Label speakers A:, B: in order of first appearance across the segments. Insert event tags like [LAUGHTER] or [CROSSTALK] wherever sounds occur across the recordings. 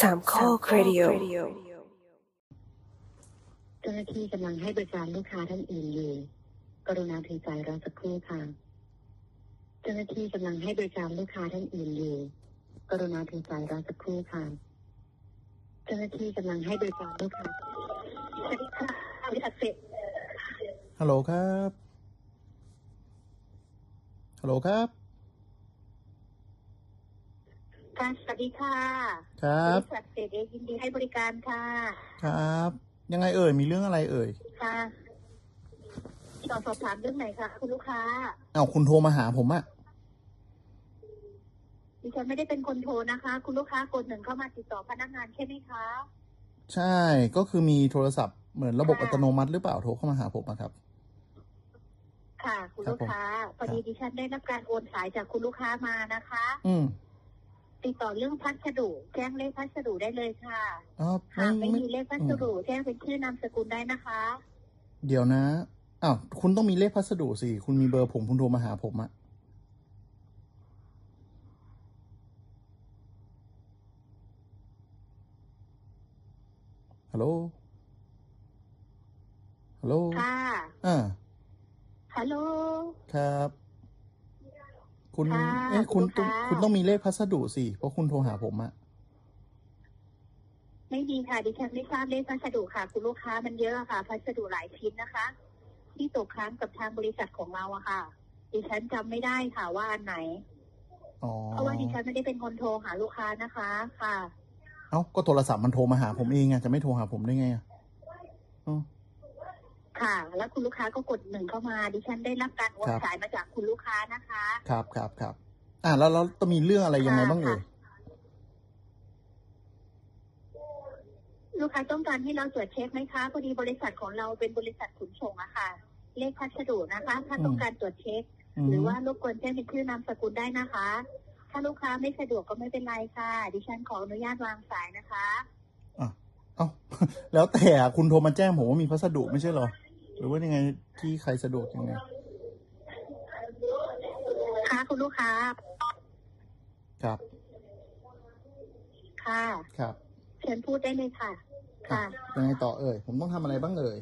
A: สามข้อครดิโอ
B: เจ้าหน้าที่กำลังให้บริการลูกค้าท่านอื่นอยู่ กรุณาถือสายรอสักครู่ค่ะ เจ้าหน้าที่กำลังให้บริการลูกค้าท่านอื่นอยู่ กรุณาถือสายรอสักครู่ค่ะ เจ้าหน้าที่กำลังให้บริการลูกค้าสวัสดีค่ะบริษัทเสร็จ
C: ฮัลโหลครับ ฮัลโหลครับ
B: ค่ะสวัสดีค่ะ
C: ครับ
B: บริษัทเสร็จเองยินดีให้บริการค่ะ
C: ครับ ยังไงเอ่ย มีเรื่องอะไรเอ่ย
B: ค่ะสอบสอบถามเรื่องไหนคะคุณลูกค้า
C: เอาคุณโทรมาหาผมอะ
B: ดิฉันไม่ได้เป็นคนโทรนะคะ คุณลูกค้ากดหนึ่งเข้ามาติดต่อพนักงานใช่ไหมคะ
C: ใช่ ก็คือมีโทรศัพท์เหมือนระบบ
B: ค่ะ
C: อัตโนมัติหรือเปล่าโทรเข้ามาหาผมอะครับ
B: ค่ะ คุณ
C: ครับ
B: ลูกค้าพอ
C: ครับ
B: ดีดิฉันได้รับการโอนสายจากคุณลูกค้ามานะคะ
C: อืม
B: ติดต่อเรื่องพัสดุ แจ้งเลขพัสดุได้เลยค่ะ
C: อ๋อ
B: หาก
C: ไม่
B: ไม่
C: ไม่
B: มีเลขพัสดุ แจ้งเป็นชื่อนามสกุลได้นะคะ
C: เดี๋ยวนะอ้าวคุณต้องมีเลขพัสดุสิ คุณมีเบอร์ผมคุณโทรมาหาผมอะฮัลโหล ฮัลโหล
B: ค่ะ
C: อ่า
B: ฮัลโหล
C: ครับ คุณ
B: ค่ะ
C: เอ๊ะคุณ
B: คุณ
C: ต้อง
B: คะ
C: คุณต้องมีเลขพัสดุสิ เพราะคุณโทรหาผมอะ
B: ไม่มีค่ะดิฉันไม่ทราบเลขพัสดุค่ะ คุณลูกค้ามันเยอะค่ะ พัสดุหลายชิ้นนะคะ ที่ตกค้างกับทางบริษัทของเราอะค่ะ ดิฉันจำไม่ได้ค่ะว่าอันไหน
C: อ๋อ
B: เพราะว่าดิฉันไม่ได้เป็นคนโทรหาลูกค้านะคะค่ะ
C: เอ้า ก็โทรศัพท์มันโทรมาหาผมเองอะจะไม่โทรหาผมได้ไงอะอ๋อ
B: ค่ะ แล้วคุณลูกค้าก็กดหนึ่งเข้ามา ดิฉันได้รับการโอน
C: ครับ
B: สายมาจากคุณลูกค้านะคะ
C: ครับครับครับ อ่าแล้วเราต้องมีเรื่องอะไรยังไง
B: ค่ะ
C: บ้างเอ่ย
B: ค่ะ ลูกค้าต้องการให้เราตรวจเช็คไหมคะพอดีบริษัทของเราเป็นบริษัทขนส่งอะค่ะ เลขพัสดุนะคะ ถ้า
C: อืม
B: ต้องการตรวจเช็ค หรือว่ารบกวนแจ้งเป็นชื่อนามสกุลได้นะคะ ถ้าลูกค้าไม่สะดวกก็ไม่เป็นไรค่ะ ดิฉันขออนุญาตวางสายนะคะ
C: เอ้า [LAUGHS] แล้วแต่อะคุณโทรมาแจ้งผมว่ามีพัสดุไม่ใช่เหรอ หรือว่ายังไงที่ใครสะดวกยังไง
B: ค่ะคุณลูกค้า
C: ครับ
B: ค่ะ
C: ครับ
B: เชิญพูดได้เลยค่ะ
C: อ่ะ
B: ค่ะ
C: ยังไงต่อเอ่ย ผมต้องทำอะไรบ้างเอ่ย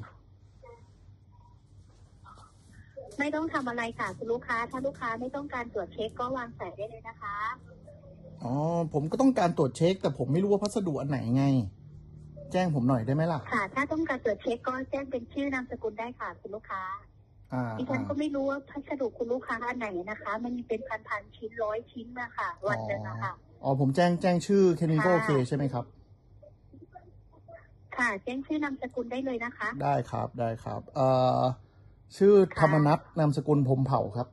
B: ไม่ต้องทำอะไรค่ะคุณลูกค้า ถ้าลูกค้าไม่ต้องการตรวจเช็คก็วางสายได้เลยนะคะ
C: อ๋อ ผมก็ต้องการตรวจเช็ค แต่ผมไม่รู้ว่าพัสดุอันไหนไง แจ้งผมหน่อยได้ไหมล่ะ
B: ค่ะ ถ้าต้องการตรวจเช็คก็แจ้งเป็นชื่อนามสกุลได้ค่ะคุณลูกค้า
C: อ่า
B: ดิฉั
C: อ่าน
B: ก็ไม่รู้ว่าพัสดุคุณลูกค้าอันไหนนะคะ มันมีเป็นพันๆชิ้นร้อยชิ้นนะคะ วันหนึ่งอะค่ะ
C: อ๋อ ผมแจ้งแจ้งชื่อแค่นี้ก็
B: ค่ะ
C: โอเคใช่ไหมครับ
B: ค่ะ แจ้งชื่อนามสกุลได้เลยนะคะ
C: ได้ครับ ได้ครับ เอ่อ ชื่อธรรมนัทนามสกุลพรหมเผ่าครับ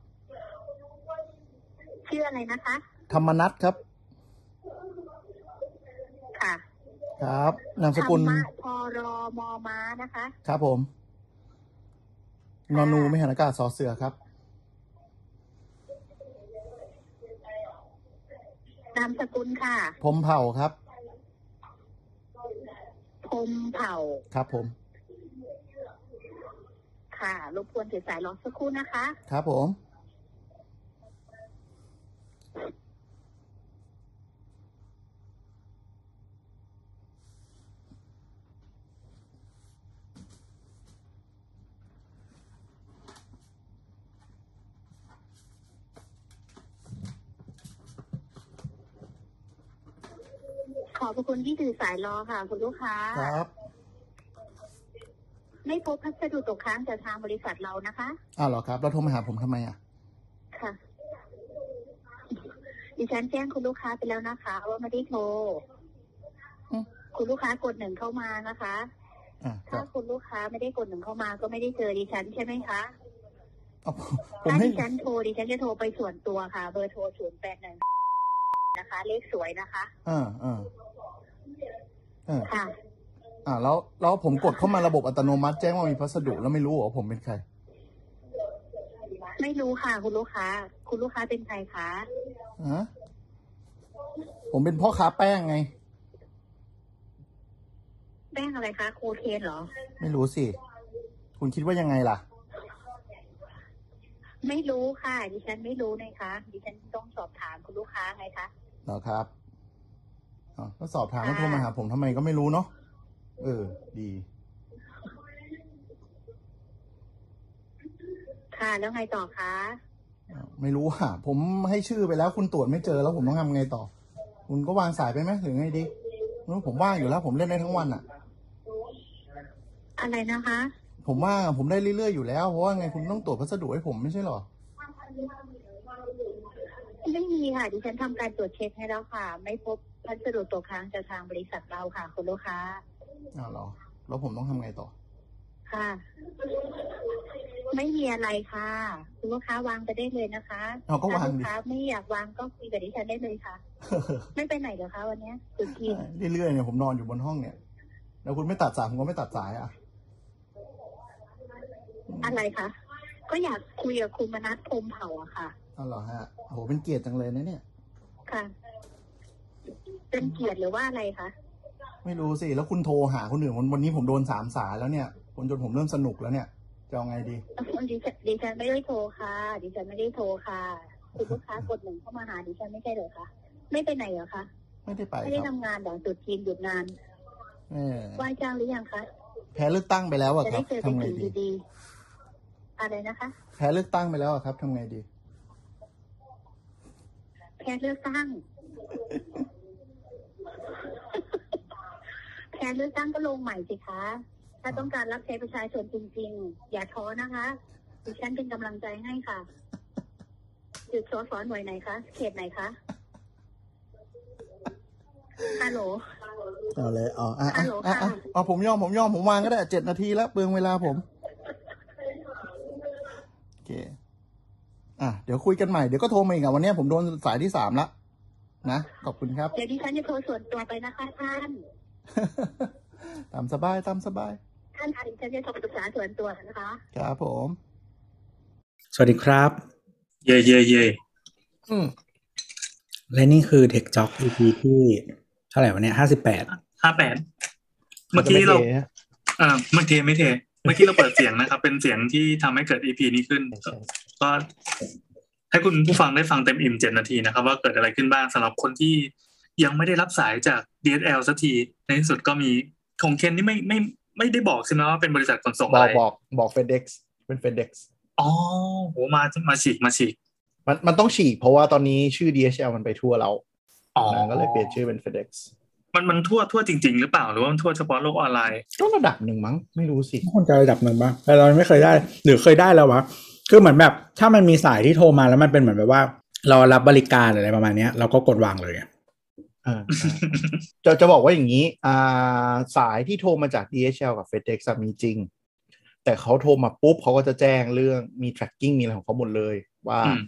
B: ชื่ออะไรนะคะ
C: ธรรมนัทครับ
B: ค่ะ
C: ครับ นามส
B: ธร
C: กุล
B: รมะพอรอมอม้านะคะ
C: ครับผม นอนูไม่หันอากาศสอเสือครับ
B: นามสกุลค่ะ
C: พรหมเผ่าครับ
B: พรหมเผ่า
C: ครับผม
B: ค่ะรบกวนถือสายรอสักครู่นะคะ
C: ครับผม
B: ขอบพระคุณที่ถือสายรอค่ะ คุณลูกค้า
C: ครับ
B: ไม่พบพัสดุตกค้างจากทางบริษัทเรานะคะ
C: อ้าวเหรอครับ แล้วโทรมาหาผมทำไมอ่ะ
B: ค่ะ ดิฉันแจ้งคุณลูกค้าไปแล้วนะคะ ว่าไม่ได้โทร
C: อืม
B: คุณลูกค้ากดหนึ่งเข้ามานะคะ
C: อ่าค
B: ถ้า
C: รับ
B: คุณลูกค้าไม่ได้กดหนึ่งเข้ามา ก็ไม่ได้เจอดิฉันใช่ไหมคะ
C: เอาผม
B: ถ้า
C: ให้
B: ดิฉันโทรดิฉันจะโทรไปส่วนตัวค่ะ เบอร์โทรศูนย์แปดหนึ่งนะคะ เลขสวยนะคะ
C: อ่าอ่าอ่า
B: ค่ะ
C: อ่า แล้ว แล้วผมกดเข้ามาระบบอัตโนมัติแจ้งว่ามีพัสดุแล้วไม่รู้เหรอว่าผมเป็นใคร
B: ไม่รู้ค่ะ คุณลูกค้า คุณลูกค้าเป็นใครคะ
C: ฮะ ผมเป็นพ่อค้าแป้งไง
B: แป้งอะไรคะโคเคนเหรอ
C: ไม่รู้สิ คุณคิดว่ายังไงล่ะ
B: ไม่รู้ค่ะ ดิฉันไม่รู้นะคะ ดิฉันต้องสอบถามคุณลูกค้าไงคะ
C: เหรอครับ อ๋อก็สอบถามว่าโทรมาหาผมทำไมก็ไม่รู้เนาะเออ ดี
B: ค่ะ แล้วไงต่อคะ
C: อ่าไม่รู้อ่ะ ผมให้ชื่อไปแล้วคุณตรวจไม่เจอแล้วผมต้องทำไงต่อ คุณก็วางสายไปไหมหรือไงดีไม่รู้ผมว่างอยู่แล้ว ผมเล่นได้ทั้งวันอ่ะ
B: อะไรนะคะ
C: ผมว่างอ่ะผมได้เรื่อยๆอยู่แล้วเพราะว่าไงคุณต้องตรวจพัสดุให้ผมไม่ใช่หรอ
B: ไม่มีค่ะ ดิฉันทำการตรวจเช็คให้แล้วค่ะ ไม่พบพัสดุตกค้างจากทางบริษัทเราค่ะ คุณลูกค้า
C: อ้าวเหรอ แล้วผมต้องทำไงต่อ
B: ค่ะ ไม่มีอะไรค่ะ คุณลูกค้าวางไปได้เลยนะคะ
C: เอาก็วางดิ
B: ถ้ลูกค้าไม่อยากวางก็คุยกับดิฉันได้เลยค่ะ ไม่ไปไหนเหรอคะวันเนี้ยสุดที
C: [LAUGHS] เรื่อยๆเนี่ยผมนอนอยู่บนห้องเนี่ย แล้วคุณไม่ตัดสายผมก็ไม่ตัดสายอ่ะ
B: อะไรคะก็อยากคุยกับคุณมนัทพรหมเผ่าอะค่ะ
C: อ้าวเหรอฮะโอ้โหเป็นเกียรติจังเลยนะเนี่ย
B: ค่ะ เป็นเกียรติหรือว่าอะไรคะ
C: ไม่รู้สิแล้วคุณโทรหาคนอื่นวันวันนี้ผมโดนสามสายแล้วเนี่ยคนจนผมเริ่มสนุกแล้วเนี่ยจะเอาไงดี
B: ดิฉันดิฉันไม่ได้โทรค่ะ ดิฉันไม่ได้โทรค่ะ คุณลูกค้ากดหนึ่งเข้ามาหาดิฉันไม่ใช่เหรอคะไม่ไปไหนเหรอคะ
C: ไม่ได้ไป
B: ไม่ได้
C: ค
B: ทำ
C: รับ
B: งานเหรอจุดจีนหยุดงาน
C: เออ
B: ไหว่ายจ้างหรือยังคะ
C: แพ้เลือกตั้งไปแล้วอะ
B: จะ
C: ครั
B: ได้
C: บ
B: เจอ
C: ทำ
B: เป็น
C: ไง
B: สิ่ง
C: ดี
B: ดีๆอะไรนะคะ
C: แพ้เลือกตั้งไปแล้วอะครับทำไงดี
B: แพ้เลือกตั้ง [LAUGHS] แพ้เลือกตั้งก็ลงใหม่สิคะ ถ้าต้องการรับใช้ประชาชนจริงๆ อย่าท้อนะคะ ดิฉันเป็นกำลังใจให้ค่ะจุดสอสอหน่วยไหนคะ เขตไหนคะ ฮัลโหล
C: เอาเลยอ๋ออ่ะ
B: ฮั
C: อ่ะ
B: ลโหล
C: อ่ะ
B: ค่ะ
C: อ่ะอ๋อผมยอมผมยอมผมวางก็ได้เจ็ดนาทีแล้วเปลืองเวลาผมโอเคอ่ะเดี๋ยวคุยกันใหม่เดี๋ยวก็โทรมาอีกอ่ะวันเนี้ยผมโดนสายที่สามละนะขอบคุณครับ
B: เดี๋ยวดิฉันจะโทรส่วนตัวไปนะคะท่าน
C: ตามสบายตามสบาย
B: ท่านคะดิฉันจะโทรปรึกษาส่วนตัวนะคะ
C: ครับผม
D: สวัสดีครับ
E: เย่เย่เย่
C: อืม
D: และนี่คือ Tech Jock EP ที่เท่าไหร่วันนี้ห้าสิบแปด
E: ห้าแปดเมื่อกี้เรา
C: จะไทะ
E: เอ่อเมื่อกี้ไม่เท เมื่อกี้เราเปิดเสียงนะครับ เป็นเสียงที่ทำให้เกิด EP นี้ขึ้น ก็ให้คุณผู้ฟังได้ฟังเต็มอิ่มเจ็ดนาทีนะครับ ว่าเกิดอะไรขึ้นบ้างสำหรับคนที่ยังไม่ได้รับสายจาก DSL สักที ในที่สุดก็มีของเคนนี่ไม่ไม่ไม่ได้บอกใช่ไหมว่าเป็นบริษัทขนส่ง
F: บ
E: อะ
F: อ
E: ไร
F: กบอกบอกเฟดเด็กเป็นเฟดเด็ก
E: อ๋อโหมามาฉีกมาฉีก
F: มันมันต้องฉีกเพราะว่าตอนนี้ชื่อ DHL มันไปทั่วแล้ว
E: อ๋อ
F: นะก็เลยเปลี่ยนชื่อเป็น FedEx
E: มันมันทั่วทั่วจริง ๆ หรือเปล่าหรือว่ามันทั่วเฉพาะโลกออนไลน์
F: ก็ระดับหนึ่งมั้ง ไม่รู้สิ
D: คนจะระดับหนึ่งปะแต่เราไม่เคยได้ หรือเคยได้แล้ววะคือเหมือนแบบ ถ้ามันมีสายที่โทรมาแล้วมันเป็นเหมือนแบบว่า เรารับบริการหรืออะไรประมาณเนี้ย เราก็กดวางเลยอะ
F: เออจะจะบอกว่าอย่างนี้อ่าสายที่โทรมาจาก DHL กับ FedEx อะมีจริง แต่เขาโทรมาปุ๊บเขาก็จะแจ้งเรื่องมี tracking มีอะไรของเขาหมดเลย ว่า
E: อืม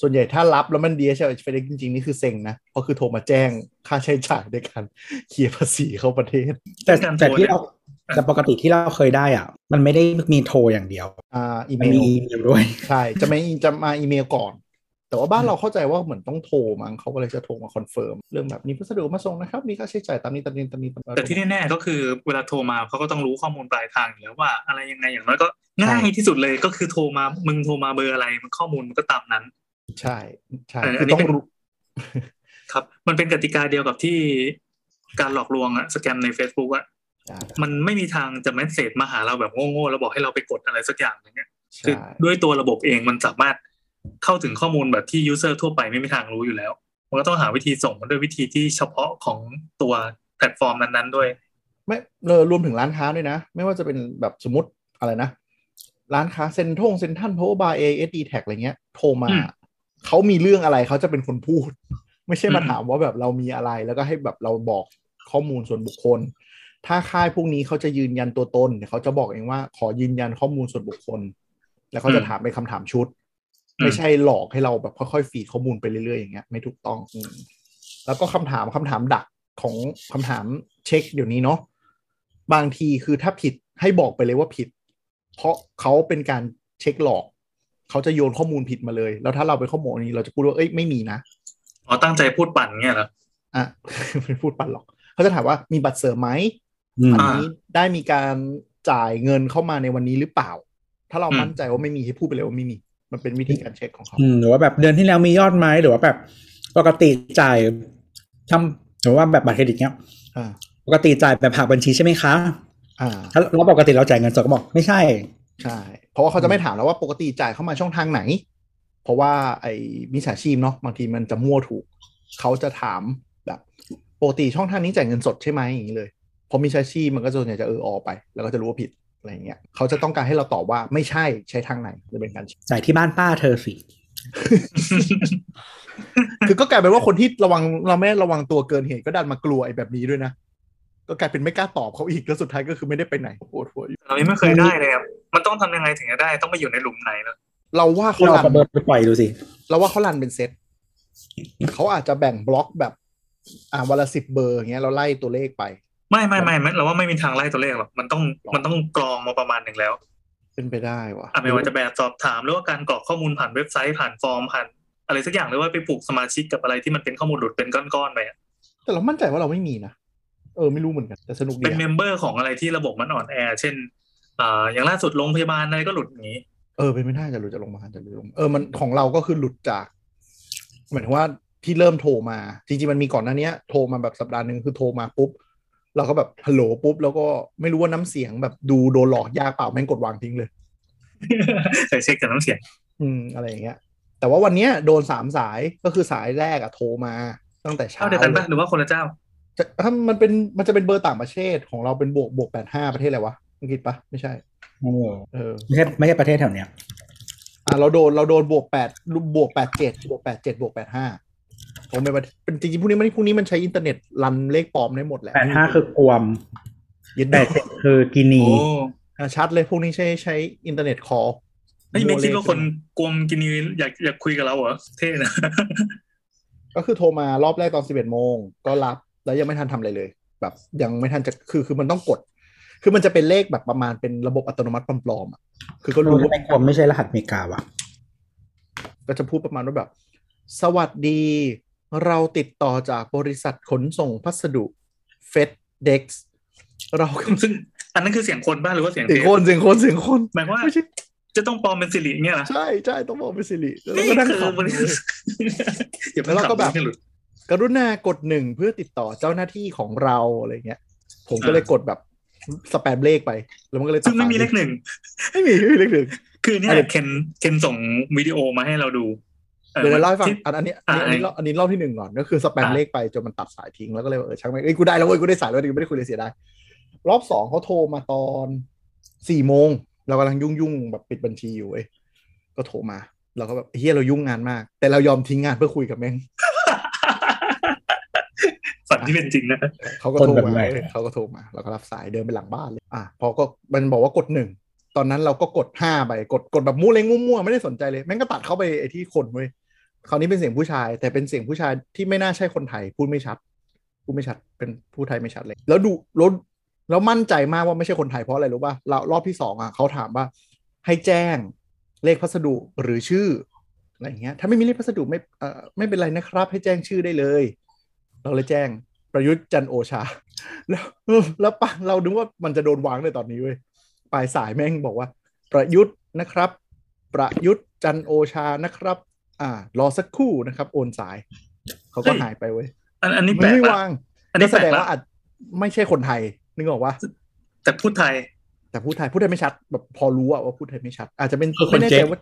F: ส่วนใหญ่ถ้ารับแล้วมัน DHL กับ FedEx จริงๆ นี่คือเซ็งนะเพราะคือโทรมาแจ้งค่าใช้จ่ายในการเคลียร์ภาษีเข้าประเทศ
D: แต่
E: การโทร
D: แต่ที่เรา
E: เนี่ย
D: แต่ปกติที่เราเคยได้อ่ะ มันไม่ได้มีโทรอย่างเดียว
F: อ่าอี
D: มั
F: เม
D: น
F: ล
D: มีอีเมลด้วย
F: ใช่ จะไม่จะมา [LAUGHS] อีเมลก่อน แต่ว่าบ้านเราเข้าใจว่าเหมือนต้องโทรมั้งเขาก็เลยจะโทรมาคอนเฟิร์มเรื่องแบบนี้พัสดุมาส่งนะครับ มีค่าใช้จ่ายตามนี้ตามนี้ตามนี้ตามนี้
E: แต่ที่แน่ๆก็คือเวลาโทรมาเขาก็ต้องรู้ข้อมูลปลายทางอยู่แล้วว่าอะไรยังไงอย่างน้อยก็ง่ายที่สุดเลยก็คือโทรมามึงโทรมาเบอร์อะไรมันข้อมูลมันก็ตามนั้น
F: ใช่ใช่
E: เอออั
F: คื
E: น
F: อ
E: นี้
F: ต้อ
E: เป็
F: ง
E: น
F: รู้
E: ครับ มันเป็นกติกาเดียวกับที่การหลอกลวงอะสแกมใน Facebook อะมันไม่มีทางจะแมสเซจมาหาเราแบบโง่ๆแล้วบอกให้เราไปกดอะไรสักอย่างอย่างเงี้ยคื
F: ใช่
E: อด้วยตัวระบบเองมันสามารถเข้าถึงข้อมูลแบบที่ยูเซอร์ทั่วไปไม่มีทางรู้อยู่แล้ว มันก็ต้องหาวิธีส่งมันด้วยวิธีที่เฉพาะของตัวแพลตฟอร์มนั้นๆด้วย
F: ไม่เลยรวมถึงร้านค้าด้วยนะ ไม่ว่าจะเป็นแบบสมมติอะไรนะ ร้านค้าเซ็นทงเซ็นทันพาวเวอร์บาร์เอเอสดีแท็กอะไรเงี้ย โทรมา
E: อืม
F: เขามีเรื่องอะไรเขาจะเป็นคนพูด [LAUGHS] ไม่ใช่มา
E: อืม
F: ถามว่าแบบเรามีอะไรแล้วก็ให้แบบเราบอกข้อมูลส่วนบุคคล ถ้าค่ายพวกนี้เขาจะยืนยันตัวตนเดี๋ยวเขาจะบอกเองว่าขอยืนยันข้อมูลส่วนบุคคล แล้วเขาจะถามเป็นคำถามชุด ไม่ใช่หลอกให้เราแบบค่อยๆฟีดข้อมูลไปเรื่อยๆอย่างเงี้ยไม่ถูกต้องอืมแล้วก็คำถามคำถามดักของคำถามเช็คเดี๋ยวนี้เนาะบางทีคือถ้าผิดให้บอกไปเลยว่าผิด เพราะเขาเป็นการเช็คหลอก เขาจะโยนข้อมูลผิดมาเลย แล้วถ้าเราไปข้อมูลนี้เราจะพูดว่าเอ้ยไม่มีนะ
E: อ๋อตั้งใจพูดปั่นเงี้ยเหรอ
F: อ่ะ [LAUGHS] ไม่พูดปันหรอก เขาจะถามว่ามีบัตรเสริมไหม
D: อืม
F: อันนี้ได้มีการจ่ายเงินเข้ามาในวันนี้หรือเปล่า ถ้าเรา
E: อืม
F: มั่นใจว่าไม่มีให้พูดไปเลยว่าไม่มี มันเป็นวิธีการเช็คของเขา
D: อืมหรือว่าแบบเดือนที่แล้วมียอดไหมหรือว่าแบบปกติจ่ายทำ หรือว่าแบบบัตรเครดิตเนี้ย
F: อ่า
D: ปกติจ่ายแบบหักบัญชีใช่ไหมคะ
F: อ่า
D: ถ้าแล้วปกติเราจ่ายเงินสดก็บอกไม่ใช่
F: ใช่ เพราะว่าเขาจะไม่ถามแล้วว่าปกติจ่ายเข้ามาช่องทางไหน เพราะว่าไอ้มิจฉาชีพเนาะบางทีมันจะมั่วถูก เขาจะถามแบบปกติช่องทางนี้จ่ายเงินสดใช่ไหมอย่างนี้เลยพอมิจฉาชีพมันก็ส่วนใหญ่จะเออออไป แล้วก็จะรู้ว่าผิดอะไรอย่างเงี้ยเขาจะต้องการให้เราตอบว่าไม่ใช่ใช้ทางไหนจะเป็นการชี้
D: จ่ายที่บ้านป้าเธอสิ
F: [LAUGHS] คือก็กลายเป็นว่าคนที่ระวังเราไม่ระวังตัวเกินเหตุก็ดันมากลัวไอ้แบบนี้ด้วยนะ ก็กลายเป็นไม่กล้าตอบเขาอีกแล้วสุดท้ายก็คือไม่ได้ไปไหนปวดหัวอยู่
E: เรายังไม่เคยได้เลยครับมันต้องทำยังไงถึงจะได้ต้องไปอยู่ในหลุมไหนเนอะ
F: เราว่าเขา
D: เรา
F: รั
D: เอา
F: น
D: เบอร์ไปปล่อยดูสิ
F: เราว่าเขารันเป็นเซต เขาอาจจะแบ่งบล็อกแบบ อ่าวันละสิบเบอร์อย่างเงี้ยเราไล่ตัวเลขไป
E: ไม่ไม่ไม่ไม่เราว่าไม่มีทางไล่ตัวเลขหรอกมันต้องมันต้องกรองมาประมาณหนึ่งแล้ว
F: เป็นไปได้ว่ะ
E: อ่ะไม่ว่าจะแบบสอบถามหรือว่าการกรอกข้อมูลผ่านเว็บไซต์ผ่านฟอร์มผ่าน อะไรสักอย่างหรือว่าไปปลูกสมาชิกกับอะไรที่มันเป็นข้อมูลหลุดเป็นก้อนๆไปอะ
F: แต่เรามั่นใจว่าเราไม่มีนะ เออไม่รู้เหมือนกัน แต่สนุกดี
E: เป็นเม
F: อะ
E: มเบอร์ของอะไรที่ระบบมันอ่อนแอเช่นอ่าอย่างล่าสุดโรงพยาบาลอะไรก็หลุดอย่างนี้ [LAUGHS]
F: เออเป็นไม่ได้จะหลุดจะลงมาจะหลุดลงมาเออมันของเราก็คือหลุดจากหมายถึงว่าที่เริ่มโทรมา จริงๆมันมีก่อนหน้าเนี้ย โทรมาแบบสัปดาห์หนึ่งคือโทรมาปุ๊บ เราก็แบบฮัลโหลปุ๊บ แล้วก็ไม่รู้ว่าน้ำเสียงแบบดูโดนหลอกยากเปล่าแม่งกดวางทิ้งเลย
E: ใส่เช็คกับน้ำเสียง
F: อืมอะไรอย่างเงี้ย แต่ว่าวันเนี้ยโดนสามสายก็คือสายแรกอะโทรมาตั้งแต่เช้า
E: เท่าเดียวกันปะหรือว่าคนละเจ้า
F: จะถ้ามันเป็นมันจะเป็นเบอร์ต่างประเทศของเราเป็นบวกบวกแปดห้าประเทศอะไรวะอังกฤษปะไม่ใช่เออ
D: ไม่ใช่ไม่ใช่ประเทศแถวเนี้ย
F: อ่ะเราโดนเราโดนบวกแปดบวกแปดเจ็ดบวกแปดเจ็ดบวกแปดห้าผมเป็นประเป็นจริงๆพวกนี้มันพวกนี้มันใช้อินเทอร์เน็ตรันเลขปลอมได้หมดแหละ
D: แปดห้าคือกวม
F: ยึด
D: แป
F: ได้
D: ดเจ็ดคือกินี
E: โอ้
F: อ่ะชัดเลยพวกนี้ใช้ใช้อินเทอร์เน็ตคอล
E: ไม่ไม่คิดว่าคนกลมกินนีอยากอยากคุยกับเราเหรอ เท่นะ [LAUGHS]
F: ก็คือโทรมารอบแรกตอน 11 โมงก็รับแล้วยังไม่ทันทำอะไรเลย แบบยังไม่ทันจะคือคือมันต้องกด คือมันจะเป็นเลขแบบประมาณเป็นระบบอัตโนมัติปลอมๆอ่ะคือก็
D: ก็
F: รู้
D: รู้ว่า
F: ว่า
D: แม่งกลมไม่ใช่รหัสอเมริกาว่ะ [LAUGHS]
F: ก็จะพูดประมาณว่าแบบ สวัสดี เราติดต่อจากบริษัทขนส่งพัสดุเฟดเด็กเราก็
E: ซึ่งอันนั้นคือเสียงคนบ้างหรือว่าเสียง
F: เสียง
E: เท
F: ค
E: ป
F: นเสียงคนเสียงคน
E: หมายความว่า
F: ไม่ใช่
E: จะต้องปลอมเป็นสิริเงี้ยนะ
F: ใช่ใช่ต้องบอกเป็นสิริแล้ว
E: นี่
F: ก็นั่ง
E: คือ
F: ขำ
E: มัน
F: เลย
E: อย่าเพิ่ง
F: แล้วเราก็แบบ
E: ขำให้หลุด
F: กรุณากดหนึ่งเพื่อติดต่อเจ้าหน้าที่ของเราอะไรเงี้ย ผมก็เลยกดแบบสแปมเลขไป แล้วมันก็เลย
E: ซึ่งไม่มีเลขหนึ่ง
F: ไม่มีไม่มีเลขหนึ่ง
E: คือเนี่ย
F: อะไร
E: เคนเคนส่งวิดีโอมาให้เราดู
F: เดี๋ยวเราเล่าให้ฟัง
E: ที่
F: อันอันนี้
E: อ่า
F: อันนี้รอบอันนี้รอบที่หนึ่งก่อนก็คือสแปมเลขไปจนมันตัดสายทิ้งแล้วก็เลยว่าเออช่างไม่งเอ้ยกูได้แล้วเว้ยกูได้สายแล้วกูไม่ได้คุยเลยเสียดายรอบสองเขาโทรมาตอนสี่โมงเรากำลังยุ่งยุ่งๆแบบปิดบัญชีอยู่เว้ยก็โทรมา เราก็แบบเฮียเรายุ่งงานมาก แต่เรายอมทิ้งงานเพื่อคุยกับแม่ง
E: ฝันที่เป็นจริงนะ
F: เขาก็โทร
D: คนแบบ
F: มา
D: ไหน
F: เออเขาก็โทรมาเราก็รับสายเดินไปหลังบ้านเลย อ่ะพอก็มันบอกว่ากดหนึ่งตอนนั้นเราก็กดห้าไปกดกดแบบมู่วเล้งมั่วๆไม่ได้สนใจเลยแม่งก็ตัดเข้าไปไอ้ที่คนเว้ยคราวนี้เป็นเสียงผู้ชาย แต่เป็นเสียงผู้ชายที่ไม่น่าใช่คนไทยพูดไม่ชัดพูดไม่ชัดเป็นผู้ไทยไม่ชัดเลย แล้วดูแล้วแล้วมั่นใจมากว่าไม่ใช่คนไทยเพราะอะไรรู้ป่ะเรารอบที่สองอ่ะเขาถามว่าให้แจ้งเลขพัสดุหรือชื่ออะไรอย่างเงี้ยถ้าไม่มีเลขพัสดุไม่เอ่อไม่เป็นไรนะครับ ให้แจ้งชื่อได้เลย เราเลยแจ้ง ประยุทธ์จันทร์โอชา [LAUGHS] แล้วแล้วปะเราดูว่ามันจะโดนวางในตอนนี้เว้ยปลายสายแม่งบอกว่า ประยุทธ์นะครับ ประยุทธ์จันทร์โอชานะครับ อ่ารอสักครู่นะครับ โอนสายเขาก็หายไปเว้ย
E: อันอันนี้แป
F: มั
E: ล
F: น
E: ก
F: ไม่
E: ละ
F: วาง
E: อัน
F: ก็
E: นี้
F: แส
E: แปล
F: ด
E: ก
F: ง
E: ละ
F: ว่าอาจไม่ใช่คนไทยนึกออกว่า
E: แต่พูดไทย
F: แต่พูดไทยพูดไทยไม่ชัด แบบพอรู้อะว่าพูดไทยไม่ชัด อาจจะเป็น
D: คือคน
F: ไม่แน่ใจ
D: เจ๊ก
F: ว่า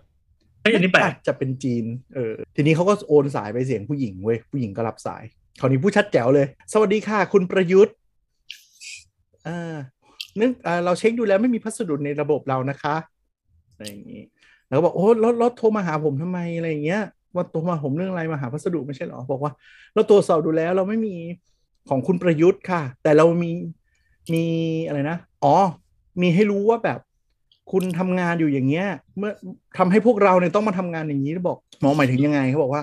E: เฮ้ยอันนี้แปลก
F: อาจจะเป็นจีนเออทีนี้เขาก็โอนสายไปเสียงผู้หญิงเว้ยผู้หญิงก็รับสายคราวนี้ผู้ชัดแจ๋วเลย สวัสดีค่ะ คุณประยุทธ์อ่านึกอ่าเราเช็คดูแล้วไม่มีพัสดุในระบบเรานะคะอะไรอย่างนี้ แล้วก็บอกโอ้รถรถโทรมาหาผมทำไมอะไรอย่างเงี้ยว่าโทรมาหาผมเรื่องอะไรมาหาพัสดุไม่ใช่เหรอบอกว่า เราตรวจสอบดูแล้วเราไม่มีของคุณประยุทธ์ค่ะ แต่เรามีมีอะไรนะ อ๋อ มีให้รู้ว่าแบบ คุณทำงานอยู่อย่างเงี้ย เมื่อทำให้พวกเราเนี่ยต้องมาทำงานอย่างนี้บอกหมอหมายถึงยังไงเขาบอกว่า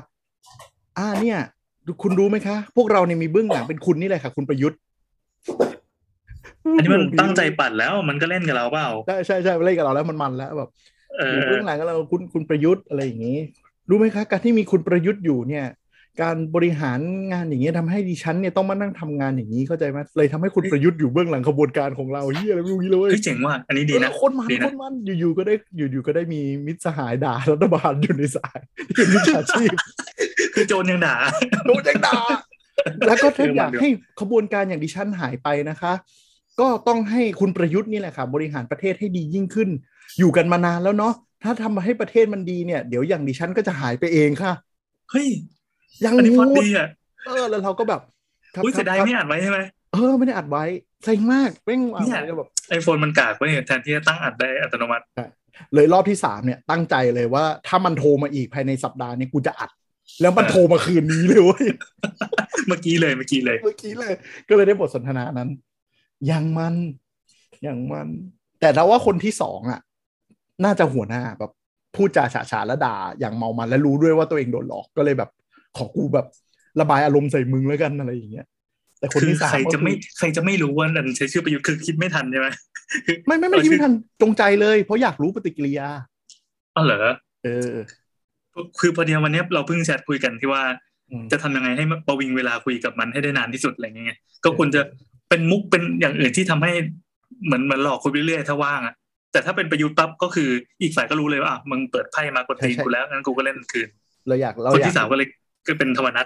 F: อ่าเนี่ย คุณรู้ไหมคะ พวกเราเนี่ยมีเบื้องหลังเป็นคุณนี่แหละค่ะ คุณประยุทธ์
E: อันนี้มันตั้งใจปั่นแล้วมันก็เล่นกับเราเปล่า
F: ใช่ใช่ใช่มาเล่นกับเราแล้วมันมันแล้วแบบ
E: เอ
F: อยู่
E: อ
F: เบื้องหลังเราคุณคุณประยุทธ์อะไรอย่างนี้ รู้ไหมคะ การที่มีคุณประยุทธ์อยู่เนี่ย การบริหารงานอย่างเงี้ยทำให้ดิฉันเนี่ยต้องมานั่งทำงานอย่างนี้เข้าใจไหมเลยทำให้คุณประยุทธ์อยู่เบื้องหลังขบวนการของเราเฮียอะไรไม่รู้อย่างนี้เลย
E: เฮ้ยเจ๋งว่ะอันนี้ดีนะ
F: เออคนมัน
E: ดี
F: ค
E: นะ
F: นมันอยู่ๆก็ได้อยู่ๆก็ได้มีมิตรสหายด่ารัฐบ [LAUGHS] าลอยู่ในสายเป็นมิจฉาชีพ
E: คือโจรยังด่า
F: โดนยังด่า แล้วก็ถ้าอยากให้ขบวนการอย่างดิฉันหายไปนะคะ ก็ต้องให้คุณประยุทธ์นี่แหละค่ะ บริหารประเทศให้ดียิ่งขึ้น อยู่กันมานานแล้วเนาะถ้าทำให้ประเทศมันดีเนี่ย เดี๋ยวอย่างดิฉันก็จะหายไปเองค่ะ
E: เฮ้ย
F: ยัง
E: อันนี้พอ
F: งู
E: ดีอ่ะ
F: เออแล้วเราก็แบบครับ
E: อุ้ยเสียดาย
F: ครับ
E: ไม่อ่านไว้ใช่ไหม
F: เออไม่ได้อัดไว้เซ็งมากเป้งอ่ะ
E: เนี่ย
F: แล้วแบบ
E: ไอโฟนมันกากเว้ยแทนที่จะตั้งอัดได้อัตโนมัติ
F: เลยรอบที่สามเนี่ยตั้งใจเลยว่าถ้ามันโทรมาอีกภายในสัปดาห์เนี้กูจะอัด แล้วมันโทรมาคืนนี้เลยเว้ย
E: เมื่อกี้เลยเมื่อกี้เลย
F: เมื่อกี้เลย ก็เลยได้บทสนทนานั้น อย่างมัน อย่างมัน แต่เราว่าคนที่สองอ่ะ น่าจะหัวหน้าแบบพูดจาฉาฉานและด่าอย่างเมามันและรู้ด้วยว่าตัวเองโดนหลอกก็เลยแบบ ขอกูแบบระบายอารมณ์ใส่มึงแล้วกันอะไรอย่างเงี้ยแต่คน
E: คือ
F: ที่สาม
E: ใคร
F: ก็
E: จะไม่ใครจะไม่รู้ว่านั่นใช้ชื่อประยุทธ์คือคิดไม่ทันใช่ไหม
F: ไม่ไม่ไม่คิดไม่ทันจงใจเลย เพราะอยากรู้ปฏิกิริยา
E: อ๋อเหรอ
F: เออ
E: คือพอดีวันเนี้ยเราเพิ่งแชทคุยกันที่ว่า
F: อืม
E: จะทำยังไงให้มันประวิงเวลาคุยกับมันให้ได้นานที่สุดอะไรอย่างเงี้ย ก็ควรจะเป็นมุกเป็นอย่างอื่นที่ทำให้เหมือนเหมันหลอกคุยไปเรื่อยๆถ้าว่างอ่ะ แต่ถ้าเป็นประยุทธ์ปั๊บก็คืออีกฝ่ายก็รู้เลยว่าอ่ะมึงเปิดไพ่มากดตีน
F: ใช่ใช่
E: กูแล้วงั้นกูก็เล่นคืน
F: เราอยากเรา
E: คน
F: อยาก
E: ที่สามก็เลยก็เป็นธรรมนัต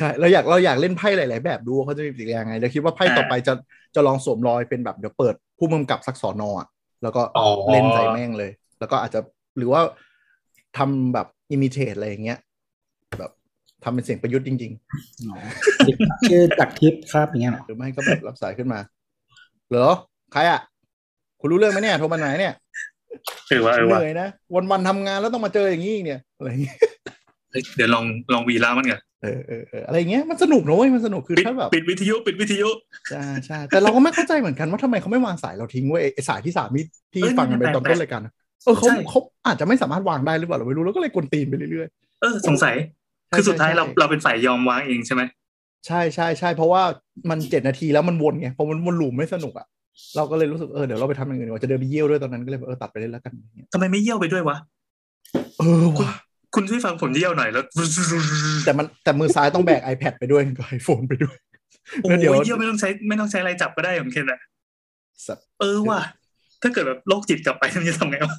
F: ใช่เราอยากเราอยากเล่นไพ่หลาย ๆ แบบดูว่าเขาจะมีปฏิกิริยาไงเราคิดว่าไพ่
E: อ่า
F: ต่อไปจะจะลองสวมรอยเป็นแบบเดี๋ยวเปิดผู้กำกับสักสอนอะแล้วก็
E: อ๋อ
F: เล่นใส่แม่งเลย แล้วก็อาจจะหรือว่าทำแบบอิมิเทตอะไรอย่างเงี้ยแบบทำเป็นเสียงประยุทธ์จริง
D: ชื่อจักรทิพย์ครับอย่างเงี้ยเหรอ
F: ๆ หรือไม่ก็แบบรับสายขึ้นมาเหรอใครอ่ะ คุณรู้เรื่องไหมเนี่ยโทรมาไหนเนี่ย
E: คือว่าเออ
F: เห
E: ว่า
F: นื่อยนะวันวันๆทำงานแล้วต้องมาเจออย่างนี้เนี่ยอะไรอย่างเงี้ย
E: เฮ้ยเดี๋ยวลองลองวีล่ามันก่อน
F: เออเออเอออะไรอย่างเงี้ยมันสนุกนะเว้ยมันสนุกคือ
E: ปิด
F: ถ้าแบบ
E: ปิดวิทยุปิดวิทยุ
F: ใช่ใช่แต่เราก็ไม่เข้าใจเหมือนกันว่าทำไมเขาไม่วางสายเราทิ้งไว้ยไอ้ไอ้สายที่สามที่ที่ฟังกันไปตอนต้นรายการนะเออเขาเขาอาจจะไม่สามารถวางได้หรือเปล่าเราไม่รู้แล้วก็เลยกวนตีนไปเรื่อย
E: เออสงสัย
F: ๆใช่
E: คือสุดท้ายเรา
F: ใช่
E: เราเป็นฝ่ายยอมวางเองใช่ไหม
F: ใช่ใช่ใช่เพราะว่ามันเจ็ดนาทีแล้วมันวนไงพอมันวนหลุมไม่สนุกอ่ะเราก็เลยรู้สึกเออเดี๋ยวเราไปทำอย่างอื่นดีกว่าจะเดินไปเยี่ยวด้วยตอนนั้นก็เลยแบบเออตัดไปเล่นแล้วกันอย่างเงี้ย
E: ทำไมไม่เยี่ยวไปด้วยวะ
F: เออว่ะ
E: คุณช่วยฟังผมเยี่ยวหน่อยแล้ว [LAUGHS]
F: แต่มันแต่มือซ้ายต้องแบก iPad ไปด้วยกับไอโฟนไปด้วย
E: โอ้ย
F: แล้วเดี๋ยว
E: เยี่ยมไม่ต้องใช้ไม่ต้องใช้อะไรจับก็ได้ของเคนอะ
F: สัตว์
E: เออว่ะถ้าเกิดแบบโรคจิตกลับไป [LAUGHS] มันจะทำไงวะ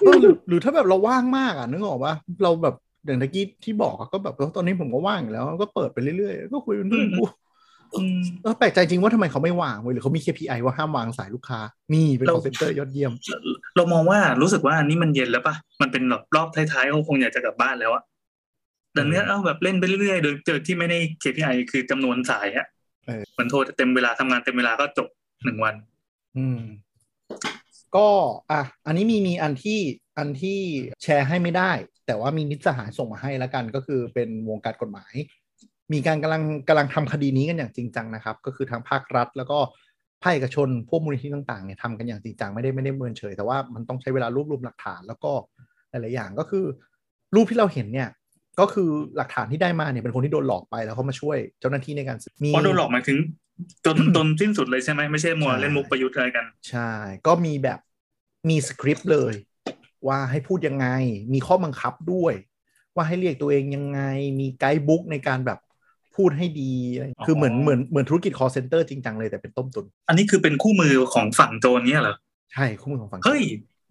F: เออหรือหรือถ้าแบบเราว่างมากอ่ะนึกออกปะเราแบบอย่างตะกี้ที่บอกอะก็แบบเออตอนนี้ผมก็ว่างอยู่แล้ว ก็เปิดไปเรื่อยๆก็คุยเป็นเพื่อนกู
E: อืม
F: เออแปลกใจจริงว่าทำไมเขาไม่วางเว้ยหรือเขามี KPI ว่าห้ามวางสายลูกค้า นี่เป็น call center ยอดเยี่ยม
E: เรามองว่ารู้สึกว่านี่มันเย็นแล้วปะมันเป็นแบบรอบท้ายๆเขาคงอยากจะกลับบ้านแล้วอะดังนั้นเอาแบบเล่นไปเรื่อยๆโดยเจอที่ไม่ได้ KPI คือจำนวนสายฮะ
F: เออ
E: เหมือนโทรเต็มเวลาทำงานเต็มเวลาก็จบหนึ่งวัน
F: อืม ก็อ่ะอันนี้มีมีอันที่อันที่แชร์ให้ไม่ได้ แต่ว่ามีมิตรสหายส่งมาให้แล้วกัน ก็คือเป็นวงการกฎหมาย มีการกำลังกำลังทำคดีนี้กันอย่างจริงจังนะครับ ก็คือทางภาครัฐ แล้วก็ภาคเอกชนพวกมูลนิธิต่างๆเนี่ยทำกันอย่างจริงจังไม่ได้ไม่ได้เมินเฉย แต่ว่ามันต้องใช้เวลารวบรวมหลักฐาน แล้วก็หลายๆอย่างก็คือ รูปที่เราเห็นเนี่ย ก็คือหลักฐานที่ได้มาเนี่ยเป็นคนที่โดนหลอกไปแล้วเขามาช่วยเจ้าหน้าที่ในการสืบมี
E: เพราะโดนหลอกหมายถึงจนจนสิ้นสุดเลยใช่ไหมไม่ใช่มัว
F: ใช่
E: เล่นมุกประยุทธ์อะไรกัน
F: ใช่ ก็มีแบบมีสคริปต์เลย ว่าให้พูดยังไง มีข้อบังคับด้วย ว่าให้เรียกตัวเองยังไง มีไกด์บุ๊กในการแบบพูดให้ดีอะไร
E: อ๋อ
F: คือเหมือนเหมือนเหมือนธุรกิจ call center จริงจังเลยแต่เป็นต้มตุน
E: อันนี้คือเป็นคู่มือของฝั่งโจรเนี่ยเหรอ
F: ใช่คู่มือของฝั่ง
E: เฮ้ย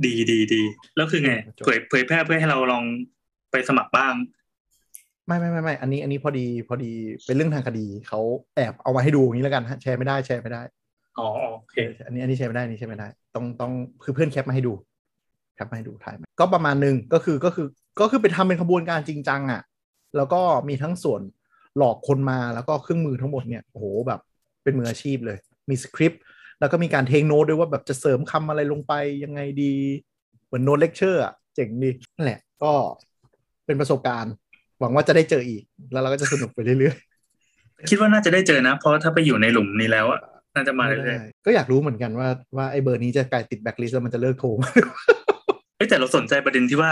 E: ดีดีดี แล้วคือไง
F: จบ
E: เผยเผยแพร่เพื่อให้เราลองไปสมัครบ้าง
F: ไม่ไม่ไม่ไม่อันนี้อันนี้พอดีพอดีเป็นเรื่องทางคดีเขาแอบเอามาให้ดูอย่างนี้แล้วกันฮะแชร์ไม่ได้แชร์ไม่ได้
E: อ๋อ โอเค
F: อันนี้อันนี้ใช้ไม่ได้อันนี่ใช้ไม่ได้ ต้องต้องคือเพื่อนแคปมาให้ดูแคปมาให้ดูถ่ายมาก็ประมาณหนึ่งก็คือก็คือก็คือไปทำเป็นขบวนการจริงจังอะ่ะ แล้วก็มีทั้งส่วนหลอกคนมาแล้วก็เครื่องมือทั้งหมดเนี่ยโอ้โหแบบเป็นมืออาชีพเลย มีสคริปต์แล้วก็มีการเทคโน้ตด้วยว่าแบบจะเสริมคำอะไรลงไปยังไงดี เหมือนโน้ตเลคเชอร์อ่ะเจ๋งดีนั่นแหละก็เป็นประสบการณ์ หวังว่าจะได้เจออีก แล้วเราก็จะสนุกไปเรื่อย
E: คิดว่าน่าจะได้เจอนะ เพราะถ้าไปอยู่ในหลุมนี้แล้วอะน่าจะ
F: ๆ
E: มาเรื่อย
F: ก็อยากรู้เหมือนกันว่าว่าไอ้เบอร์นี้จะกลายติดแบ็คลิสต์แล้วมันจะเลิกโทรไหม
E: ๆเอ้ยแต่เราสนใจประเด็นที่ว่า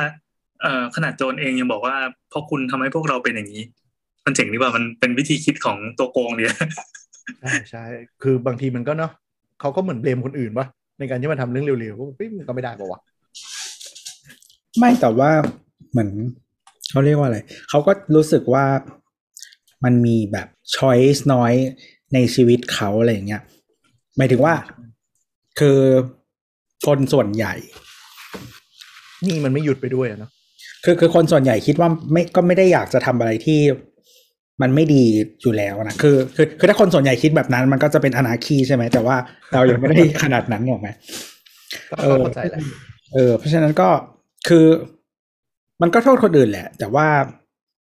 E: เอ่อขนาดโจรเองยังบอกว่าเพราะคุณทำให้พวกเราเป็นอย่างนี้ มันเจ๋งดีว่ามันเป็นวิธีคิดของตัวโกงเนี่ย [LAUGHS]
F: ใช่ใช่ คือบางทีมันก็เนาะเขาก็เหมือนเบลมคนอื่นปะในการที่มันทำเรื่องเร็วๆก็เฮ้ยมันก็ไม่ได้ปะวะ
D: ไม่แต่ว่าเหมือนเขาเรียกว่าอะไรเขาก็รู้สึกว่ามันมีแบบช้อยส์น้อยในชีวิตเขาอะไรอย่างเงี้ยหมายถึงว่า คือคนส่วนใหญ่
F: นี่มันไม่หยุดไปด้วยอะเนาะ
D: คือคือคนส่วนใหญ่คิดว่าไม่ก็ไม่ได้อยากจะทำอะไรที่ มันไม่ดีอยู่แล้วนะคือคือคือถ้าคนส่วนใหญ่คิดแบบนั้น มันก็จะเป็นอนาคีใช่ไหมแต่ว่าเรายังไม่ได้ขนาดนั้นหรอกไหม
F: ก็
D: เออ
F: เข้าใจแหละ
D: เออเพราะฉะนั้นก็คือมันก็โทษคนอื่นแหละ แต่ว่า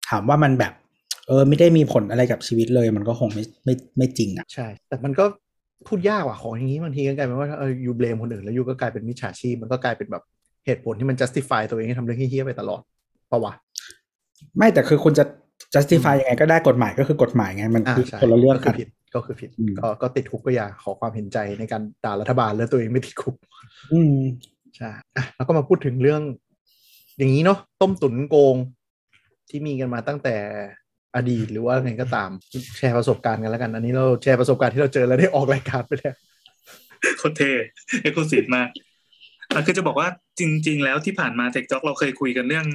D: ถามว่ามันแบบ เออ ไม่ได้มีผลอะไรกับชีวิตเลย มันก็คงไม่ไม่ไม่จริงอ่ะ
F: ใช่ แต่มันก็พูดยากว่ะของอย่างนี้บางทีก็กลายเป็นว่าเอออยู่เบลมคนอื่นแล้วอยู่ก็กลายเป็นมิจฉาชีพมันก็กลายเป็นแบบเหตุผลที่มัน justify ตัวเองให้ทำเรื่องเฮี้ยๆไปตลอดปะวะ
D: ไม่แต่คือคุณจะ justify ยังไงก็ได้กฎหมายก็คือกฎหมายไง มัน
F: อ่า
D: คือ
F: ใช่
D: คนละเรื่อง
F: ก็
D: กั
F: คือน ผิดก็คือผิด
D: อืม
F: ก็ก็ติดคุกก็อย่าขอความเห็นใจในการด่ารัฐบาลแล้วตัวเองไม่ติดคุก
D: อืม
F: ใช่อ่ะแล้วก็มาพูดถึงเรื่อง อย่างนี้เนาะต้มตุ๋นโกง ที่มีกันมาตั้งแต่อดีตหรือว่าไงก็ตามแชร์ประสบการณ์กันแล้วกัน อันนี้เราแชร์ประสบการณ์ที่เราเจอแล้วได้ออกรายการไปแล้ว
E: โคตรเท่เอ็กซ์คลูซีฟมากอ่ะคือจะบอกว่าจริง ๆ แล้วที่ผ่านมาเทคจ็อกเราเคยคุยกันเรื่อง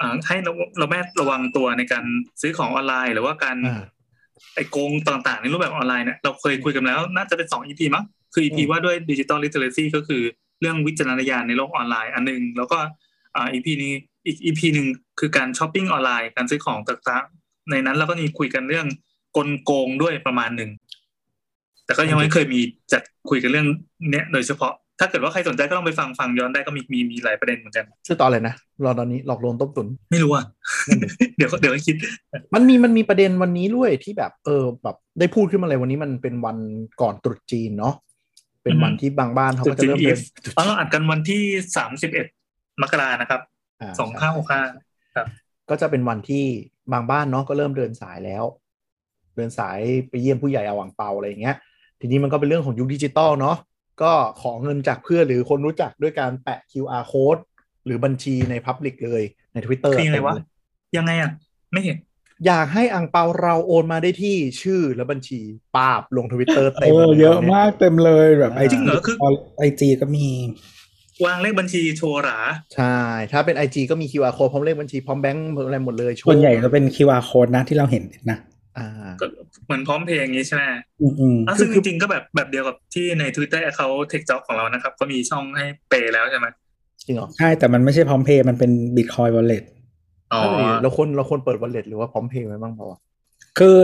E: อ่าให้เราเราแม่ระวังตัวในการซื้อของออนไลน์ หรือว่าการ
F: อ่า
E: ไอโกงต่างๆ ในรูปแบบออนไลน์เนี่ยเราเคยคุยกันแล้ว น่าจะเป็นสองอีพีมั้งคืออีพี
F: อืม
E: ว่าด้วยดิจิตอลลิเทเรซีก็คือเรื่องวิจารณญาณในโลกออนไลน์อันหนึง แล้วก็อ่าอีพีนี้อีกอีพีหนึ่งคือการช้อปปิ้งออนไลน์การซื้อของต่างๆ ในนั้นเราก็มีคุยกันเรื่องกลโกงด้วยประมาณหนึ่ง แต่ก็ยังไม่เคยมีจัดคุยกันเรื่องเนี้ยโดยเฉพาะ ถ้าเกิดว่าใครสนใจก็ต้องไปฟังฟังย้อนได้ก็มีมีมีหลายประเด็นเหมือนกัน
F: ชื่อตอนอะไรนะรอตอนนี้หลอกลวงต้มตุ๋น
E: ไม่รู้อ่ะ [LAUGHS] เดี๋ยวเดี๋ยวให้คิด
F: มันมีมันมีประเด็นวันนี้ด้วยที่แบบเออแบบได้พูดขึ้นมาเลยวันนี้มันเป็นวันก่อนตรุษจีนเนาะเป็นวัน
E: อือฮึ
F: ที่บางบ้านเขาก็จะเริ่ม
E: ตรุษจีน
F: เดิน
E: ตอนเราอัดกันวันที่สามสิบเอ็ดมกรานะครับ
F: า
E: สองห้าหกห้า
F: ก็จะเป็นวันที่บางบ้านเนาะก็เริ่มเดินสายแล้ว เดินสายไปเยี่ยมผู้ใหญ่เอาหวังเปาอะไรอย่างเงี้ย ทีนี้มันก็เป็นเรื่องของยุคดิจิตอลเนาะก็ขอเงินจากเพื่อนหรือคนรู้จักด้วยการแปะ QR code หรือบัญชีใน Public เลยใน Twitter
E: คือยังไง
F: เต็ม
E: วะ
F: เลย
E: ยังไงอ่ะ ไม่เห็น
F: อยากให้อังเปาเราโอนมาได้ที่ชื่อและบัญชีปาบลงทวิตเตอร์เต็
D: เอ
F: ม
D: อ
F: ล
D: เยอะมากเต็มเลยแบบไอ
F: จริ
D: จี
F: งเหรอ
E: คือ
D: ไอจีก็มี
E: วางเลขบัญชีโชว์หรา
F: ใช่ ถ้าเป็น IG ก็มี QR code พร้อมเลขบัญชี พร้อมแบงก์อะไรหมดเลยโชว์
D: ส่วนใหญ่จะเป็น QR code นะที่เราเห็นนะ
F: อ่า
E: ก็เหมือนพร้อมเพลงอย่างนี้ใช่ไหม
D: อืมอืม
E: อ่ะ
F: คือ
E: ซึ่ง
F: คื
E: จ
F: อ
E: ริงๆก็แบบแบบเดียวกับที่ใน Twitter เขาเทคจ็อกของเรานะครับ ก็มีช่องให้เปย์แล้วใช่ไหม
F: จริงเหรอ
D: ใช่แต่มันไม่ใช่พร้อมเพย์มันเป็น Bitcoin Wallet
E: อ๋อ
F: เราควรเราควรเปิด wallet หรือว่าพร้อมเพย์ไว้บ้างเปล่าวะ
D: คือ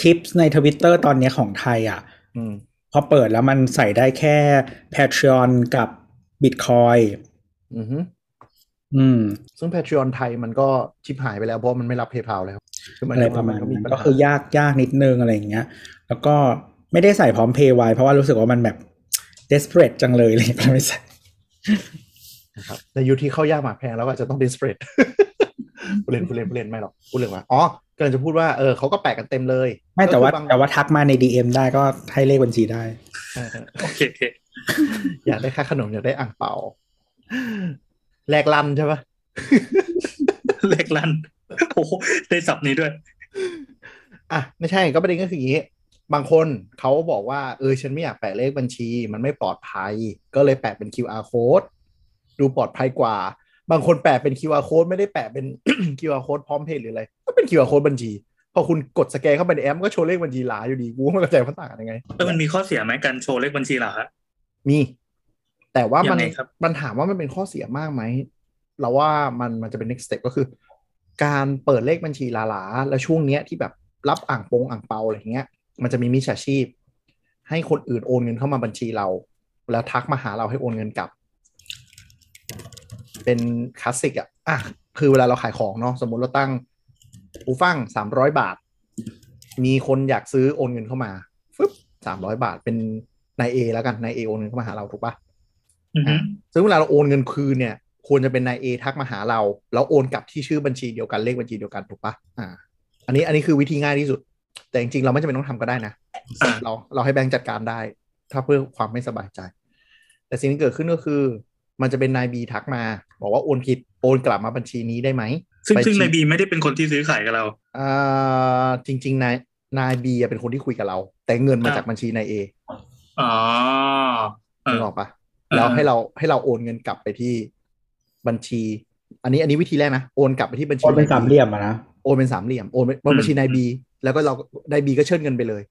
D: ทิปในทวิตเตอร์ตอนนี้ของไทยอ่ะ
F: อืม
D: พอเปิดแล้วมันใส่ได้แค่ Patreon กับ Bitcoin
F: อือฮึ
D: อืม
F: ซึ่ง Patreon ไทยมันก็ชิบหายไปแล้วเพราะมันไม่รับ PayPal แล้วคือมัน
D: อะไรประมาณ
F: นก็มี
D: นั้น
F: ปัญ
D: ก็
F: หา
D: คือยากยากนิดนึงอะไรอย่างเงี้ย แล้วก็ไม่ได้ใส่พร้อมเพย์ไว้เพราะว่ารู้สึกว่ามันแบบ desperate จังเลยเลยก็ไม่ใส่
F: นะครับแต่ยุคที่เข้ายากหมากแพงแล้วก็อาจจะต้อง desperate ผู้เล่นผู้เล่นผู้เล่น [LAUGHS] ไม่หรอกผู้เล่นว่าอ๋อกำลังจะพูดว่าเออเขาก็แปะกันเต็มเลย
D: ไม่แต่ว่า
F: ก็คือบง
D: แต่ว่าทักมาใน DM ได้ก็ให้เลขบัญชีได้
F: เออ
E: โอเคโอเค
F: อยากได้ค่าขนมอยากได้อ่างเปาแลกลันใช่ปะ
E: เลขลั่นโอ้โหได้สับนี้ด้วย
F: อ่ะไม่ใช่ก็ประเด็นก็คืออย่างนี้ บางคนเขาบอกว่าเออฉันไม่อยากแปะเลขบัญชี มันไม่ปลอดภัย ก็เลยแปะเป็น QR code ดูปลอดภัยกว่า บางคนแปะเป็น QR code ไม่ได้แปะเป็น [COUGHS] QR code พร้อมเพย์หรืออะไร ก็เป็น QR code บัญชี พอคุณกดสแกนเข้าไปในแอปก็โชว์เลขบัญชีหลาอยู่ดีกูก็ไม่เข้าใจว่าต่างกันยังไง
E: แล้วมันมีข้อเสียไหมการโชว์เลขบัญชีเหรอฮะ
F: มี แต่ว่ามัน
E: ยังไงครับ
F: มันถามว่ามันเป็นข้อเสียมากไหม เราว่ามันมันจะเป็น next step ก็คือ การเปิดเลขบัญชีหลาๆ แล้วช่วงเนี้ยที่แบบรับอ่างปงอ่างเปาอะไรเงี้ย มันจะมีมิจฉาชีพ ให้คนอื่นโอนเงินเข้ามาบัญชีเรา แล้วทักมาหาเราให้โอนเงินกลับ เป็นคลาสสิกอะอ่ะ คือเวลาเราขายของเนาะสมมุติเราตั้งอูฟั่งสามร้อยบาท มีคนอยากซื้อโอนเงินเข้ามาฟึบสามร้อยบาทเป็นนายเอแล้วกันนายเอโอนเงินเข้ามาหาเราถูกปะ
E: อือฮึ
F: ซึ่งเวลาเราโอนเงินคืนเนี่ย ควรจะเป็นนายเอทักมาหาเรา แล้วโอนกลับที่ชื่อบัญชีเดียวกันเลขบัญชีเดียวกันถูกปะอ่า อันนี้อันนี้คือวิธีง่ายที่สุด แต่จริงๆเราไม่จำเป็นต้องทำก็ได้นะ
E: อ่า
F: เราเราให้แบงค์จัดการได้ ถ้าเพื่อความไม่สบายใจ แต่สิ่งที่เกิดขึ้นก็คือ มันจะเป็นนายบีทักมา บอกว่าโอนผิดโอนกลับมาบัญชีนี้ได้ไหม
E: ซึ่ง
F: ไป
E: ซึ่ง
F: ชี้
E: นายบีไม่ได้เป็นคนที่ซื้อขายกับเรา
F: อ่าจริง ๆนายนายบีเป็นคนที่คุยกับเรา แต่เงินมาจากบัญชีนายเอ
E: อ๋อ เออ
F: นึกออกปะ
E: อ่า
F: แล้วให้เราให้เราโอนเงินกลับไปที่บัญชี อันนี้อันนี้วิธีแรกนะ โอนกลับไปที่บัญชี
D: โอนเป็น
F: ย B
D: สามเหลี่ยมอะนะ
F: โอนเป็นสามเหลี่ยม โอนเป็นบัญชีนายบี แล้วก็เรานายบีก็เชิญเงินไปเลย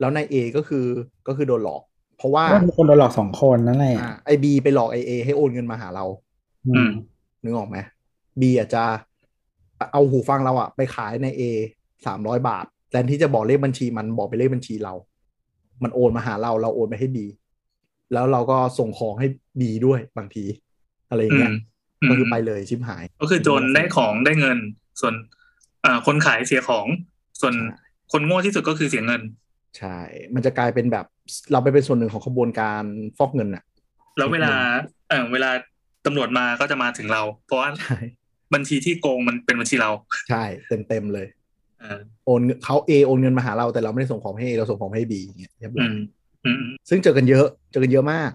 F: แล้วนายเอก็คือก็คือโดนหลอก เพราะว่า
D: ก็มีคนโดนหลอกสองคนนั่นแหละ
F: ไอบีไปหลอกไอเอให้โอนเงินมาหาเรา
D: อืม
F: นึกออกไหมบีอาจจะเอาหูฟังเราอะไปขายในเอ สามร้อยบาทแทนที่จะบอกเลขบัญชีมันบอกไปเลขบัญชีเรา มันโอนมาหาเราเราโอนไปให้ดี แล้วเราก็ส่งของให้ดีด้วยบางที อะไรอย่างเงี้ย
E: อืม
F: ก็คือไปเลยชิบหาย
E: ก็คือโจรได้ของได้เงิน ส่วนเอ่อคนขายเสียของ ส่วน
F: ใช่
E: คนโง่ที่สุดก็คือเสียเงิน
F: ใช่ มันจะกลายเป็นแบบเราไปเป็นส่วนหนึ่งของขบวนการฟอกเงินอ่ะ
E: แล้วเวลาเอ่อเวลาตำรวจมาก็จะมาถึงเรา เพราะว่า
F: ใช่
E: บัญชีที่โกงมันเป็นบัญชีเรา
F: ใช่เต็มเต็มๆเลย
E: เออ
F: โอนเงินเขา A โอนเงินมาหาเราแต่เราไม่ได้ส่งของให้ A เราส่งของให้ B อย่างเงี้ยเรียบร้
E: อื
F: อย
E: มอืม
F: ซึ่งเจอกันเยอะเจอกันเยอะมาก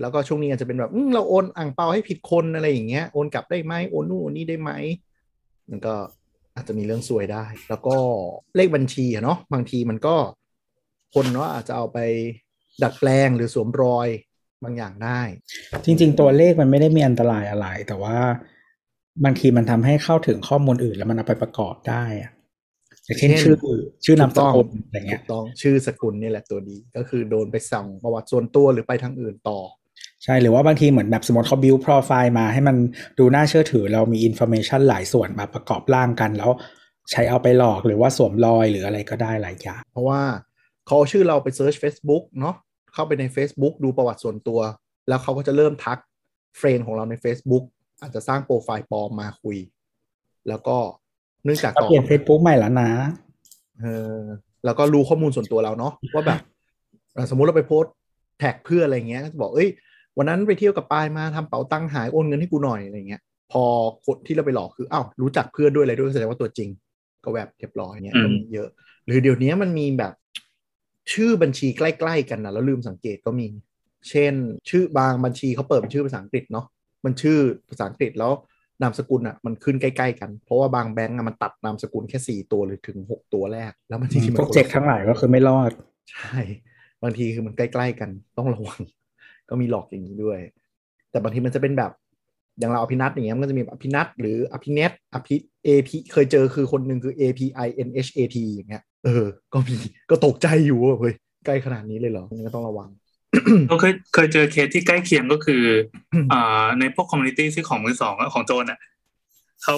F: แล้วก็ช่วงนี้อาจจะเป็นแบบอืมเราโอนอ่างเปาให้ผิดคนอะไรอย่างเงี้ยโอนกลับได้ไหมโอนนู่นโอนนี่ได้ไหมมันก็อาจจะมีเรื่องซวยได้ แล้วก็เลขบัญชีอะเนาะบางทีมันก็คนเนาะอาจจะเอาไปดัดแปลงหรือสวมรอยบางอย่างได้
D: จริง ๆ ตัวเลขมันไม่ได้มีอันตรายอะไร แต่ว่าบางทีมันทำให้เข้าถึงข้อมูลอื่น แล้วมันเอาไปประกอบได้อะอย่างเช่น
F: เช่น
D: ชื่อชื่อนามส
F: ถูกต้
D: กุ
F: อ
D: ล
F: ง
D: อะไร
F: ถู
D: เงี้ย
F: กต้องชื่อสกุลเนี่ยแหละตัวดีก็คือโดนไปสั่งประวัติส่วนตัวหรือไปทางอื่นต่อ
D: ใช่หรือว่าบางทีเหมือนแบบสมมติเขา build profile มาให้มันดูน่าเชื่อถือ เรามี information หลายส่วนมาประกอบร่างกัน แล้วใช้เอาไปหลอกหรือว่าสวมรอยหรืออะไรก็ได้หลายอย่าง
F: เพราะว่าเขาเอาชื่อเราไปเซิร์ช Facebook เนาะเข้าไปใน Facebook ดูประวัติส่วนตัว แล้วเขาก็จะเริ่มทักเฟรนด์ของเราใน Facebook อาจจะสร้างโปรไฟล์ปลอมมาคุย แล้วก็เนื่องจาก
D: ก็
F: ต่อ
D: เปลี่ยน Facebook ใหม่แล้วนะ
F: เออแล้วก็รู้ข้อมูลส่วนตัวเราเนาะว่าแบบเอ่อสมมุติเราไปโพสต์แท็กเพื่อนอะไรเงี้ยก็จะบอกเอ้ย วันนั้นไปเที่ยวกับปายมาทำเป๋าตังหายโอนเงินให้กูหน่อยอะไรเงี้ย พอคนที่เราไปหลอกคืออ้าวรู้จักเพื่อนด้วยอะไรด้วยแสดงว่าตัวจริง ก็แบบเรียบร้อยเงี้ย
E: อืม
F: ก็มีเยอะ หรือเดี๋ยวนี้มันมีแบบชื่อบัญชีใกล้ๆกันนะแล้วลืมสังเกตก็มี เช่น ชื่อบางบัญชีเขาเปิดเป็นชื่อภาษาอังกฤษเนาะมันชื่อภาษาอังกฤษแล้วนามสกุลอ่ะมันขึ้นใกล้ๆกัน เพราะว่าบางแบงก์อะมันตัดนามสกุลแค่สี่ตัวหรือถึงหกตัวแรก แล้วมันจริงๆมัน
D: โปรเจกต์ทั้งหลายก็คือไม่รอด
F: ใช่บางทีคือมันใกล้ๆกันต้องระวัง ก็มีหลอกอย่างนี้ด้วย แต่บางทีมันจะเป็นแบบอย่างเราอภินัทอย่างเงี้ยมันก็จะมีแบบอภินัทหรืออภิเนตอภิเอพีเคยเจอคือคนหนึ่งคือ A P I N H A T อย่างเงี้ยเออ ก็มีก็ตกใจอยู่ว่าเฮ้ยใกล้ขนาดนี้เลยเหรออันนี่ก็ต้องระวัง
E: ก็เคยเคยเจอเคสที่ใกล้เคียงก็คืออ่าในพวกคอมมูนิตี้ที่ของมือสองอะของโจรอ่ะเขา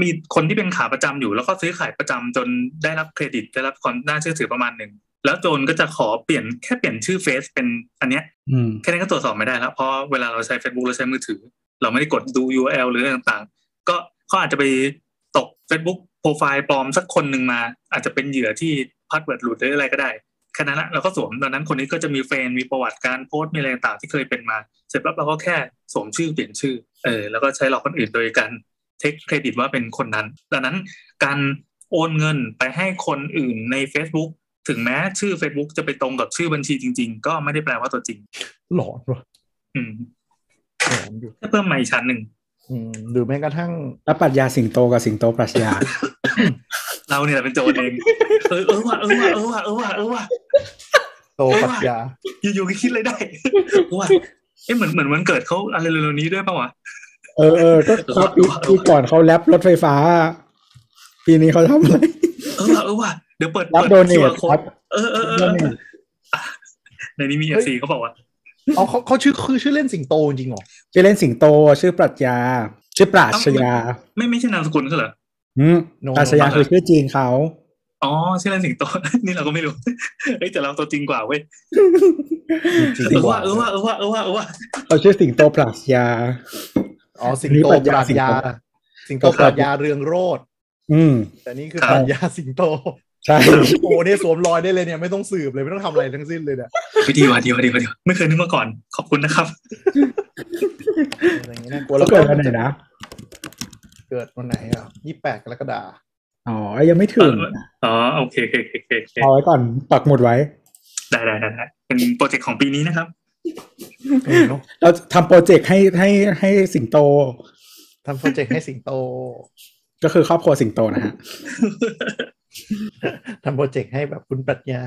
E: มีคนที่เป็นขาประจำอยู่ แล้วก็ซื้อขายประจำจนได้รับเครดิตได้รับความน่าเชื่อถือประมาณหนึ่งแล้วโจรก็จะขอเปลี่ยนแค่เปลี่ยนชื่อเฟซเป็นอันเนี้ย
D: อืม
E: แค่นี้ก็ตรวจสอบไม่ได้แล้วเพราะเวลาเราใช้ Facebook เราใช้มือถือ เราไม่ได้กดดู URL หรืออะไรต่างๆ ก็เขาอาจจะไปตก Facebook โปรไฟล์ปลอมสักคนหนึ่งมา อาจจะเป็นเหยื่อที่พาสเวิร์ดหลุดหรืออะไรก็ได้ แค่นั้นละเราก็สวมดังนั้นคนนี้ก็จะมีเฟรนด์มีประวัติการโพสต์มีอะไรต่างๆที่เคยเป็นมา เสร็จปั๊บเราก็แค่สวมชื่อเปลี่ยนชื่อเออแล้วก็ใช้หลอกคนอื่นโดยการเทคเครดิตว่าเป็นคนนั้น ดังนั้นการโอนเงินไปให้คนอื่นใน Facebook ถึงแม้ชื่อ Facebook จะไปตรงกับชื่อบัญชีจริง ๆ ก็ไม่ได้แปลว่าตัวจริง
F: หลอนวะ
E: อืม
F: หลอนอยู่
E: แค่เพิ่มมาอีกชั้นหนึ่ง
F: อืมหรือแม้กระทั่ง
D: แล้วปรัชญาสิงโตกับสิงโตปรัชญา
E: เราเนี่ยแหละเป็นโจรเองเออเออว่ะเออว่ะเออว่ะเออว่ะเออว่ะ
F: โตปรัชญา
E: อยู่ๆก็คิดอะไรได้ว่าเอ๊ะเหมือนเหมือนวันเกิดเขาอะไรเร็วๆนี้ด้วยป่าวะ
D: เออเออก็เขาปีปีก่อนเขาแรปรถไฟฟ้า ปีนี้เขาทำอะไร
E: เออว่ะเออว่ะเดี๋ยวเปิด
D: รับ
E: เปิด
D: โดเน
E: QR
D: ท
E: code
D: รับ
E: เออเออเออ
D: donate
E: ในนี้มีเอฟซีเขาบอกว่า
F: เอาเขาเขาชื่อคือชื่อเล่นสิงโตจริงเหรอ
D: ชื่อเล่นสิงโต ชื่อปรัชญา ชื่อปราชญา
E: ไม่ไม่ใช่นามสกุลเขาเหรอ
D: อืมปราชญาคือชื่อจีนเขา
E: อ๋อชื่อเล่นสิงโต [LAUGHS] นี่เราก็ไม่รู้เอ้ยแต่เราตัวจริงกว่าเว้ย
F: จริง
E: เออ
F: ๆ
E: ว่ะเออว่ะเออว่ะเออว่ะเออว่ะ
D: เขาชื่อสิงโตปรัชญา
F: อ๋อสิงโตปรัชญาสิงโตปรัชญาเรืองโรด
D: อืม
F: แต่นี่คือปรัชญาสิงโต
D: ใช่
F: โอ้เนี่ยสวมรอยได้เลยเนี่ยไม่ต้องสืบเลยไม่ต้องทำอะไรทั้งสิ้นเลยเนี่ย
E: วิดีว่ะดีว่ะดีว่ะดีว่ะไม่เคยนึกมาก่อน ขอบคุณนะครับ
F: อะไรอย่างเงี้ยนะกลัวแล้
D: แล้ววเกิดวันไหนนะ
F: เกิดวันไหนอ่ะยี่แปดกรกฎาคม
D: อ๋อ ยังไม่ถึง
E: อ๋อโอเคโอเคโอเคโอเค
D: เอาไว้ก่อนปักหมุดไว้
E: ได้ได้ได้ได้เป็นโปรเจกต์ของปีนี้นะครับ
F: เออเนอะ
D: เราทำโปรเจกต์ให้ให้ให้สิงโต
F: ทำโปรเจกต์ให้สิงโต
D: ก็คือครอบครัวสิงโตนะฮะ
F: ทำโปรเจกต์ให้แบบคุณปรัชญา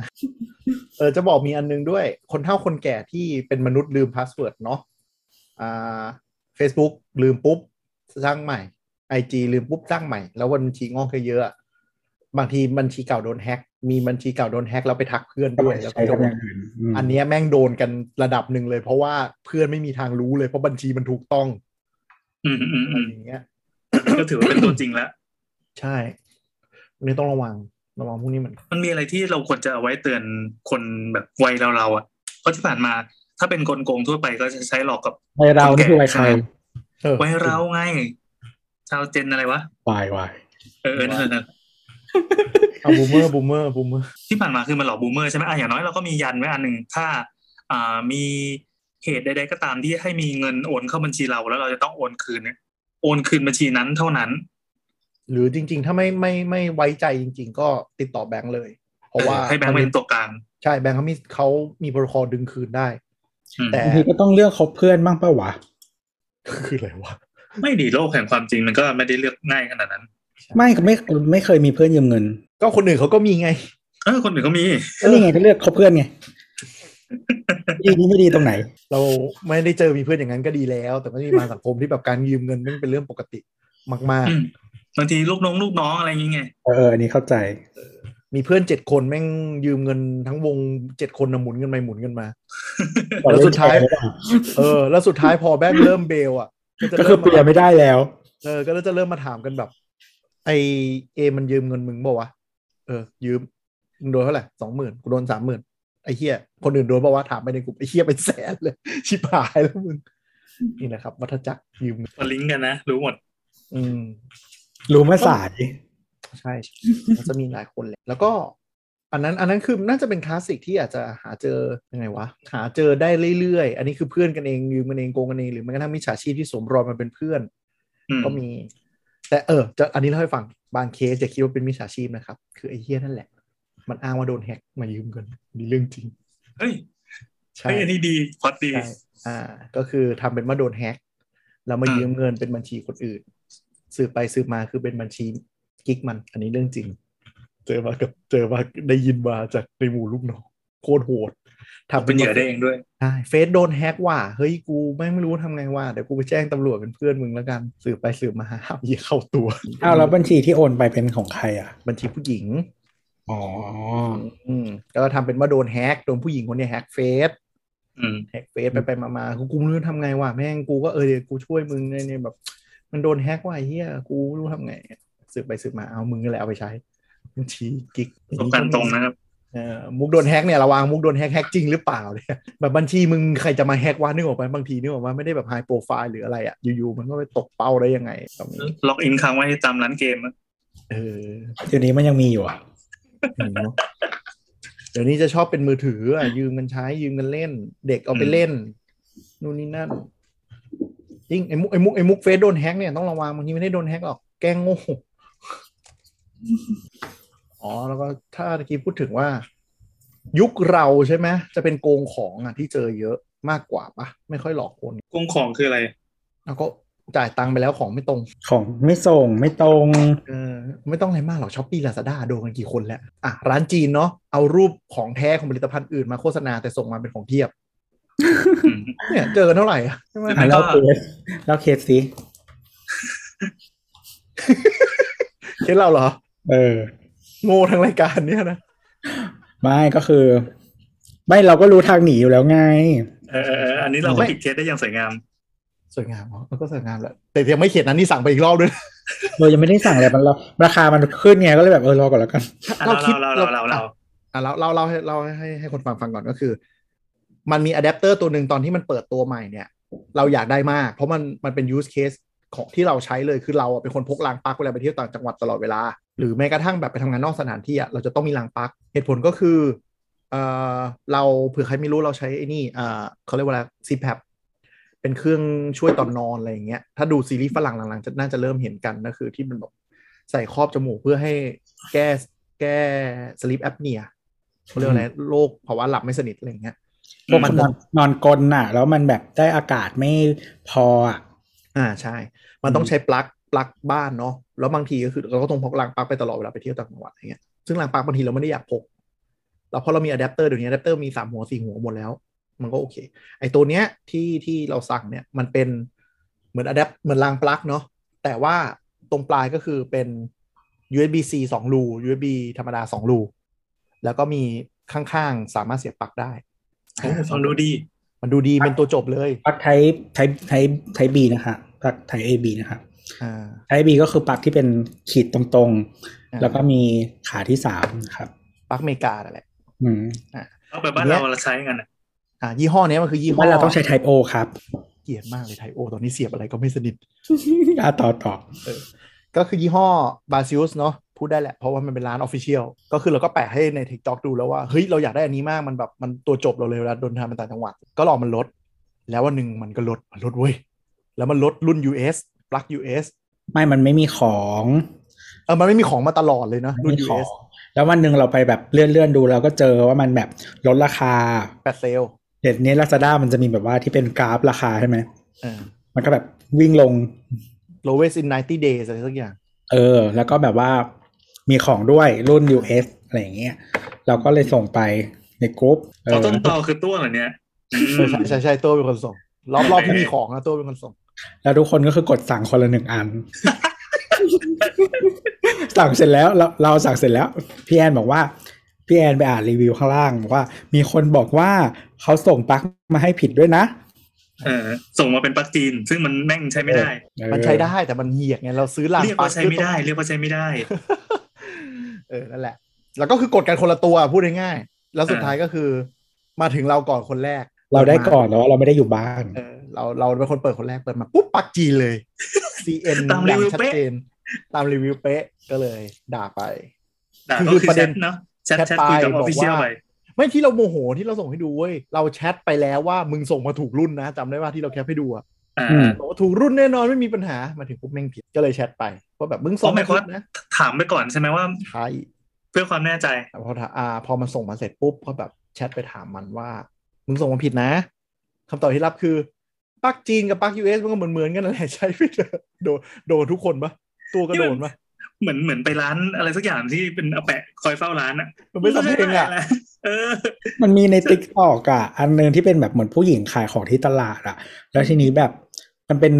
F: เออจะบอกมีอันนึงด้วย คนเฒ่าคนแก่ที่เป็นมนุษย์ลืมพาสเวิร์ดเนาะอ่า Facebook ลืมปุ๊บ สร้างใหม่ IG ลืมปุ๊บสร้างใหม่ แล้ววันบัญชีงอกเยอะๆอะบางทีบัญชีเก่าโดนแฮ็กมีบัญชีเก่าโดนแฮ็กแล้วไปทักเพื่อนด้วยแล้วก็
D: ใช้
F: โด
D: ทำอน ย่างอื่นอืม
F: อันเนี้ยแม่งโดนกันระดับหนึ่งเลย เพราะว่าเพื่อนไม่มีทางรู้เลยเพราะบัญชีมันถูกต้อง
E: อืมอืม
F: อะ
E: อื
F: ไร
E: ม
F: อย่างเงี้ย
E: ก็ถือว่าเป็นตัวจริงแล้ว
F: ใช่ อันนี้ต้องระวังระวังพวกนี้เหมือนกัน
E: มันมีอะไรที่เราควรจะเอาไว้เตือนคนแบบวัยเราเราๆอ่ะเพราะที่ผ่านมาถ้าเป็นกลโกงทั่วไปก็จะใช้หลอกกับ
D: ไวเรานี่คือไวใคร
F: เออ
E: วัยเราไงชาวเจนอะไรวะ
D: วายวาย
E: เออเออนั่นนะ
F: เอาบูมเมอร์บูมเมอร์บูมเมอร์
E: ที่ผ่านมาคือมันหลอกบูมเมอร์ใช่ไหมอ่ะอย่างน้อยเราก็มียันไว้อันหนึ่งถ้า อ่ามีเหตุใดๆก็ตามที่ให้มีเงินโอนเข้าบัญชีเราแล้วเราจะต้องโอนคืนเนี่ยโอนคืนบัญชีนั้นเท่านั้น
F: หรือจริง ๆ ถ้าไม่ไม่ไม่ไว้ใจจริง ๆ ก็ติดต่อแบงค์เลย เพราะว่า
E: เออให้แบงค์เป็นตัวกลาง
F: ใช่แบงค์เขามีเขามีโปรโตคอลดึงคืนได้
E: อืม [LAUGHS]
F: แต่
D: บางทีก็ต้องเลือกคบเพื่อนบ้างปะวะ
F: คืออะไรวะ
E: ไม่ดีโลกแห่งความจริงมันก็ไม่ได้เลือกง่ายขนาดนั้น
D: ไม่ไม่ไม่เคยมีเพื่อนยืมเงิน
F: ก็คนอื่นเขาก็มีไง
E: เออคนอื่นก็มี
D: ก็นี่ไงก็เลือกคบเพื่อนไงดีนี่ไม่ดีตรงไหน
F: เราไม่ได้เจอมีเพื่อนอย่างนั้นก็ดีแล้ว แต่ไม่ได้มาสังคมที่แบบการยืมเงินมันเป็นเรื่องปกติมาก
E: อืมบางทีลูกน้องลูกน้องอะไรอย่างเงี้ย
D: เออเอออันนี้เข้าใจ
F: ๆ มีเพื่อนเจ็ดคนแม่งยืมเงินทั้งวงเจ็ดคนนะหมุนเงินไปหมุนเงินมา แล้วสุดท้าย เออแล้วสุดท้ายพอแบงค์เริ่มเบลอ่ะจะ
D: ก็คือ
F: ริ่
D: เปลี่ยนไม่ได้แล้ว
F: เออก็จะเริ่มมาถามกันแบบ ไอเอมันยืมเงินมึงบอกว่าวะเออ ยืมมึงโดนเท่าไหร่สองหมื่นกูโดนสามหมื่นไอเฮียคนอื่นโดนบอกว่าวะถามไปในกลุ่มไอเฮียเป็นแสนเลย [LAUGHS] ชิบหายแล้วมึงนี่นะครับ วัฏจักรยืมเงิน
E: มาลิงก์กันนะรู้หมด
F: อืม
D: รู้มาสาย
F: ใช่ใช่มันจะมีหลายคนแหละแล้วก็อันนั้นอันนั้นคือน่าจะเป็นคลาสสิกที่อาจจะหาเจอยังไงวะ หาเจอได้เรื่อยๆ อันนี้คือเพื่อนกันเองยืมกันเองโกงกันเองหรือแม้กระทั่งมิจฉาชีพที่สวมรอยมาเป็นเพื่อน
E: อืม
F: ก็มี แต่เออจะอันนี้เล่าให้ฟังบางเคสจะคิดว่าเป็นมิจฉาชีพนะครับ คือไอ้เฮี้ยนั่นแหละ มันอ้างว่าโดนแฮกมายืมเงินนี่เรื่องจริง
E: เฮ้ย
F: ใช่
E: เฮ้ยอันนี้ดีพอดดี
F: ใช่อ่า ก็คือทำเป็นว่าโดนแฮกแล้วมายืมเงินเป็นบัญชีคนอื่น สืบไปสืบมาคือเป็นบัญชีกิ๊กมัน อันนี้เรื่องจริง เจอมากับเจอมาได้ยินมาจากในหมู่ลูกน้องโคตรโหด
E: ทำเป็นเหยื่อได้เองด้วย
F: ใช่เฟซโดนแฮกว่ะเฮ้ยกูแม่งไม่รู้ทำไงว่ะเดี๋ยวกูไปแจ้งตำรวจเป็นเพื่อนมึงแล้วกัน สืบไปสืบมา [LAUGHS] ห้ามเหยื่อเข้าตัว
D: อ้าวแล้วบัญชีที่โอนไปเป็นของใครอ่ะ
F: บัญชีผู้หญิง
D: อ๋อ
F: อืมแล้วก็ทำเป็นว่าโดนแฮก โดนผู้หญิงคนเนี้ยแฮกเฟซ
E: อืม
F: แฮกเฟซไปไปมามากูกูไม่รู้ทำไงวะแม่งกูก็เออเดี๋ยวกูช่วยมึงเนี่ยเนี่ยแบบ มันโดนแฮกว่ะไอ้เฮียกูไม่รู้ทำไงสืบไปสืบมาเอามึงก็เลยเอาไปใช้บัญชีกิ๊ก
E: ประสบการณ์ตรงนะครับ
F: เออมุกโดนแฮกเนี่ยระวังมุกโดนแฮกแฮกจริงหรือเปล่าเนี่ยแบบบัญชีมึงใครจะมาแฮกวะนึกออกไหมบางทีนึกออกว่าไม่ได้แบบไฮโปรไฟล์หรืออะไรอะอยู่ๆมันก็ไปตกเป้าได้ยังไงแบบนี้
E: ล็อกอินค้างไว้ตามร้านเกมอะ
F: เออ
D: เดี๋ยวนี้มันยังมีอยู่อ่ะ
F: อืมเนอะเดี๋ยวนี้จะชอบเป็นมือถืออ่ะยืมกันใช้ยืมกันเล่น เด็กเอาไปเล่นนู่นนี่นั่นจริงไอ้มุกไอ้มุกไอ้มุกเฟซโดนแฮกเนี่ยต้องระวังบางทีไม่ได้โดนแฮกหรอกแกล้งโง่อ๋อแล้วก็ถ้าตะกี้พูดถึงว่า ยุคเราใช่ไหมจะเป็นโกงของอ่ะที่เจอเยอะมากกว่าปะไม่ค่อยหลอกคน
E: กงของคืออะไร
F: แล้วก็จ่ายตังค์ไปแล้วของไม่ตรง
D: ของไม่ส่งไม่ตรง
F: เออไม่ต้องอะไรมากหรอกช้อปปี้ลาซาด้าโดนกันกี่คนแล้วอ่ะร้านจีนเนาะเอารูปของแท้ของผลิตภัณฑ์อื่นมาโฆษณาแต่ส่งมาเป็นของเทียบ
E: อืม
F: เนี่ยเจอกันเท่าไหร่อะใช่ไหม
E: แล้วก็
D: แล้วเคสแล้วเคสสิ
F: เคสเราเหรอ
D: เออ
F: โง่ทั้งรายการเนี่ยนะ
D: ไม่ก็คือ ไม่เราก็รู้ทางหนีอยู่แล้วไง
E: เออเออเอออันนี้เราก็ปิดเคสได้อย่างสวยงาม
F: สวยงามเหรอมันก็สวยงามแหละแต่ยังไม่เขียนนั้นนี่สั่งไปอีกรอบด้วยนะ
D: เรายังไม่ได้สั่งอะไรมันเราราคามันขึ้นไงก็เลยแบบเออรอก่อนแล้วกัน
E: อ่ะเราเราเราเราเรา
F: อ่ะเราเราเราให้เราให้ให้คนฟังฟังก่อนก็คือ มันมีอะแดปเตอร์ตัวหนึ่งตอนที่มันเปิดตัวใหม่เนี่ย เราอยากได้มาก เพราะมันมันเป็น use case ของที่เราใช้เลยคือเราอะเป็นคนพกลางปลั๊กเวลาไปเที่ยวต่างจังหวัดตลอดเวลา หรือแม้กระทั่งแบบไปทำงานนอกสถานที่อะเราจะต้องมีลางปลั๊กเหตุผลก็คือเออเราเผื่อใครไม่รู้เราใช้ไอ้นี่อ่าเขาเรียกว่าอะไร CPAP เป็นเครื่องช่วยตอนนอนอะไรอย่างเงี้ยถ้าดูซีรีส์ฝรั่งหลังๆจะน่าจะเริ่มเห็นกันนะคือที่มันแบบใส่ครอบจมูกเพื่อให้แก้แก้สลิปแอปเนียเขาเรียกว่าอะไรโรคภาวะหลับไม่สนิทอะไรอย่างเงี้ย
D: พวกมันนอนนอนกลน่ะ แล้วมันแบบได้อากาศไม่พออ่ะ
F: อ่าใช่ มันต้อ
D: อื
F: ง
D: ม
F: ใช้ปลั๊กปลั๊กบ้านเนาะ แล้วบางทีก็คือเราก็ต้องพกรางปลั๊กไปตลอดเวลาไปเที่ยวต่างจังหวัดอะไรเงี้ย ซึ่งรางปลั๊กบางทีเราไม่ได้อยากพก แล้วพอเรามีอะแดปเตอร์เดี๋ยวนี้อะแดปเตอร์มีสามหัวสี่หัวหมดแล้ว มันก็โอเค ไอตัวเนี้ยที่ที่เราสั่งเนี่ยมันเป็นเหมือนอะแดปเหมือนรางปลั๊กเนาะ แต่ว่าตรงปลายก็คือเป็น USB C สองรู USB ธรรมดาสองรู แล้วก็มีข้างๆสามารถเสียบปลั๊กได้
E: โอ้ฟังดูดี
F: มันดูดีเป็นตัวจบเลย
D: ปลั๊กไทป์ไทป์ไทป์ไทป์บีนะคะปลั๊กไทป์เอบีนะคะ
F: อ่า
D: ไทป์บีก็คือปลั๊กที่เป็นขีดตรง
F: อ่า
D: แล้วก็มีขาที่สามนะครับ
F: ปลั๊กอเมริกานั่นแหละ
D: อืม
E: เอาไปบ้านเราเราใช้กันอะ
F: อ่ายี่ห้อเนี้ยมันคือยี่ห้อ
D: ว่าเราต้องใช้ Type O ครับ [LAUGHS]
F: เกลียดมากเลยไทโอตอนนี้เสียบอะไรก็ไม่สนิท
D: อ่ะต่อต่อ
F: ก็คือยี่ห้อบาซิ u สเนาะพูดได้แหละ เพราะว่ามันเป็นร้านออฟฟิเชียลก็คือเราก็แปะให้ใน t ิ k t o k ดูแล้วว่า เฮ้ย เราอยากได้อันนี้มากมันแบบมันตัวจบเราเลยเวลาเดินทางไปต่างจังหวัด ก็รอมันลด แล้ววันหนึ่งมันก็ลด มันลดเว้ย แล้วมันลดรุ่น US ปลั๊ก US
D: ไม่มันไม่มีของ
F: เออมันไม่มีของมาตลอดเลยนะ
D: ไม่
F: รุ่น
D: มีของ
F: US
D: แล้ววันหนึ่งเราไปแบบเลื่อนเลื่อนๆดูเราก็เจอว่ามันแบบลดราคา
F: แปดเซล
D: เดี๋ยวนี้ลาซาด้ามันจะมีแบบว่าที่เป็นกราฟราคาใช่ไหม
F: เออ
D: มันก็แบบวิ่งลง
F: lowest in 90 days อะไรสักอย่าง
D: เออ แล้วก็แบบว่ามีของด้วยรุ่น US อะไรอย่างเงี้ยเราก็เลยส่งไปในกรุ๊ปเอ
E: เรา
D: อ
E: ต้นตอคือตัวเหรอเนี่ยอืม
F: ใช่ใช่ใช่ตัวเป็นคนส่ง รอบรอบที่มีของนะตัวเป็นคนส่ง
D: แล้วทุกคนก็คือกดสั่งคนละหนึ่งอั [LAUGHS] น สั่งเสร็จแล้วเราเราสั่งเสร็จแล้วพี่แอนบอกว่าพี่แอนไปอ่านรีวิวข้างล่างบอกว่ามีคนบอกว่าเขาส่งปลั๊กมาให้ผิดด้วยนะ
E: เออส่งมาเป็นปลั๊กจีน ซึ่งมันแม่งใช้ไม่ได้
D: เออ
F: มันใช้ได้แต่มันเหียกไงเราซื้อลาน
E: เรียกว่าใช้ไม่ได้ เรียกว่าใช้ไม่ได้ [LAUGHS]
F: เออนั่นแหละ แล้วก็คือกดกันคนละตัวพูดง่ายๆแล้วสุดท้ายก็คือ มาถึงเราก่อนคนแรก
D: เราได้ก่อนแต่ว่าเราไม่ได้อยู่บ้าน
F: เออเราเราเป็นคนเปิดคนแรกเปิดมาปุ๊บปักจีนเลย CN
E: [LAUGHS] ตามรีวิว
F: อย่งชัด
E: เป๊ะ
F: จนตามรีวิวเป๊ะก็เลยด่าไป
E: แต่
F: คือ
E: ก็
F: คือ
E: คือ
F: ประ
E: แช
F: เด็น
E: ทเนาะแชท
F: แชท
E: แชทคุยกับ
F: ไป
E: อบอ
F: อก
E: ฟฟิเชียล
F: ว่า
E: ไป
F: ไม่ที่เราโมโหที่เราส่งให้ดูเว้ยเราแชทไปแล้วว่ามึงส่งมาถูกรุ่นนะจำได้ว่าที่เราแคปให้ดูอะ
E: อ่า
D: อืม
F: บอกว่าถูกรุ่นแน่นอนไม่มีปัญหามาถึงปุ๊บแม่งผิดก็เลยแชทไปว่าแบบมึง
E: เพ
F: ส่ง
E: ราะหมายความ
F: ผิ
E: ว่า
F: ดนะ
E: ถามไปก่อนใช่ไหมว่า
F: ใช่
E: เพื่อความแน่ใจ
F: แต่พอถาอ่าพอมันส่งมาเสร็จปุ๊บก็แบบแชทไปถามมันว่า มึงส่งมาผิดนะคำตอบที่รับคือปลั๊กจีนกับปลั๊กยูเอสมันก็เหมือนเหมือนๆกันนั่นแหละ [LAUGHS] ใช้ไปเถอะโดนโดนทุกคนปะตัวก็โดนปะ
E: เหมือนเหมือนไปร้านอะไรสักอย่างที่เป็นอาแปะคอยเฝ้าร้านอ่ะ
F: มันไม่สำเพ็งอ่ะ
E: เออ
D: มันมีในติ๊กตอกอ่ะอันหนึงที่เป็นแบบเหมือนผู้หญิงขายของที่ตลาดอ่ะ แล้วทีนี้แบบมันเป็น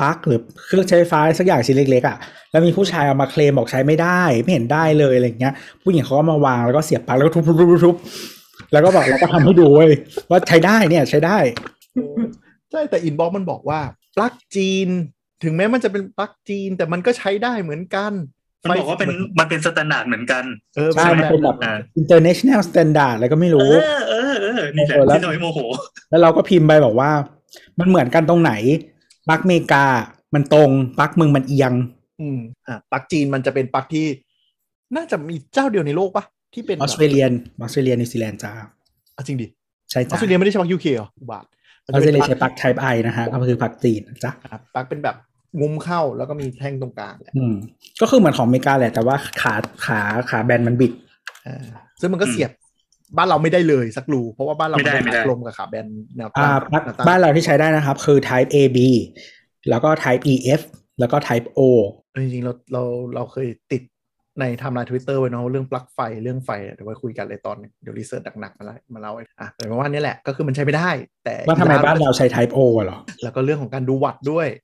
D: ปลั๊กหรือเครื่องใช้ไฟฟ้าสักอย่างชิ้นเล็กๆอ่ะแล้วมีผู้ชายเอามาเคลมบอกใช้ไม่ได้ ไม่เห็นได้เลยอะไรอย่างเงี้ย ผู้หญิงเขาก็มาวางแล้วก็เสียบปลั๊กแล้วก็ทุบๆๆๆแล้วก็บอกเราก็ทำให้ดูเว้ยว่าใช้ได้เนี่ยใช้ได้
F: [LAUGHS] ใช่แต่อินบ็อกมันบอกว่าปลั๊กจีน ถึงแม้มันจะเป็นปลั๊กจีน แต่มันก็ใช้ได้เหมือนกัน
E: มันบอกว่าเป็นมันเป็นสแตนดาร์ดเหมือนกัน
F: เออ
D: ใช่มั
F: มั
D: น น
F: เป็
D: เป็น น
F: แบ
D: แบบ บ
E: อ่า
D: international standard อะไรก็ไม่
E: เอ
D: รู้
E: อเออเออนี่แหละ
D: เออแล้ว
E: ที่เราให้โมโห
D: แล้วเราก็พิมพ์ไปบอกว่า มันเหมือนกันตรงไหนปลั๊กเมกา มันตรงปลั๊กมึงมันเอียง
F: อืมอ่ะปลั๊กจีนมันจะเป็นปลั๊กที่ น่าจะมีเจ้าเดียวในโลกปะที่เป็น
D: ออสเตรเลียนออสเตรเลียนิวซีแลนด์จ้า
F: อ่ะจริงดิ
D: ใช่
F: อ
D: จ้า
F: อสเตรเลียไม่ได้ใช้ปลั๊กยูเคหรออุบาท
D: ออสเตรเลียใช้ปลั๊ก Type I นะฮะก็คือปลั๊กจีนจ้ะ
F: อ่ะปลั๊กเป็นแบบงุ้มเข้าแล้วก็มีแท่งตรงกลางแหละ
D: อืมก็คือเหมือนของอเมริกาแหละแต่ว่าขาขาขาแบนมันบิด
F: อ่าซึ่งมันก็เสียบบ้านเราไม่ได้เลยสักรูเพราะว่าบ้านเรา
E: ไม่ได้ไม่ได้
F: ขาลมกับขาแบนแนวตั้
D: อ่าง ปลั๊ก
F: แวตั้ง
D: บ้านเราที่ใช้ได้นะครับ คือ Type A B แล้วก็ Type E F แล้วก็ Type O
F: เออจริงๆเราเราเราเคยติดในไทม์ไลน์ทวิตเตอร์ไว้เนาะเรื่องปลั๊กไฟเรื่องไฟอ่ะเดี๋ยวไว้คุยกันเลยตอนหนึ่งเดี๋ยวรีเสิร์ชหนักๆมาเล่ามาเล่าให้อ่ะแต่ว่านี่แหละก็คือมันใช้ไม่ได้ แต่
D: ว่าทำไมบ้านเราใช้ Type O อะเหรอ
F: แล้วก็เรื่องของการดูวัดด้วย [LAUGHS]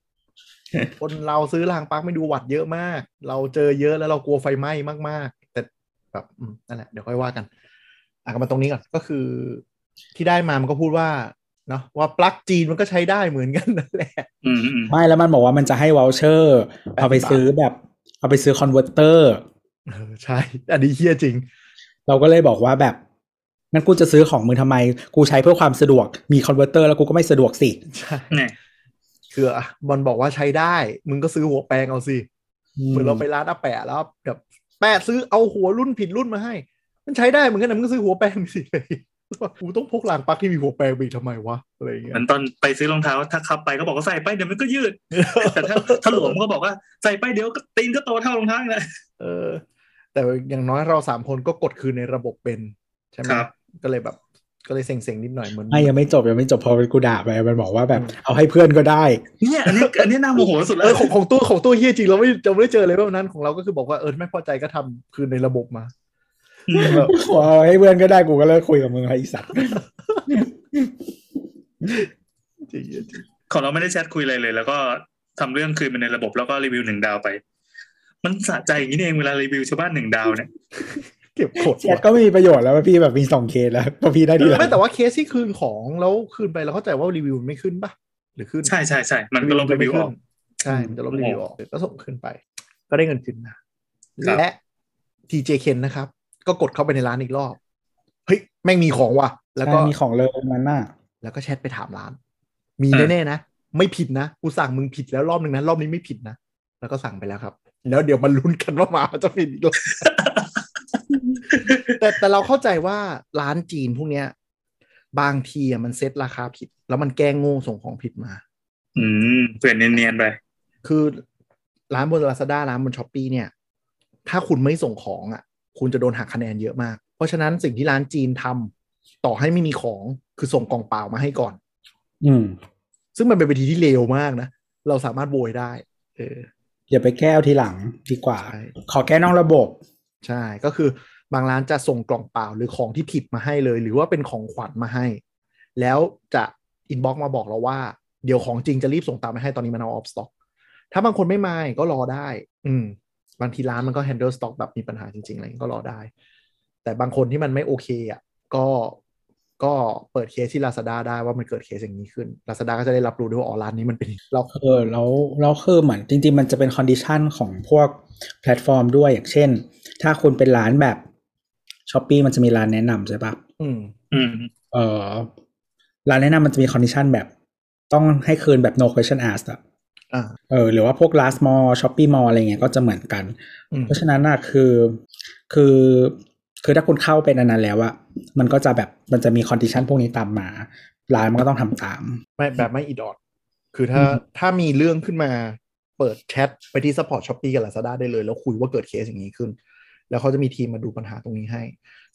F: คนเราซื้อรางปลั๊กไม่ดูวัดเยอะมาก เราเจอเยอะแล้วเรากลัวไฟไหม้มาก ๆ แต่แบบอืมนั่นแหละเดี๋ยวค่อยว่ากัน อ่ะกลับมาตรงนี้ก่อนก็คือ ที่ได้มามันก็พูดว่าเนาะว่าปลั๊กจีนมันก็ใช้ได้เหมือนกันนั่นแหละ [LAUGHS]
E: อืมอืม
D: ไม่แล้วมันบอกว่ามันจะให้ voucher เอาไป
F: 80
D: ซื้อแบบ เอาไปซื้อ converter
F: เออใช่ อันนี้เฮี้ยจริง
D: เราก็เลยบอกว่าแบบงั้นกูจะซื้อของมึงทำไม กูใช้เพื่อความสะดวกมี converter แล้วกูก็ไม่สะดวกสิ
F: ใช่
E: เนี่ย
F: คืออ่ะบอลบอกว่าใช้ได้ มึงก็ซื้อหัวแปลงเอาสิ เหมือนเราไปร้านอาแปะแล้วแบบแปะซื้อเอาหัวรุ่นผิดรุ่นมาให้ มันใช้ได้เหมือนกันนะมันก็ซื้อหัวแปลงไปสิเลย [LAUGHS] กูต้องพกหลังปลั๊กที่มีหัวแปลงไปอีกทำไมวะอะไรอย่างเงี้
E: เห
F: ย
E: มือนตอนไปซื้อรองเท้าถ้าขับไปก็บอกว่าใส่ไปเดี๋ยวมันก็ยืด แต่ถ้าถ้าหลวมก็บอกว่าใส่ไปเดี๋ยวตีนก็โตเท่ารองเท้าอีกแหละ
F: เออ แต่อย่างน้อยเราสามคนก็กดคืนในระบบเป็น ใช่ไหม
E: ครับ
F: ก็เลยแบบก็เลยเซ็งๆนิดหน่อยเหมือน
D: ไม่ยังไม่จบยังไม่จบพอเป็นกูด่าไปมันบอกว่าแบบ
F: อืม
D: เอาให้เพื่อนก็ได้
E: เนี่ยอันนี้อันนี้น่าโมโหสุด
F: เอ
E: แล้ว
F: อของของตัวของตัวเฮียจริงเราไม่เราไม่ได้เจอเลยแบบนั้นของเราก็คือบอกว่าเออไม่พอใจก็ทำคืนในระบบมา
E: อืม
F: แบบ
D: ขอเอาให้เพื่อนก็ได้กูก็เลิกคุยกับมึงไอ้สั
F: [LAUGHS]
D: ตว์
F: จริงๆจริง
E: ของเราไม่ได้แชทคุยอะไรเลย แล้วก็ทำเรื่องคืนไปในระบบแล้วก็รีวิวหนึ่งดาวไป มันสะใจอย่างนี้นี่เองเวลารีวิวชาวบ้านหนึ่งดาวเนี่ย
F: ๆเก็บกด
D: แชท
F: ว่ะ
D: ก็ไม่มีประโยชน์แล้วว่าพี่แบบมีสองเคสแล้วพอพี่ได้ดีแล้ว
F: ไม่แต่ว่าเคสที่คืนของแล้วคืนไปเราเข้าใจว่ารีวิวมันไม่ขึ้นปะหรือขึ้น
E: ใช่ใช่ใช่มันก็ลบรีวิวออก
F: ใช่ มันจะลบรีวิวออกก็ส่งขึ้นไป ก็ได้เงินคืนนะและ TJ Ken นะครับ ก็กดเข้าไปในร้านอีกรอบ เฮ้ย แม่งมีของว่ะ แล้วก็
D: ใช่มีของเลยมันน่ะ
F: แล้วก็แชทไปถามร้าน มีแน่ๆนะ ไม่ผิดนะกูสั่งมึงผิดแล้วรอบหนึ่งนะ รอบนี้ไม่ผิดนะ แล้วก็สั่งไปแล้วครับ แล้วเดี๋ยวมันลุ้นกันว่าหมาจะผิดอีกหรอ แต่แต่เราเข้าใจว่าร้านจีนพวกเนี้ย บางทีอะมันเซ็ตราคาผิด แล้วมันแกล้งโง่ส่งของผิดมา
E: อืมเปลี่ยนเนียนๆไป
F: คือร้านบน Lazada ร้านบน s h อ p e e เนี่ย ถ้าคุณไม่ส่งของอ่ะ คุณจะโดนหักคะแนนเยอะมาก เพราะฉะนั้นสิ่งที่ร้านจีนทำต่อให้ไม่มีของคือส่งกล่องเปล่ามาให้ก่อน
D: อืม
F: ซึ่งมันเป็นวิธีที่เลวมากนะ เราสามารถโวยได้ เออ
D: อย่าไปแก้วทีหลังดีกว่า
F: ใช่
D: ขอแก้นอกระบบ
F: ใช่ก็คือบางร้านจะส่งกล่องเปล่าหรือของที่ผิดมาให้เลย หรือว่าเป็นของขวัญมาให้ แล้วจะอินบ็อกมาบอกเราว่า เดี๋ยวของจริงจะรีบส่งตามมาให้ตอนนี้มันเอาออฟสต็อกถ้าบางคนไม่มาก็รอได้ อืม บางทีร้านมันก็ handle stock แบบมีปัญหาจริงๆอะไรอย่างเงี้ยก็รอได้ แต่บางคนที่มันไม่โอเคอ่ะก็ก็เปิดเคสที่ Lazada ได้ว่ามันเกิดเคสอย่างนี้ขึ้น Lazada ก็จะได้รับรู้ด้วยว่าอ๋อร้านนี้มันเป็นอย่างนี้เรา
D: เออแล้วแล้วคือเหมือนจริง ๆ มันจะเป็นคอนดิชันของพวกแพลตฟอร์มด้วยอย่างเช่น ถ้าคุณเป็นร้านแบบช้อปปีมันจะมีร้านแนะนำใช่ปะ
F: อืม
E: อืม
D: เออร้านแนะนำมันจะมีคอนดิชันแบบต้องให้คืนแบบ no question asked อะ
F: อ่า
D: เออหรือว่าพวก last mall shopee mall อะไรเงี้ยก็จะเหมือนกัน
F: อืม
D: เพราะฉะนั้นน่ะคือคือคือถ้าคุณเข้าเป็นอันนั้นแล้วอะมันก็จะแบบมันจะมีคอนดิชันพวกนี้ตามมาร้านมันก็ต้องทำตาม
F: ไม่แบบไม่อีดอด คือถ้า
D: อืม
F: ถ้ามีเรื่องขึ้นมาเปิดแชทไปที่ support shopee กับ lazada ได้เลย แล้วคุยว่าเกิดเคสอย่างนี้ขึ้น แล้วเขาจะมีทีมมาดูปัญหาตรงนี้ให้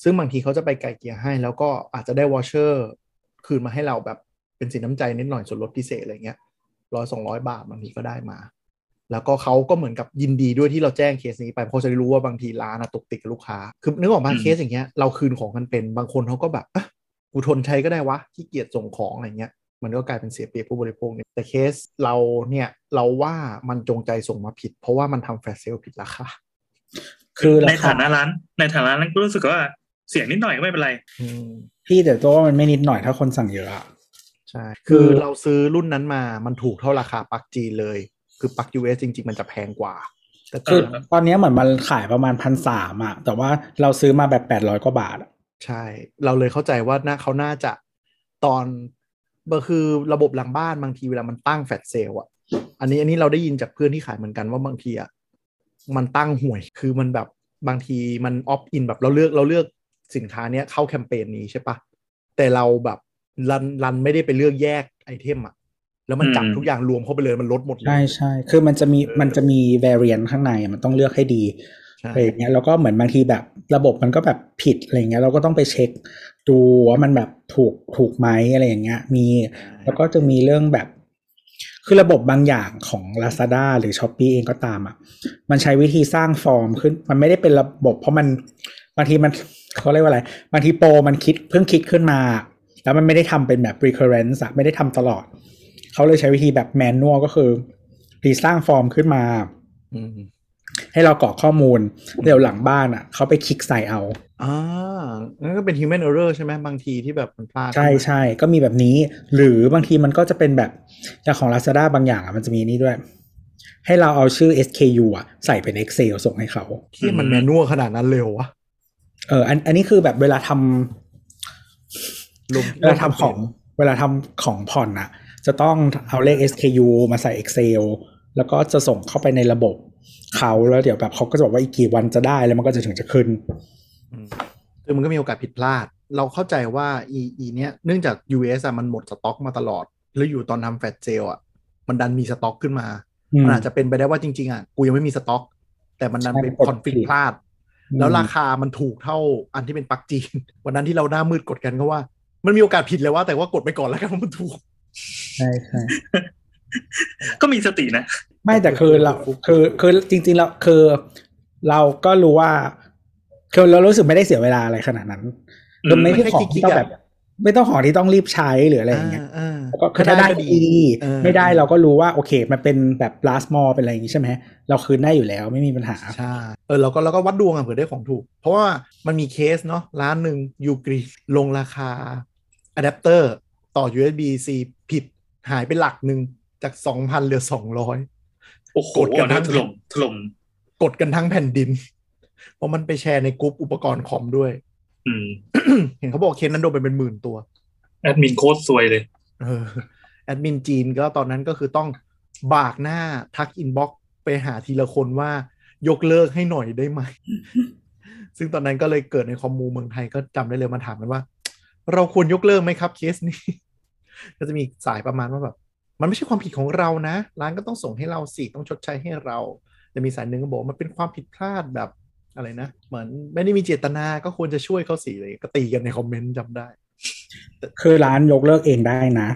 F: ซึ่งบางทีเขาจะไปไกลเกลี่ยให้ แล้วก็อาจจะได้วอชเชอร์คืนมาให้เราแบบเป็นสินน้ำใจนิดหน่อยส่วนลดพิเศษอะไรเงี้ยร้อยสองร้อยบาทบางทีก็ได้มา แล้วก็เขาก็เหมือนกับยินดีด้วยที่เราแจ้งเคสนี้ไปเพราะเขาจะได้รู้ว่าบางทีร้านอะตกติดกับลูกค้า คือนึกออกมา
E: อืม
F: เคสอย่างเงี้ยเราคืนของกันเป็นบางคนเขาก็แบบอ่ะกูทนใช้ก็ได้วะขี้เกียจส่งของอะไรเงี้ย มันก็กลายเป็นเสียเปรียบผู้บริโภคเนี่ยแต่เคสเราเนี่ยเราว่ามันจงใจส่งมาผิด เพราะว่ามันทำแฟลชเซลผิดราคา
D: คือ
E: ใน
D: ราคา
E: ฐานะร้าน ในฐานะร้านก็รู้สึกว่าเสียงนิดหน่อยก็ไม่เป็นไร
F: อืม
D: พี่แต่ตัวว่ามันไม่นิดหน่อยถ้าคนสั่งเยอะอะ
F: ใช่ คือ
D: คือ
F: เราซื้อรุ่นนั้นมา มันถูกเท่าราคาปลักจีนเลย คือปลัก US จริง ๆ มันจะแพงกว่า แต่
E: คื
F: คือ อ
D: ตอนเนี้ยเหมือนมันขายประมาณพันสามอะแต่ว่าเราซื้อมาแบบแปดร้อยกว่าบาทอะ
F: ใช่ เราเลยเข้าใจว่าหน้าเขาน่าจะตอนก็คือระบบหลังบ้านบางทีเวลามันตั้งแฟลชเซลอะอันนี้อันนี้เราได้ยินจากเพื่อนที่ขายเหมือนกันว่าบางทีอะมันตั้งห่วย คือมันแบบบางทีมันออฟอินแบบเราเลือกเราเลือกสินค้าเนี้ยเข้าแคมเปญนี้ใช่ปะแต่เราแบบรันรันไม่ได้ไปเลือกแยกไอเทมอะแล้วมันจับ
E: อืม
F: ทุกอย่างรวมเข้าไปเลยมันลดหมดเลย
D: ใช่ใช่คือมันจะมีมันจะมี variant ข้างในอะมันต้องเลือกให้ดี
F: ใช่
D: อะไรอย่างเงี้ยแล้วก็เหมือนบางทีแบบระบบมันก็แบบผิดอะไรอย่างเงี้ยเราก็ต้องไปเช็ค ดูว่ามันแบบถูกถูกไหมอะไรอย่างเงี้ยมี แล้วก็จะมีเรื่องแบบ คือระบบบางอย่างของ Lazada หรือ s h อ p e e เองก็ตามอ่ะ มันใช้วิธีสร้างฟอร์มขึ้น มันไม่ได้เป็นระบบ เพราะมันบางทีมันเขาเรียกว่าอะไรบางทีโปรมันคิดเพิ่งคิดขึ้นมา แล้วมันไม่ได้ทำเป็นแบบ recurrence อะไม่ได้ทำตลอด เขาเลยใช้วิธีแบบแมนนวลก็คือรีสร้างฟอร์มขึ้นมา
F: อืม
D: ให้เรากรอกข้อมูลเดี๋ยวหลังบ้านอ่ะเขาไปคลิกใส่เอา
F: อ่านั่นก็เป็น human error ใช่ไหมบางทีที่แบบมันพลาด
D: ใช่ใช่ก็มีแบบนี้ หรือบางทีมันก็จะเป็นแบบอย่างของ Lazada บางอย่างอะมันจะมีนี่ด้วย ให้เราเอาชื่อ SKU อะใส่เป็น Excel ส่งให้เขา
F: ที่มันแมนนัวขนาดนั้นเลยเหร็ววะ
D: เอออันอันนี้คือแบบเวลาท
F: ลง
D: ำเวลาทำของเวลาทำของผ่อนอะจะต้องเอาเลข SKU มาใส่ Excel แล้วก็จะส่งเข้าไปในระบบเขาแล้วเดี๋ยวแบบเขาก็จะบอกว่าอีกกี่วันจะได้แล้วมันก็จะถึงจะขึ้น
F: อืมคือมันก็มีโอกาสผิดพลาด เราเข้าใจว่า e e เนี้ยเนื่องจาก US อะมันหมดสต็อกมาตลอด แล้วอยู่ตอนทำแฟลชเซลอะมันดันมีสต็อกขึ้นมา
D: อืม
F: มันอาจจะเป็นไปได้ว่าจริง ๆอะกูยังไม่มีสต็อก แต่มันดันไป
D: ใช่มันกด
F: คอนฟ lict
D: ผิด
F: พลาด แล้วราคามันถูกเท่าอันที่เป็นปลักจีน วันนั้นที่เราหน้ามืดกดกันก็ว่า มันมีโอกาสผิดเลยว่าแต่ว่ากดไปก่อนแล้วกันเพราะมันถูก
D: ใช่ใช่
E: ก็มีสตินะ
D: ไม่แต่คือเราคือคือจริงๆแล้วคือเราก็รู้ว่าคือเรารู้สึกไม่ได้เสียเวลาอะไรขนาดนั้น
E: อืม
D: คือไม่ใช่
F: ไม่
D: ข
F: ใช่
D: องที่ต้อง
F: กิ๊กๆอะ
D: แบบ ไม่ต้องของที่ต้องรีบใช้หรืออะไรอย่างเงี้ยแล้วก็คือถ้าได้ก็ดี
F: เออ
D: ไม่ได้เราก็รู้ว่าโอเค มันเป็นแบบ last mall เป็นอะไรอย่างงี้ใช่ไหมเราคืนได้อยู่แล้วไม่มีปัญหา
F: ใช่เออเราก็เราก็วัดดวงอะเผื่อได้ของถูก เพราะว่ามันมีเคสเนาะร้านหนึ่งยูกรีลงราคาอะแดปเตอร์ต่อ USB C ผิดหายไปหลักหนึ่งจาก 2,000เหลือ 200
E: โอ้โห
F: กดกันทั้ง
E: ถล่มถล่ม
F: กดกันทั้งแผ่นดิน เพราะมันไปแชร์ในกลุ่มอุปกรณ์คอมด้วย
E: อืม
F: เห็นเขาบอกเคสนั้นโดนไปเป็นหมื่นตัว
E: แอดมินโคตรซวยเลย
F: เออแอดมินจีนก็ตอนนั้นก็คือต้องบากหน้าทักอินบ็อกซ์ไปหาทีละคนว่ายกเลิกให้หน่อยได้ไหม [LAUGHS] ซึ่งตอนนั้นก็เลยเกิดในคอมมูเมืองไทยก็จำได้เลยมาถามกันว่า เราควรยกเลิกไหมครับเคสนี้ ก็จะมีสายประมาณว่าแบบ มันไม่ใช่ความผิดของเรานะ ร้านก็ต้องส่งให้เราสิต้องชดใช้ให้เรา จะมีสายหนึ่งก็บอกว่ามันเป็นความผิดพลาดแบบอะไรนะ เหมือนไม่ได้มีเจตนาก็ควรจะช่วยเขาสิอะไรอย่างเลยก็ตีกันในคอมเมนต์จำได้
D: คือร้านยกเลิกเองได้นะ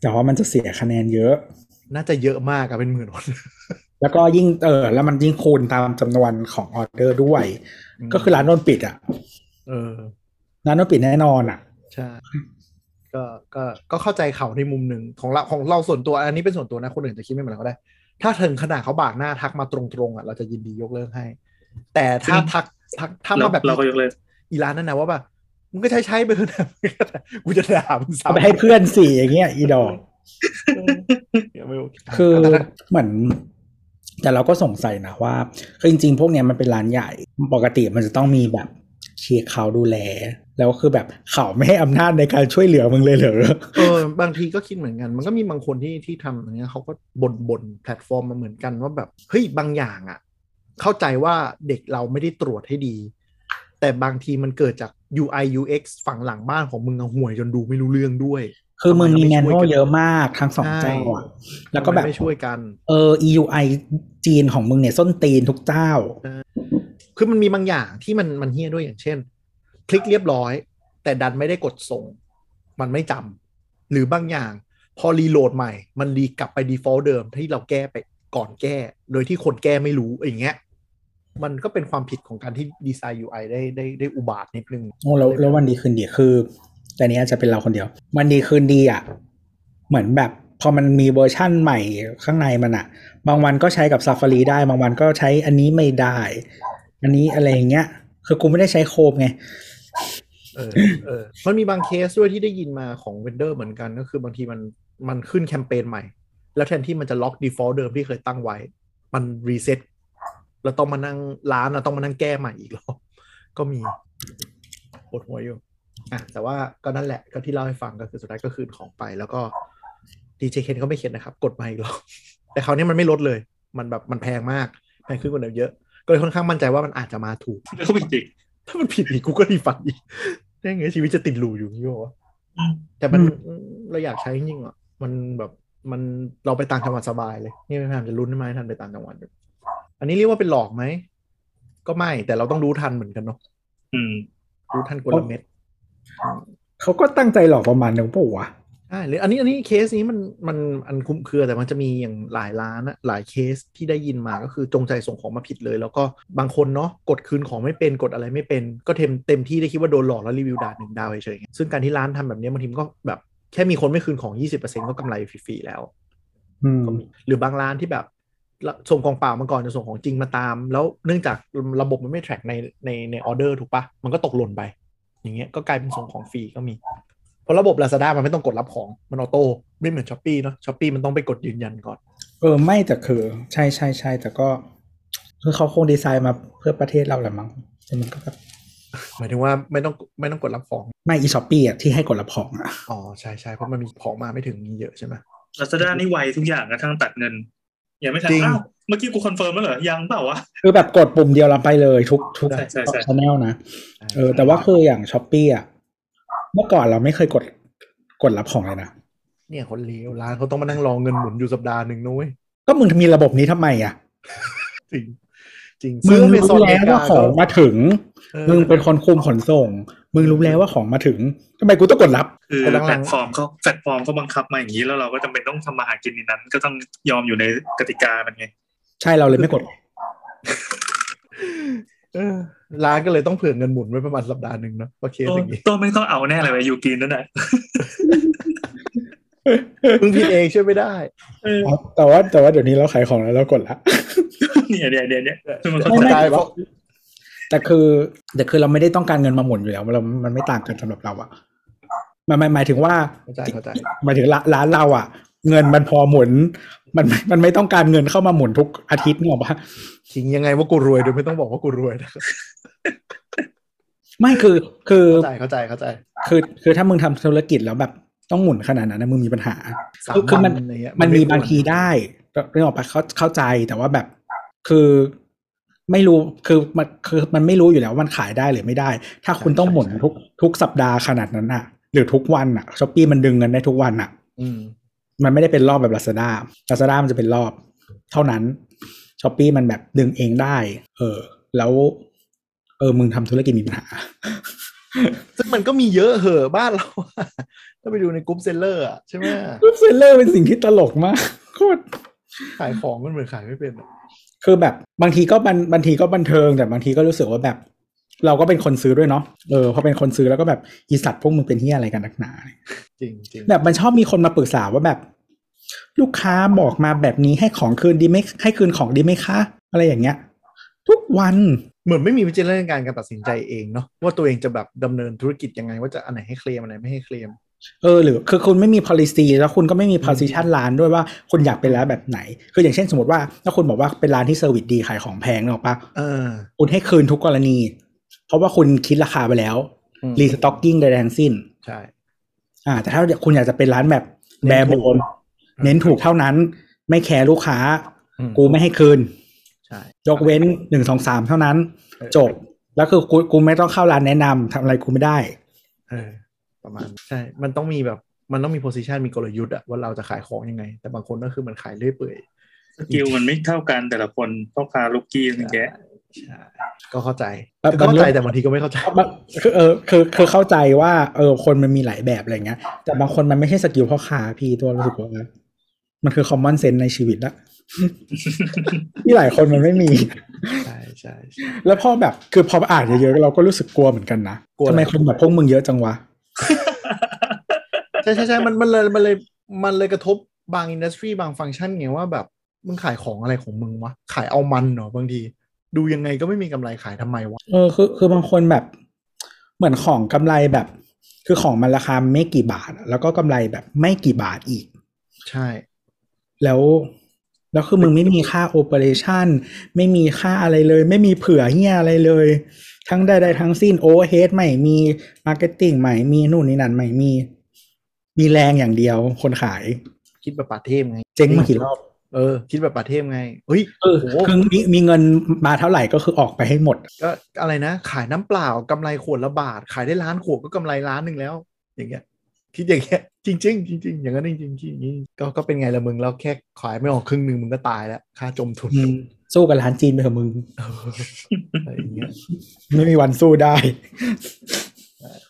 D: แต่ว่ามันจะเสียคะแนนเยอะ
F: น่าจะเยอะมากอะเป็นหมื่นคน
D: แล้วก็ยิ่งเออแล้วมันยิ่งคูณตามจำนวนของออเดอร์ด้วย ก็คือร้านโดนปิดอ่ะ
F: เออ
D: ร้านโดนปิดแน่นอนอ่ะ
F: ใช่ ก็ก็ก็เข้าใจเขาในมุมหนึ่งของเราของเราส่วนตัว อันนี้เป็นส่วนตัวนะคนอื่นจะคิดไม่เหมือนเราก็ได้ ถ้าถึงขนาดเขาบากหน้าทักมาตรงๆอ่ะเราจะยินดียกเลิกให้ แต่ถ้า
E: ซึ่ง
F: ทักทักถ้า
E: เรา
F: มาแบบ
E: เราก็ยกเลิก
F: อีร้านนั่นนะว่าแบบมึงก็ใช้ใช้ๆไปเถอะ [LAUGHS] นะกูจะด่ามึง
D: เอา
F: ซ้ำ
D: ไปให้เพื่อนสี่อย่างเงี้ยอีดอก
F: ไม่โอเ
D: คือ
F: แต่ถ้า
D: เหมือน แต่เราก็สงสัยนะว่าคือจริง ๆ พวกเนี้ยมันเป็นร้านใหญ่ ปกติมันจะต้องมีแบบเชียร์เขาดูแล แล้วคือแบบเขาไม่ให้อำนาจในการช่วยเหลือมึงเลยเหรอ
F: เออบางทีก็คิดเหมือนกัน มันก็มีบางคนที่ที่ทำอย่างเงี้ยเขาก็บ่นบ่นแพลตฟอร์มมาเหมือนกันว่าแบบเฮ้ยบางอย่างอ่ะ เข้าใจว่าเด็กเราไม่ได้ตรวจให้ดี แต่บางทีมันเกิดจาก UI UX ฝั่งหลังบ้านของมึงอะห่วยจนดูไม่รู้เรื่องด้วย
D: คือมึงมี
F: ทำไม
D: แมน
F: ไม่ช่
D: น
F: ว
D: ล
F: ยกัน
D: เยอะมากทั้งสอง
F: ใช่
D: เจ้าอะแล้วก็แบบ
F: ทำไมไม่ช่วยกัน
D: เออ EUI จีนของมึงเนี่ยส้นตีนทุกเจ้า
F: คือมันมีบางอย่างที่มันมันเฮี้ยด้วยอย่างเช่น คลิกเรียบร้อย แต่ดันไม่ได้กดส่ง มันไม่จำหรือบางอย่าง พอรีโหลดใหม่ มันรีกลับไป default เดิมที่เราแก้ไปก่อนแก้ โดยที่คนแก้ไม่รู้อย่างเงี้ยมันก็เป็นความผิดของการที่ดีไซน์ UI ได้ได้ได้อุบาทนิดนึง
D: โอ้แล้วแล้ววันดีคืนดีคือ แต่เนี้ยจะเป็นเราคนเดียว วันดีคืนดีอ่ะเหมือนแบบพอมันมีเวอร์ชั่นใหม่ข้างในมันอ่ะ บางวันก็ใช้กับ Safari ได้ บางวันก็ใช้อันนี้ไม่ได้ อันนี้อะไรอย่างเงี้ย คือกูไม่ได้ใช้โคมไง
F: เออเออ มันมีบางเคสด้วยที่ได้ยินมาของเวนเดอร์เหมือนกันก็คือบางทีมันมันขึ้นแคมเปญใหม่ แล้วแทนที่มันจะล็อก default เดิมที่เคยตั้งไว้ มันรีเซ็ตแล้วต้องมานั่งร้านนะต้องมานั่งแก้ใหม่อีกรอบ ก็มีปวดหัวอยู่อ่ะแต่ว่าก็นั่นแหละก็ที่เล่าให้ฟังก็คือสุดท้ายก็คืนของไป แล้วก็ดีเจเคนก็ไม่เข็ดนะครับ กดมาอีกรอบแต่คราวนี้มันไม่ลดเลย มันแบบมันแพงมากแพงขึ้นกว่าเดิมเยอะ ก็เลยค่อนข้างมั่นใจว่ามันอาจจะมาถูก
E: เขาผิดจริง
F: ถ้ามันผิดอีกกูก็รีฟันอีกได้ไงชีวิตจะติดหลูอยู่อย่างนี้วะ
E: อืม
F: แต่มัน
D: อืม
F: เราอยากใช้จริงๆอ่ะมันแบบมันเราไปต่างจังหวัดสบายเลย นี่ไม่พยายามจะลุ้นไหมทันไปต่างจังหวัดอยู่อันนี้เรียกว่าเป็นหลอกไหม ก็ไม่แต่เราต้องรู้ทันเหมือนกันเนาะ
E: อืม
F: รู้ทันกลเม็ด
D: เขาก็ตั้งใจหลอกประมาณนึงเปล่าวะ
F: ใช่หรืออันนี้อันนี้เคสนี้มันมันอันคุ้มเครือแต่มันจะมีอย่างหลายร้านอะหลายเคสที่ได้ยินมาก็คือจงใจส่งของมาผิดเลย แล้วก็บางคนเนาะกดคืนของไม่เป็นกดอะไรไม่เป็น ก็เต็มเต็มที่ได้คิดว่าโดนหลอกแล้วรีวิวด่าหนึ่งดาวเฉยๆซึ่งการที่ร้านทำแบบเนี้ยบางทีมันก็แบบแค่มีคนไม่คืนของ 20%ก็กำไรฟรีๆแล้ว
D: อืม
F: ก็มีหรือบางร้านที่แบบละส่งของเปล่ามาก่อนจะส่งของจริงมาตาม แล้วเนื่องจากระบบมันไม่ track ในในในออเดอร์ถูกปะมันก็ตกหล่นไป อย่างเงี้ยก็กลายเป็นส่งของฟรีก็มี เพราะระบบ Lazada มันไม่ต้องกดรับของมันออโต้ไม่เหมือนช้อปปีเนาะช้อปปีมันต้องไปกดยืนยันก่อน
D: เออไม่แต่คือ ใช่ใช่ใช่แต่ก็ คือเขาคงดีไซน์มาเพื่อประเทศเราแหละมั้งแต่มันก็แบบ
F: หมายถึงว่าไม่ต้องไม่ต้องกดรับของ
D: ไม่อีช้อปปี้อ่ะที่ให้กดรับของอ่ะ
F: อ๋อใช่ใช่เพราะมันมีของมาไม่ถึงนี้เยอะใช่ไหม
E: ลาซาด้านี่ไวทุกอย่างกระทั่งตัดเงิน ยังไม่ทัน
F: จริง
E: อ้าวเมื่อกี้กูคอนเฟิร์มแล้วเหรอ ยังเปล่าวะ
D: คือแบบกดปุ่มเดียวเราไปเลยทุกทุก
E: ใช่ใช่ใช่
D: ชแนลนะ เออแต่ว่าคืออย่างช้อปปี้อ่ะเมื่อก่อนเราไม่เคยกดกดรับของเลยนะ
F: เนี่ยคนเลวร้านเขาต้องมานั่งรอเงินหมุนอยู่สัปดาห์หนึ่งนุ้ย
D: ก็มึงมีระบบนี้ทำไมอ่ะ
F: จริงจริง
D: มึง
F: เม
D: รู้แล้วว่าของมาถึง
F: เออ
D: มึงเป็นคนคุมขนส่ง มึงรู้แล้วว่าของมาถึงทำไมกูต้องกดรับ
E: คือ
F: แต่หลัง
E: แพลต
F: ๆ
E: ฟอร์มเขาแพลตฟอร์มเขาบังคับมาอย่างนี้แล้วเราก็จำเป็นต้องทำมาหากินในนั้น ก็ต้องยอมอยู่ในกติกามันไง
D: ใช่เราเลยไม่กด
F: เออร้านก็เลยต้องเผื่อเงินหมุนไว้ประมาณสัปดาห์หนึ่งเนอะว่าเคสอย่างนี้
E: ตัวไม่ต้องเอาแน่เลยไว้ยูกินนั่นแหละ
F: มึงผิดเองช่วยไม่ได้
E: เออ
D: แต่ว่าแต่ว่าเดี๋ยวนี้เราขายของแล้วเรากดละ
E: เนี่ยเนี่ยเนี่ยเนี่ยคือมัน
F: แต่
E: เข้า
F: ไม่
E: ใจ
F: ได้เพราะ
D: แต่คือแต่คือเราไม่ได้ต้องการเงินมาหมุนอยู่แล้วเรามันไม่ต่างกันสำหรับเราอะหมายหมายหมายถึงว่า
F: เข้าใจเข้าใจ
D: หมายถึงร้านร้านเราอะ เงินมันพอหมุน มันมันไม่ต้องการเงินเข้ามาหมุนทุกอาทิตย์นึกออกปะ
F: ทิ้งยังไงว่ากูรวยโดยไม่ต้องบอกว่ากูรวยนะ
D: ไม่คือคือ
F: เข้าใจเข้าใจเข้าใจ
D: คือคือถ้ามึงทำธุรกิจแล้วแบบต้องหมุนขนาดนั้นนะมึงมีปัญหา
F: สา
D: คือคือมัน
F: อะไรเงี้ย
D: มัน
F: ไ
D: มีบางทีได้เรื่องออกไปเข้าเข้าใจแต่ว่าแบบคือไม่รู้คือมันคือมันไม่รู้อยู่แล้วว่ามันขายได้หรือไม่ได้ ถ้าคุณต้องหมุนทุกทุกสัปดาห์ขนาดนั้นอะหรือทุกวันอะช้อปปี้มันดึงเงินได้ทุกวันอะ
F: อืม
D: มันไม่ได้เป็นรอบแบบลาซาด้าลาซาด้ามันจะเป็นรอบ เท่านั้นช้อปปี้มันแบบดึงเองได้ เออ แล้ว เออมึงทำธุรกิจมีปัญหา [LAUGHS]
F: ซึ่งมันก็มีเยอะเหอะบ้านเราอะถ้าไปดูในกรุ๊ปเซลเลอร์อะใช่ไหม
D: เว็บเซลเลอร์เป็นสิ่งที่ตลกมากโคตร
F: ขายของมันเหมือนขายไม่เป็นอะ
D: คือแบบบางทีก็บันบางทีก็บันเทิงแต่บางทีก็รู้สึกว่าแบบ เราก็เป็นคนซื้อด้วยเนาะเออพอเป็นคนซื้อแล้วก็แบบอีสัตว์พวกมึงเป็นที่อะไรกันนักหนา
F: จริงจริง
D: แบบมันชอบมีคนมาปรึกษาว่าแบบ ลูกค้าบอกมาแบบนี้ให้ของคืนดีไหมให้คืนของดีไหมคะ อะไรอย่างเงี้ย ทุกวัน
F: เหมือนไม่มีวิจารณญาณการตัดสินใจเองเนาะว่าตัวเองจะแบบดำเนินธุรกิจยังไง ว่าจะอันไหนให้เคลมอันไหนไม่ให้เคลม
D: เออหรือคือคุณไม่มี policy แล้วคุณก็ไม่มี position ร้านด้วยว่าคุณอยากเป็นร้านแบบไหน คืออย่างเช่นสมมติว่าถ้าคุณบอกว่าเป็นร้านที่เซอร์วิสดีขายของแพงเนกอะปะ
F: เออ
D: คุณให้คืนทุกกรณี เพราะว่าคุณคิดราคาไปแล้ว
F: อืม
D: รีสต็อกกิ้งใดๆทั้งสิ้น
F: ใช่
D: อ่า แต่ถ้าคุณอยากจะเป็นร้านแบบ
F: เน้
D: แบ
F: น
D: ร์
F: ถู
D: โบ
F: ก
D: นเน้นถูกเท่านั้น ไม่แคร์ลูกค้า
F: อืม
D: กูไม่ให้คืน
F: ใช่
D: ยกเว้นหนึ่งสองสามเท่านั้น จบ แล้วคือกูกูไม่ต้องเข้าร้านแนะนำทำอะไรกูไม่ได้
F: เออ ประมาณใช่ มันต้องมีแบบมันต้องมีโพซิชันมีกลยุทธ์อะว่าเราจะขายของยังไง แต่บางคนก็คือมันขายเรื่อยเปื่อย
E: สกิลมันไม่เท่ากันแต่ละคนพ่อค้าลูกกี้อะไรแกะ
F: ใช่ก็เข้าใจ
D: แล้ว
F: ก็เข้าใจ
D: บางเรื่อง
F: แต่บางทีก็ไม่เข้าใจ
D: มันคือเออคือคือเข้าใจว่าเออคนมันมีหลายแบบอะไรเงี้ย แต่บางคนมันไม่ใช่สกิลพ่อค้าพี่ตัวรู้สึกว่ามันคือ common sense ในชีวิตละ [LAUGHS] ที่หลายคนมันไม่มี
F: ใช่ใช่ใช่
D: แล้วพอแบบคือพออ่านเยอะๆเราก็รู้สึกกลัวเหมือนกันนะ
F: กลัวอะ
D: ทำ
F: ไร
D: ไมคนแบบพวกมึงเยอะจังวะ
F: ใช่ใช่ใช่มันมันเลยมันเลยมันเลยกระทบบางอินดัสทรีบางฟังก์ชันไงว่าแบบมึงขายของอะไรของมึงวะ ขายเอามันเหรอบางที ดูยังไงก็ไม่มีกำไรขายทำไมวะ
D: เออคือคือบางคนแบบ เหมือนของกำไรแบบ คือของมันราคาไม่กี่บาท แล้วก็กำไรแบบไม่กี่บาทอีก
F: ใช่
D: แล้ว แล้วคือมึงไม่มีค่าโอเปอเรชันไม่มีค่าอะไรเลย ไม่มีเผื่อเฮียอะไรเลย ทั้งใดๆทั้งสิ้นโอเวอร์เฮดใหม่มีมาร์เก็ตติ้งใหม่มีนู่นนี่นั่นใหม่มี มีแรงอย่างเดียวคนขาย
F: คิดแบบป่าเทพไง
D: เจ๊งมากี่รอบ
F: เออ คิดแบบป่าเทพไงเฮ้ย
D: เออ
F: โห
D: คือมีมีเงินมาเท่าไหร่ก็คือออกไปให้หมด
F: ก็อะไรนะ ขายน้ำเปล่ากำไรขวดละบาท ขายได้ล้านขวดก็กำไรล้านหนึ่งแล้ว อย่างเงี้ย คิดอย่างเงี้ยจริง ๆ จริง ๆ อย่างนั้นจริงๆจริงๆก็ก็เป็นไงละมึงแล้วแค่ขายไม่ออกครึ่งหนึ่งมึงก็ตายแล้วค่าจมทุน
D: สู้กับร้านจีนไปเถอะมึง
F: อะไรอย่างเงี้ย
D: ไม่มีวันสู้ได้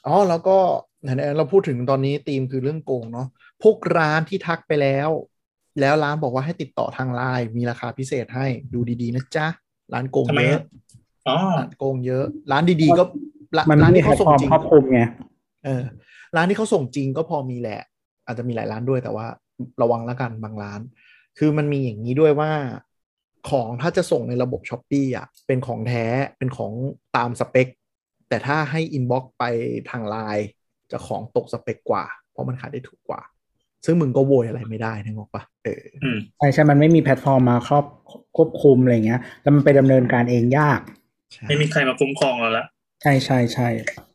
F: อ๋อแล้วก็ไหนๆเราพูดถึงตอนนี้ธีมคือเรื่องโกงเนาะพวกร้านที่ทักไปแล้ว แล้วร้านบอกว่าให้ติดต่อทางไลน์มีราคาพิเศษให้ดูดีๆนะจ๊ะ ร้านโกง
E: ทำไม
F: เยอะ
E: อะอ๋อ
F: ร้านโกงเยอะ ร้านดีๆก็ร้าน
D: มัน
F: ร้า
D: ไม่มี
F: นที่
D: ใครพ
F: เขาส่ง
D: ร้อม
F: จริง
D: ครอบคลุมไง
F: เออร้านที่เขาส่งจริงก็พอมีแหละ อาจจะมีหลายร้านด้วยแต่ว่าระวังละกันบางร้าน คือมันมีอย่างนี้ด้วยว่าของถ้าจะส่งในระบบช้อปปี้อ่ะเป็นของแท้เป็นของตามสเปค แต่ถ้าให้อินบ็อกไปทางไลน์จะของตกสเปคกว่า เพราะมันขายได้ถูกกว่า ซึ่งมึงก็โวยอะไรไม่ได้นะงอกปะเออ
E: อืม
D: ใช่ใช่มันไม่มีแพลตฟอร์มมาครอบควบคุมอะไรเงี้ย แล้วมันไปดำเนินการเองยาก
F: ใช่
E: ไม่มีใครมาคุ้มครองเราละ
D: ใช่ใช่ใช่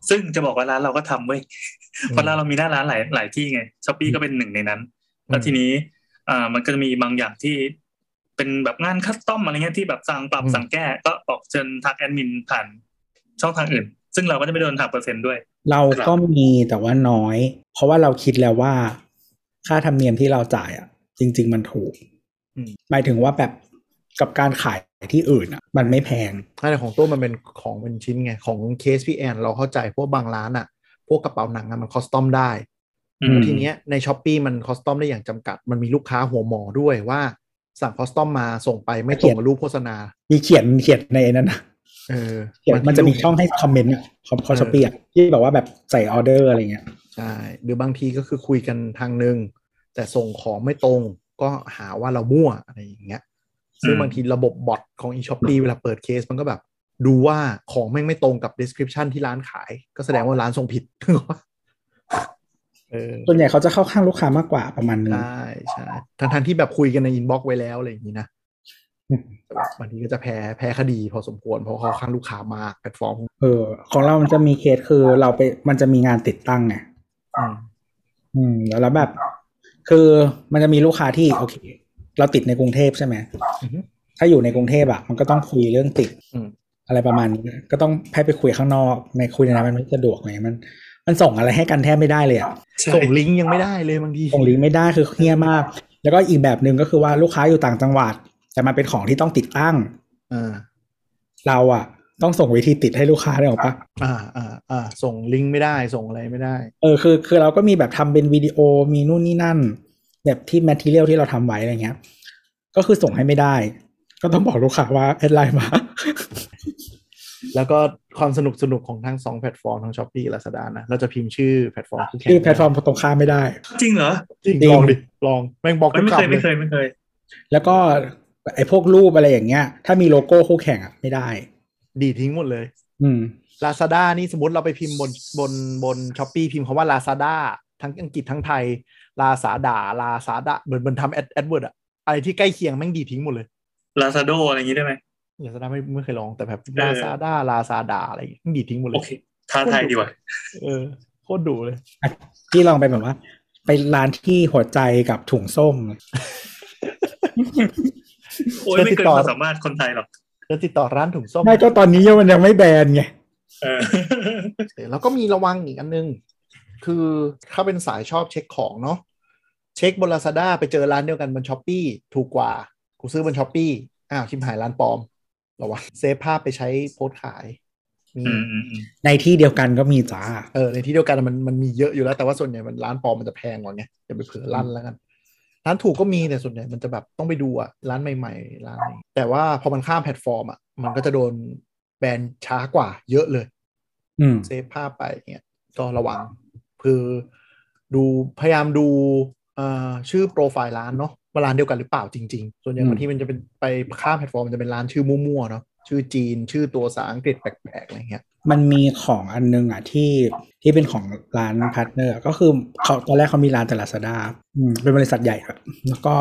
E: ซึ่งจะบอกว่าร้านเราก็ทำเว้ย เพราะร้านเรามีหน้าร้านหลายหลายที่ไงช้อปปี้ก็เป็นหนึ่งในนั้น แล้วทีนี้อ่ามันก็จะมีบางอย่างที่เป็นแบบงานคัสตอมอะไรเงี้ยที่แบบสั่งปรับสั่งแก้ก็ออกเชิญทักแอดมินผ่านช่องทางอื่น ซึ่งเราก็จะไม่โดนหักเปอร์เซ็นต์ด้วย
D: เราก็มีแต่ว่าน้อย เพราะว่าเราคิดแล้วว่า ค่าธรรมเนียมที่เราจ่ายอ่ะ จริง ๆ มันถูกหมายถึงว่าแบบกับการขายที่อื่นอ่ะ มันไม่แพง
F: แต่ของตัวมันเป็นของเป็นชิ้นไง ของเคสพี่แอนเราเข้าใจเพราะวกบางร้านอ่ะ พวกกระเป๋าหนังอะมันคอสตอมได้
E: อืม
F: ทีเนี้ยในช้อปปีมันคอสตอมได้อย่างจำกัด มันมีลูกค้าหัวหมอด้วยว่า สั่งคอสตอมมาส่งไปไม่ตรงกับรูปโฆษณา
D: มีเขียนเขียนในนั้นนะ
F: เออ
D: เขียนมันจะมีช่องให้คอมเมนต์อ่ะของคอชเปียที่แบบว่าแบบใส่ออเดอร์อะไรเงี้ย
F: ใช่หรือบางทีก็คือคุยกันทางหนึ่งแต่ส่งของไม่ตรงก็หาว่าเรามั่วอะไรอย่างเงี้ย ซึ่งบางทีระบบบอทของ e s h o p ปีเวลาเปิดเคสมันก็แบบ ดูว่า [LAUGHS] ของแม่งไม่ตรงกับ description ที่ร้านขาย ก็แสดงว่าร้านส่งผิด เอ เออ
D: ส่วนใหญ่เขาจะเข้าข้างลูกค้ามากกว่าประมาณนึง
F: ใช่ใช่ทั้งทที่แบบคุยกันในอินบ็อกซ์ไว้แล้วอะไรอย่างนี้
D: [LAUGHS]
F: นะ
D: อืม
F: แต่แบบบางทีก็จะแพ้แพ้คดีพอสมควรเพราะเขาข้างลูกค้ามากแพลตฟอร์ม
D: เออ ของเรามันจะมีเคสคือเราไปมันจะมีงานติดตั้งไง
F: อืม
D: อืมแล้วแล้วแบบ คือมันจะมีลูกค้าที่โอเค เราติดในกรุงเทพใช่ไหม
F: อือฮึ
D: ถ้าอยู่ในกรุงเทพอะมันก็ต้องคุยเรื่องติด
F: อืม
D: อะไรประมาณนี้ ก็ต้องให้ไปคุยข้างนอกในคุยในนั้นมันไม่สะดวกไงมัน มันส่งอะไรให้กันแทบไม่ได้เลยอะ
E: ใช่
F: ส่งลิงก์ยังไม่ได้เลยบางที
D: ส่งลิงก์ไม่ได้คือเฮี้ยมาก แล้วก็อีกแบบหนึ่งก็คือว่าลูกค้าอยู่ต่างจังหวัด แต่มันเป็นของที่ต้องติดตั้ง
F: อ่า
D: เราอะต้องส่งวิธีติดให้ลูกค้าได้หรอกปะ
F: อ่าอ่าอ่าส่งลิงก์ไม่ได้ส่งอะไรไม่ได้
D: เออคือคือเราก็มีแบบทำเป็นวิดีโอมีนู่นนี่นั่น แบบที่แมทเทียลที่เราทำไว้อะไรเงี้ย ก็คือส่งให้ไม่ได้ ก็ต้องบอกลูกค้าว่าแอดไลน์มา
F: แล้วก็ความสนุกสนุกของทั้งสองแพลตฟอร์มทั้งช้อปปี้และสดานะเราจะพิมพ์ชื่อแพลตฟอร์มคู่แข่ง
D: ที่แพลตฟอร์มตรงข้ามไม่ได้
E: จริงเหรอ
F: จริง
D: จริง
F: ลองดิลองแม่งบล็อกทุก
E: ไม่เคย
F: คำเล
E: ไม่เค
F: ย
E: ยไม่เคย
D: แล้วก็ไอ้พวกรูปอะไรอย่างเงี้ย ถ้ามีโลโก้คู่แข่งอะไม่ได้
F: ดีดทิ้งหมดเลย
D: อืม
F: ลาซาด้านี่สมมติเราไปพิมพ์บนบนบนช้อปปีพิมพ์คาว่าลาซาด้าทั้งอังกฤษทั้งไทย ลาซาดาลาซาดาเหมือนเหมือนทำแอดแอดเวิร์ดอะอะไรที่ใกล้เคียงแม่งดีดทิ้งหมดเลย
E: ลาซาโดอะไรอย่างนี้ได้ไหม
F: ลาซาด้าไม่ไม่เคยลองแต่แบบ
E: เออ
F: ลาซาด้าลาซาดาอะไรอย่างเงี้ยแม่งดีดทิ้งหมดเล
E: โอย เคท้าทายดีกว่า
F: เออโคตรดุเลย
D: ที่ลองไปแบบว่า ไปร้านที่หัวใจกับถุงส้ม
E: โอ้ยไม่เกินความสามารถคนไทยหรอก
F: แล้วติดต่อร้านถุงส้ม
D: ไม่ก็ตอนนี้มันยังไม่แบนไง
E: เออ
F: เออแล้วก็มีระวังอีกอันนึง คือถ้าเป็นสายชอบเช็คของเนาะเช็คบนลาซาด้าไปเจอร้านเดียวกันบนช้อปปีถูกกว่า กูซื้อบนช้อปปีอ้าวชิมหายร้านปลอมระวังเซฟภาพไปใช้โพสต์ขายมี
E: อืมอืมอืม
D: ในที่เดียวกันก็มีจ้า
F: เออในที่เดียวกันมันมันมีเยอะอยู่แล้ว แต่ว่าส่วนใหญ่มันร้านปลอมมันจะแพงกว่าไงอย่าไปเผลอลั่นแล้วกัน ร้านถูกก็มีแต่ส่วนใหญ่มันจะแบบต้องไปดูอะร้านใหม่ๆร้านนี้แต่ว่าพอมันข้ามแพลตฟอร์มอะมันก็จะโดนแบนช้ากว่าเยอะเลย
D: อืม
F: เซฟภาพไปเนี่ยก็ระวังคือดูพยายามดูเอ่อชื่อโปรไฟล์ร้านเนาะว่าร้านเดียวกันหรือเปล่าจริง ๆ ส่วนใหญ่
D: อืม
F: บางที่มันจะเป็นไปข้ามแพลตฟอร์มมันจะเป็นร้านชื่อมั่วๆเนาะชื่อจีนชื่อตัวภาษาอังกฤษแปลกๆอะไรเงี้ย
D: มันมีของอันนึงอ่ะที่ที่เป็นของร้านพาร์ทเนอร์ ก็คือเขาตอนแรกเขามีร้านแต่ลาซาด้าเป็นบริษัทใหญ่ครับแล้วก็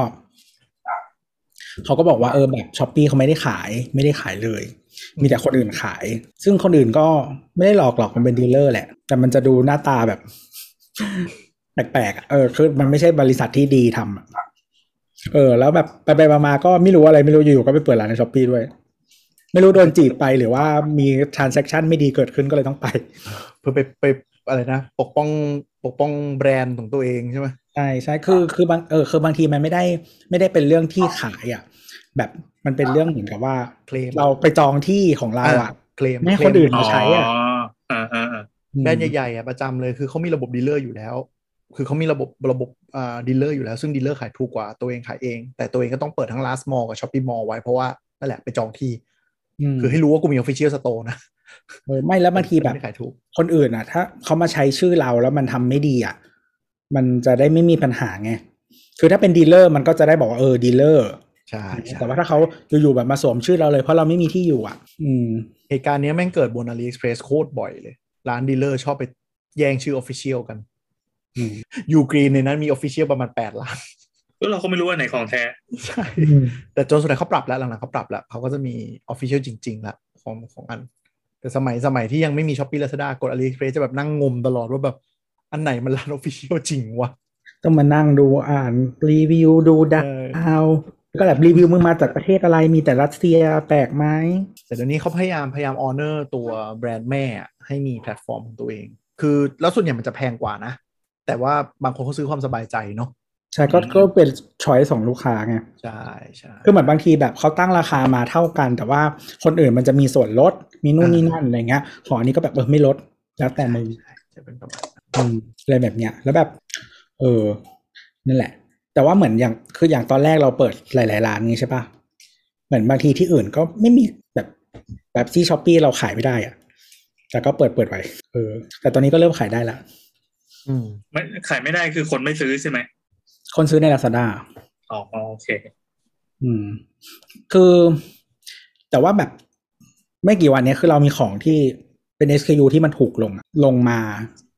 D: เขาก็บอกว่าเออแบบช้อปปีเขาไม่ได้ขาย ไม่ได้ขายเลย มีแต่คนอื่นขาย ซึ่งคนอื่นก็ไม่ได้หลอกหรอกมันเป็นดีลเลอร์แหละ แต่มันจะดูหน้าตาแบบ [LAUGHS] แปลกๆอะเออคือมันไม่ใช่บริษัทที่ดีทำอะเออ แล้วแบบไปๆมาๆก็ไม่รู้อะไรไม่รู้อยู่ๆก็ไปเปิดร้านในช้อปปีด้วย ไม่รู้โดนจีบไปหรือว่ามีทรานเซ็คชันไม่ดีเกิดขึ้นก็เลยต้องไป
F: เพื่อไปไปอะไรนะ ปกป้องปกป้องแบรนด์ของตัวเองใช่ไหม
D: ใช่ใช่คือคือบางเออคือบางทีมันไม่ได้ไม่ได้เป็นเรื่องที่ขายอ่ะ แบบมันเป็นเรื่องเหมือนกับว่า
F: เคลม
D: เราไปจองที่ของเราอ่ะ
F: เคลม
D: ไม่ให้คนอื่น
E: อ๋
D: มา
E: อ
D: ใช้อะ
E: เออเออเออ
D: อืม
F: แบรนด์ใหญ่ๆอ่ะประจำเลยคือเขามีระบบดีลเลอร์อยู่แล้ว คือเขามีระบบระบบอ่าดีลเลอร์อยู่แล้วซึ่งดีลเลอร์ขายถูกกว่าตัวเองขายเอง แต่ตัวเองก็ต้องเปิดทั้ง last mall กับ shopee mall ไว้เพราะว่านั่นแหละไปจองที่
D: ม
F: คือให้รู้ว่ากูมี Official Store นะ
D: เออไม่แล้วบางทีแบบ
F: ไม่ได้ขายถูก
D: คนอื่นอ่ะ ถ้าเขามาใช้ชื่อเราแล้วมันทำไม่ดีอ่ะ มันจะได้ไม่มีปัญหาไงคือถ้าเป็นดีลเลอร์มันก็จะได้บอกว่าเออดีลเลอร์
F: ใช่ใช่
D: แต่ว่าถ้าเขาอยู่ๆแบบมาสวมชื่อเราเลยเพราะเราไม่มีที่อยู่อ่ะ อืม
F: เหตุการณ์เนี้ยแม่งเกิดบน AliExpress โคตรบ่อยเลย ร้านดีลเลอร์ชอบไปแย่งชื่อ Official กัน
D: อืม
F: ยูกรีนในนั้นมี Official ประมาณ 8 ล้าน [LAUGHS]
E: แล้วเราก็ไม่รู้ว่าไหนของแท้
F: ใช่ แต่จนสุดท้ายเขาปรับแล้ว หลังๆเขาปรับแล้ว เขาก็จะมี Official จริงๆละของของอัน แต่สมัยสมัยที่ยังไม่มี Shopee Lazada กด AliExpress จะแบบนั่งงมตลอดว่าแบบอันไหนมันร้ [LAUGHS] าน Official จริงวะ
D: ต้องมานั่งดูอ่านรีวิวดูดาวแล้วก็แบบรีวิวมึงมาจากประเทศอะไรมีแต่รัสเซียแปลกไหม
F: แต่เดี๋ยวนี้เขาพยายามพยายามออเนอร์ตัวแบรนด์แม่อะให้มีแพลตฟอร์มของตัวเอง คือแล้วส่วนใหญ่มันจะแพงกว่านะ แต่ว่าบางคนเขาซื้อความสบายใจเนาะ
D: ใช่ก็ก็เป็นช้อยของลูกค้าไง
F: ใช่ใช่
D: คือเหมือนบางทีแบบเขาตั้งราคามาเท่ากัน แต่ว่าคนอื่นมันจะมีส่วนลดมีนู่นนี่นั่นอะไรเงี้ยของอันนี้ก็แบบเออไม่ลดแล้วแต่มึง
F: ใช่จะเป็นประมาณนั้น
D: อืมอะไรแบบเนี้ยแล้วแบบ เออ นั่นแหละ แต่ว่าเหมือนอย่างคืออย่างตอนแรกเราเปิดหลาย ๆ ร้านนี้ใช่ปะเหมือนบางทีที่อื่นก็ไม่มีแบบแบบที่ช้อปปีเราขายไม่ได้อะแต่ก็เปิดเปิดไว้เออ แต่ตอนนี้ก็เริ่มขายได้ละ
F: อืม
E: ไม่ขายไม่ได้คือคนไม่ซื้อใช่ไหม
D: คนซื้อใน Lazada
E: อ๋อโอเค
D: อืม คือ แต่ว่าแบบไม่กี่วันเนี้ยคือเรามีของที่เป็น SKU ที่มันถูกลงอะลงมา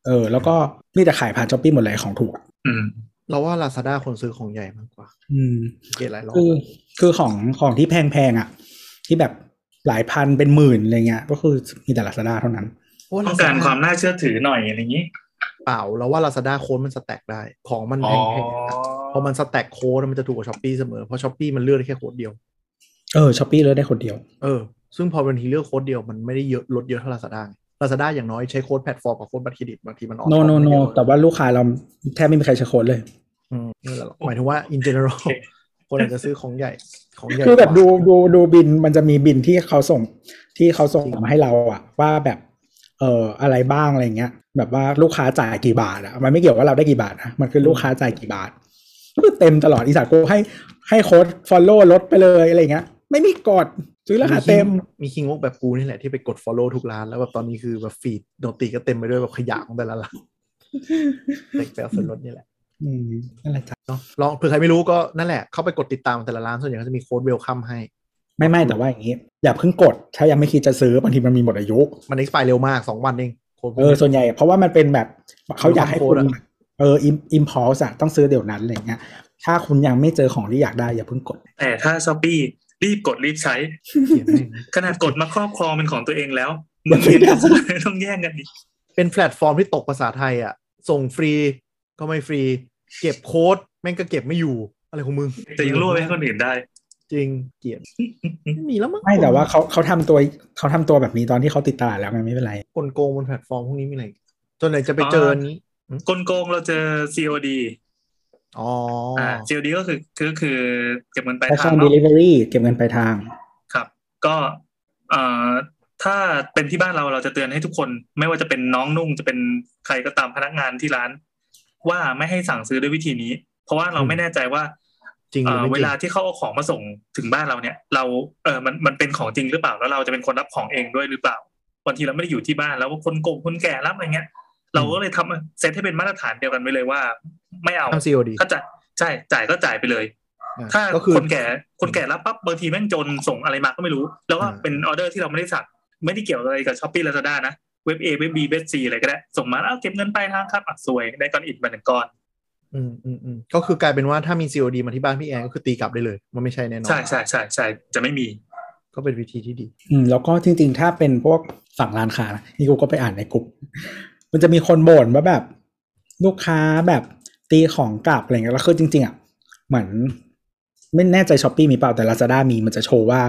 D: เออ แล้วก็มีแต่ขายผ่านช้อปปี้หมดเลยของถูกอะ
E: อืม
F: เราว่า Lazada คนซื้อของใหญ่มากกว่า
D: อืม
F: เกตหลายรอบ
D: คือคือของของที่แพงๆอ่ะ ที่แบบหลายพันเป็นหมื่นอะไรเงี้ย ก็คือมีแต่ลาซาด้าเท่านั้น
F: เพราะว่า
E: ต้องการ
F: Lazada
E: ความน่าเชื่อถือหน่อยอะไรอย่างนี้
F: เปล่าเราว่า Lazada โค้ดมันสแต็กได้ ของมัน
E: อ๋
F: แพ
E: อง
F: ๆพอมันสแต็กโค้ดมันจะถูกกว่าช้อปปีเสมอเพราะช้อปปีมันเลือกได้แค่โค้ดเดียว
D: เออช้อปปี้เลือกได้คนเดียว
F: เออซึ่งพอบางทีเลือกโค้ดเดียวมันไม่ได้เยอะลดเยอะเท่า Lazada ไง Lazada อย่างน้อยใช้โค้ดแพลตฟอร์มกับโค้ดบัตรเครดิตบางทีมันออก
D: โนโน
F: ของ
D: โน
F: ไม่ได้เยอะ
D: แต่ว่าลูกค้าเราแทบไม่มีใครใช้โค้ดเลย
F: อืมนั่นแหละหรอกหมายถึงว่า in
D: [LAUGHS]
F: general คนอาจจะซื้อของใหญ่ของใหญ่
D: คือแบบ
F: กว่า
D: ดูดูดูบินมันจะมีบินที่เขาส่งที่เขาส่งมาให้เราอะว่าแบบเอ่ออะไรบ้างอะไรเงี้ย แบบว่าลูกค้าจ่ายกี่บาทอะมันไม่เกี่ยวว่าเราได้กี่บาทนะมันคือลูกค้าจ่ายกี่บาทคือเต็มตลอดอีสานกูให้ให้โค้ดฟอลโล่ลดไปเลยอะไรเงี้ย ไม่มีกดซื้อราคาเต็ม
F: มีคิงโอกแบบกูนี่แหละที่ไปกด follow ทุกร้านแล้วแบบตอนนี้คือแบบฟีดโนติก็เต็มไปด้วยแบบขยะของแต่ละ
D: [LAUGHS]
F: ร้านแต่แปลส่วนลดนี่แหละ
D: อืมนั่นแหละจ้ะ
F: เนาะลองเผื่อใครไม่รู้ก็นั่นแหละ เข้าไปกดติดตามแต่ละร้านส่วนใหญ่ก็จะมีโค้ดเวลคัมให้
D: ไม่ไม่แต่ว่าอย่างนี้ อย่าเพิ่งกด ถ้ายังไม่คิดจะซื้อบางทีมันมีหมดอายุ
F: มัน expire เร็วมาก 2 วันเองโค้ดพวก
D: เออ
F: นี้
D: ส่วนใหญ่เพราะว่ามันเป็นแบบเขาอยากให้คุณ
F: โค้ดอะ
D: เอออิมพอสอะต้องซื้อเดี๋ยวนั้นอะไรเงี้ย ถ้าคุณยังไม่เจอของที่อยากได้อย่าเพิ่งกด
E: แต่ถ้าช้อปปี้รีบกดรีบใช้
F: เขียนแม่ง
E: ขนาดกดมาครอบครองเป็นของตัวเองแล้วมึงเห็นกับกูต้องแย่งกันอีก
F: เป็นแพลตฟอร์มที่ตกภาษาไทยอ่ะ ส่งฟรีก็ไม่ฟรี เก็บโค้ดแม่งก็เก็บไม่อยู่ อะไรของมึง
E: แต่ยังรั่วไปให้คนอื่นได้
F: จริงเกลียดไม่มีแล้วมั้ง
D: ไม่แต่ว่าเขาเขาทำตัวเขาทำตัวแบบนี้ตอนที่เขาติดตลาดแล้วไงไม่เป็นไร
F: คนโกงบนแพลตฟอร์มพวกนี้มีอะไรจนไหนจะไปเจออันนี้
E: กลโกงเราเจอ COD
F: อ๋ออ
E: อ่า COD ก็คือก็คือเก็บเงินปลายทาง
D: Fashion
E: เนาะ
D: Delivery เก็บเงินปลายทาง
E: ครับ ก็เอ่อถ้าเป็นที่บ้านเราเราจะเตือนให้ทุกคน ไม่ว่าจะเป็นน้องนุ่งจะเป็นใครก็ตามพนักงานที่ร้าน ว่าไม่ให้สั่งซื้อด้วยวิธีนี้ เพราะว่าเราไม่แน่ใจว่า
F: จริงห
E: เอ่อ
F: รือไม่
E: เว
F: จริง
E: ลาที่เขาเอาของมาส่งถึงบ้านเราเนี่ย เราเออมันมันเป็นของจริงหรือเปล่าแล้วเราจะเป็นคนรับของเองด้วยหรือเปล่าบางทีเราไม่ได้อยู่ที่บ้านแล้วว่าคนโกงคนแก่รับอะไรเงี้ย เราก็เลยทำเซตให้เป็นมาตรฐานเดียวกันไปเลยว่า ไม่เอา
F: ทำ COD
E: ถ้าจ่ายใช่จ่ายก็จ่ายไปเลย
F: อ่ะ
E: ถ้า
F: ก็คือ
E: คนแก่คนแก่รับปั๊บบางทีแม่งจนส่งอะไรมาก็ไม่รู้ แล้วก็
F: อ่า
E: เป็นออเดอร์ที่เราไม่ได้สั่งไม่ได้เกี่ยวอะไรกับช้อปปี้ลาซาด้านะเว็บเอเว็บบีเว็บซีอะไรก็ได้ส่งมาแล้วเก็บเงินปลายทางครับอ่ะสวยได้ก้อนอิฐมาหนึ่งก้อน
F: อืมอืมอืมก็คือกลายเป็นว่าถ้ามี COD มาที่บ้านพี่แอนก็คือตีกลับได้เลย มันไม่ใช่แน่นอน
E: ใช่ใช่ใช่ใช่จะไม่มี
F: ก็เป็นวิธีที่ดี
D: อืมแล้วก็จริง ๆ ถ้าเป็นพวกฝั่งร้านค้านะนี่กูก็ไปอ่านในกลุ่มมันจะมีคนบ่นว่าแบบ ลูกค้าแบบตีของกลับอะไรเงี้ยแล้วคือจริง ๆอ่ะเหมือนไม่แน่ใจช้อปปีมีเปล่าแต่ Lazada มีมันจะโชว์ว่า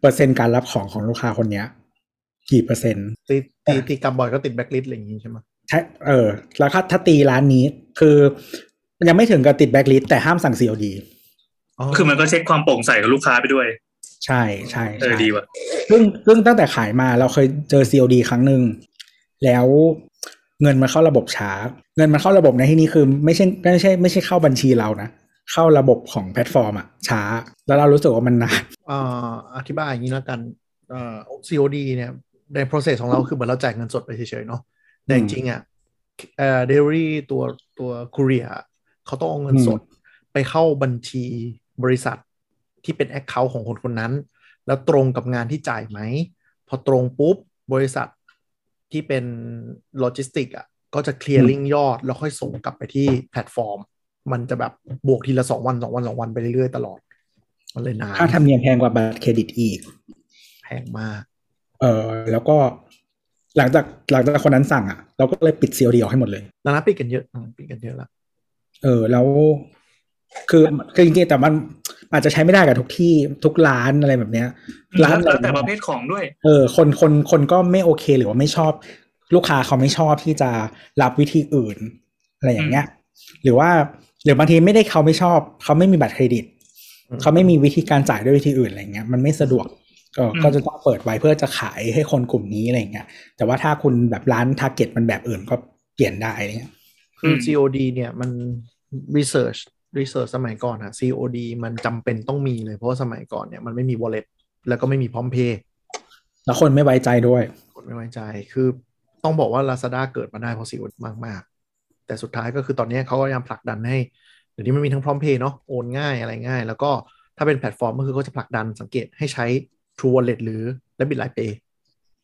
D: เปอร์เซ็นต์การรับของของลูกค้าคนเนี้ย กี่เปอร์เซ็นต์
F: ตีตีตีกลับบ่อยก็ติดแบล็คลิสต์อะไรอย่างงี้ใช่ไหม
D: ใช่เออราคาถ้าตีร้านนี้คือยังไม่ถึงกับติดแบ็คลิสแต่ห้ามสั่ง COD
E: คือมันก็เช็คความโปร่งใสกับลูกค้าไปด้วย
D: ใช่ใช่
E: เออ
D: ใช่
E: ดีว่ะ
D: ซึ่งซึ่งตั้งแต่ขายมาเราเคยเจอ COD ครั้งหนึ่งแล้วเงินมันเข้าระบบช้า เงินมันเข้าระบบในที่นี้คือไม่ใช่ไม่ใช่ไม่ใช่เข้าบัญชีเรานะ เข้าระบบของแพลตฟอร์มอะช้า แล้วเรารู้สึกว่ามันนาน
F: เอ่ออธิบายอย่างนี้แล้วกันเอ่อ COD เนี่ยใน process ของเราคือเหมือนเราจ่ายเงินสดไปเฉยๆเนาะแต่
D: อื
F: จ
D: ม
F: ริงๆอ่ะเอ่อ delivery ตัวตัว courier อะเขาต้องเอาเงินสดไปเข้าบัญชีบริษัทที่เป็น account ของคนคนนั้น แล้วตรงกับงานที่จ่ายไหม พอตรงปุ๊บบริษัทที่เป็นโลจิสติกอ่ะก็จะเคลียร์ลิงยอด แล้วค่อยส่งกลับไปที่แพลตฟอร์ม มันจะแบบบวกทีละสองวันสองวันสองวันไปเรื่อยๆตลอด มันเลยนาน
D: ค่าธรรมเนียมแพงกว่าบัตรเครดิตอีก
F: แพงมาก
D: เออแล้วก็หลังจากหลังจากคนนั้นสั่งอะเราก็เลยปิด COD ออกให้หมดเลย
F: ร้านอาหารปิดกันเยอะอืมปิดกันเยอะละ
D: เออแล้วคือคือจริงๆแต่มันอาจจะใช้ไม่ได้กับทุกที่ทุกร้านอะไรแบบเนี้ยร้าน
E: แล้วแต่ประเภทของด้วย
D: เออคนคนคนก็ไม่โอเคหรือว่าไม่ชอบ ลูกค้าเขาไม่ชอบที่จะรับวิธีอื่น อะไรอย่างเงี้ย หรือว่าหรือบางทีไม่ได้เขาไม่ชอบ เขาไม่มีบัตรเครดิต เขาไม่มีวิธีการจ่ายด้วยวิธีอื่นอะไรเงี้ยมันไม่สะดวกก็
E: อืม
D: ก็จะต้องเปิดไว้เพื่อจะขายให้คนกลุ่มนี้อะไรเงี้ยแต่ว่าถ้าคุณแบบร้านทาร์เก็ตมันแบบอื่นก็เปลี่ยนได้อะไรเงี้ย
F: คือ
E: ม
F: COD เนี่ยมัน research research สมัยก่อนอะ COD มันจำเป็นต้องมีเลย เพราะว่าสมัยก่อนเนี่ยมันไม่มี wallet แล้วก็ไม่มีพร้อมเพย์
D: แล้วคนไม่ไว้ใจด้วย
F: คนไม่ไว้ใจ คือต้องบอกว่า Lazada เกิดมาได้เพราะ COD มาก ๆ แต่สุดท้ายก็คือตอนเนี้ยเขาก็พยายามผลักดันให้เดี๋ยวนี้มันมีทั้งพร้อมเพย์เนาะโอนง่ายอะไรง่าย แล้วก็ถ้าเป็นแพลตฟอร์มก็คือเขาจะผลักดันสังเกตให้ใช้ True Wallet หรือ Debit Line Pay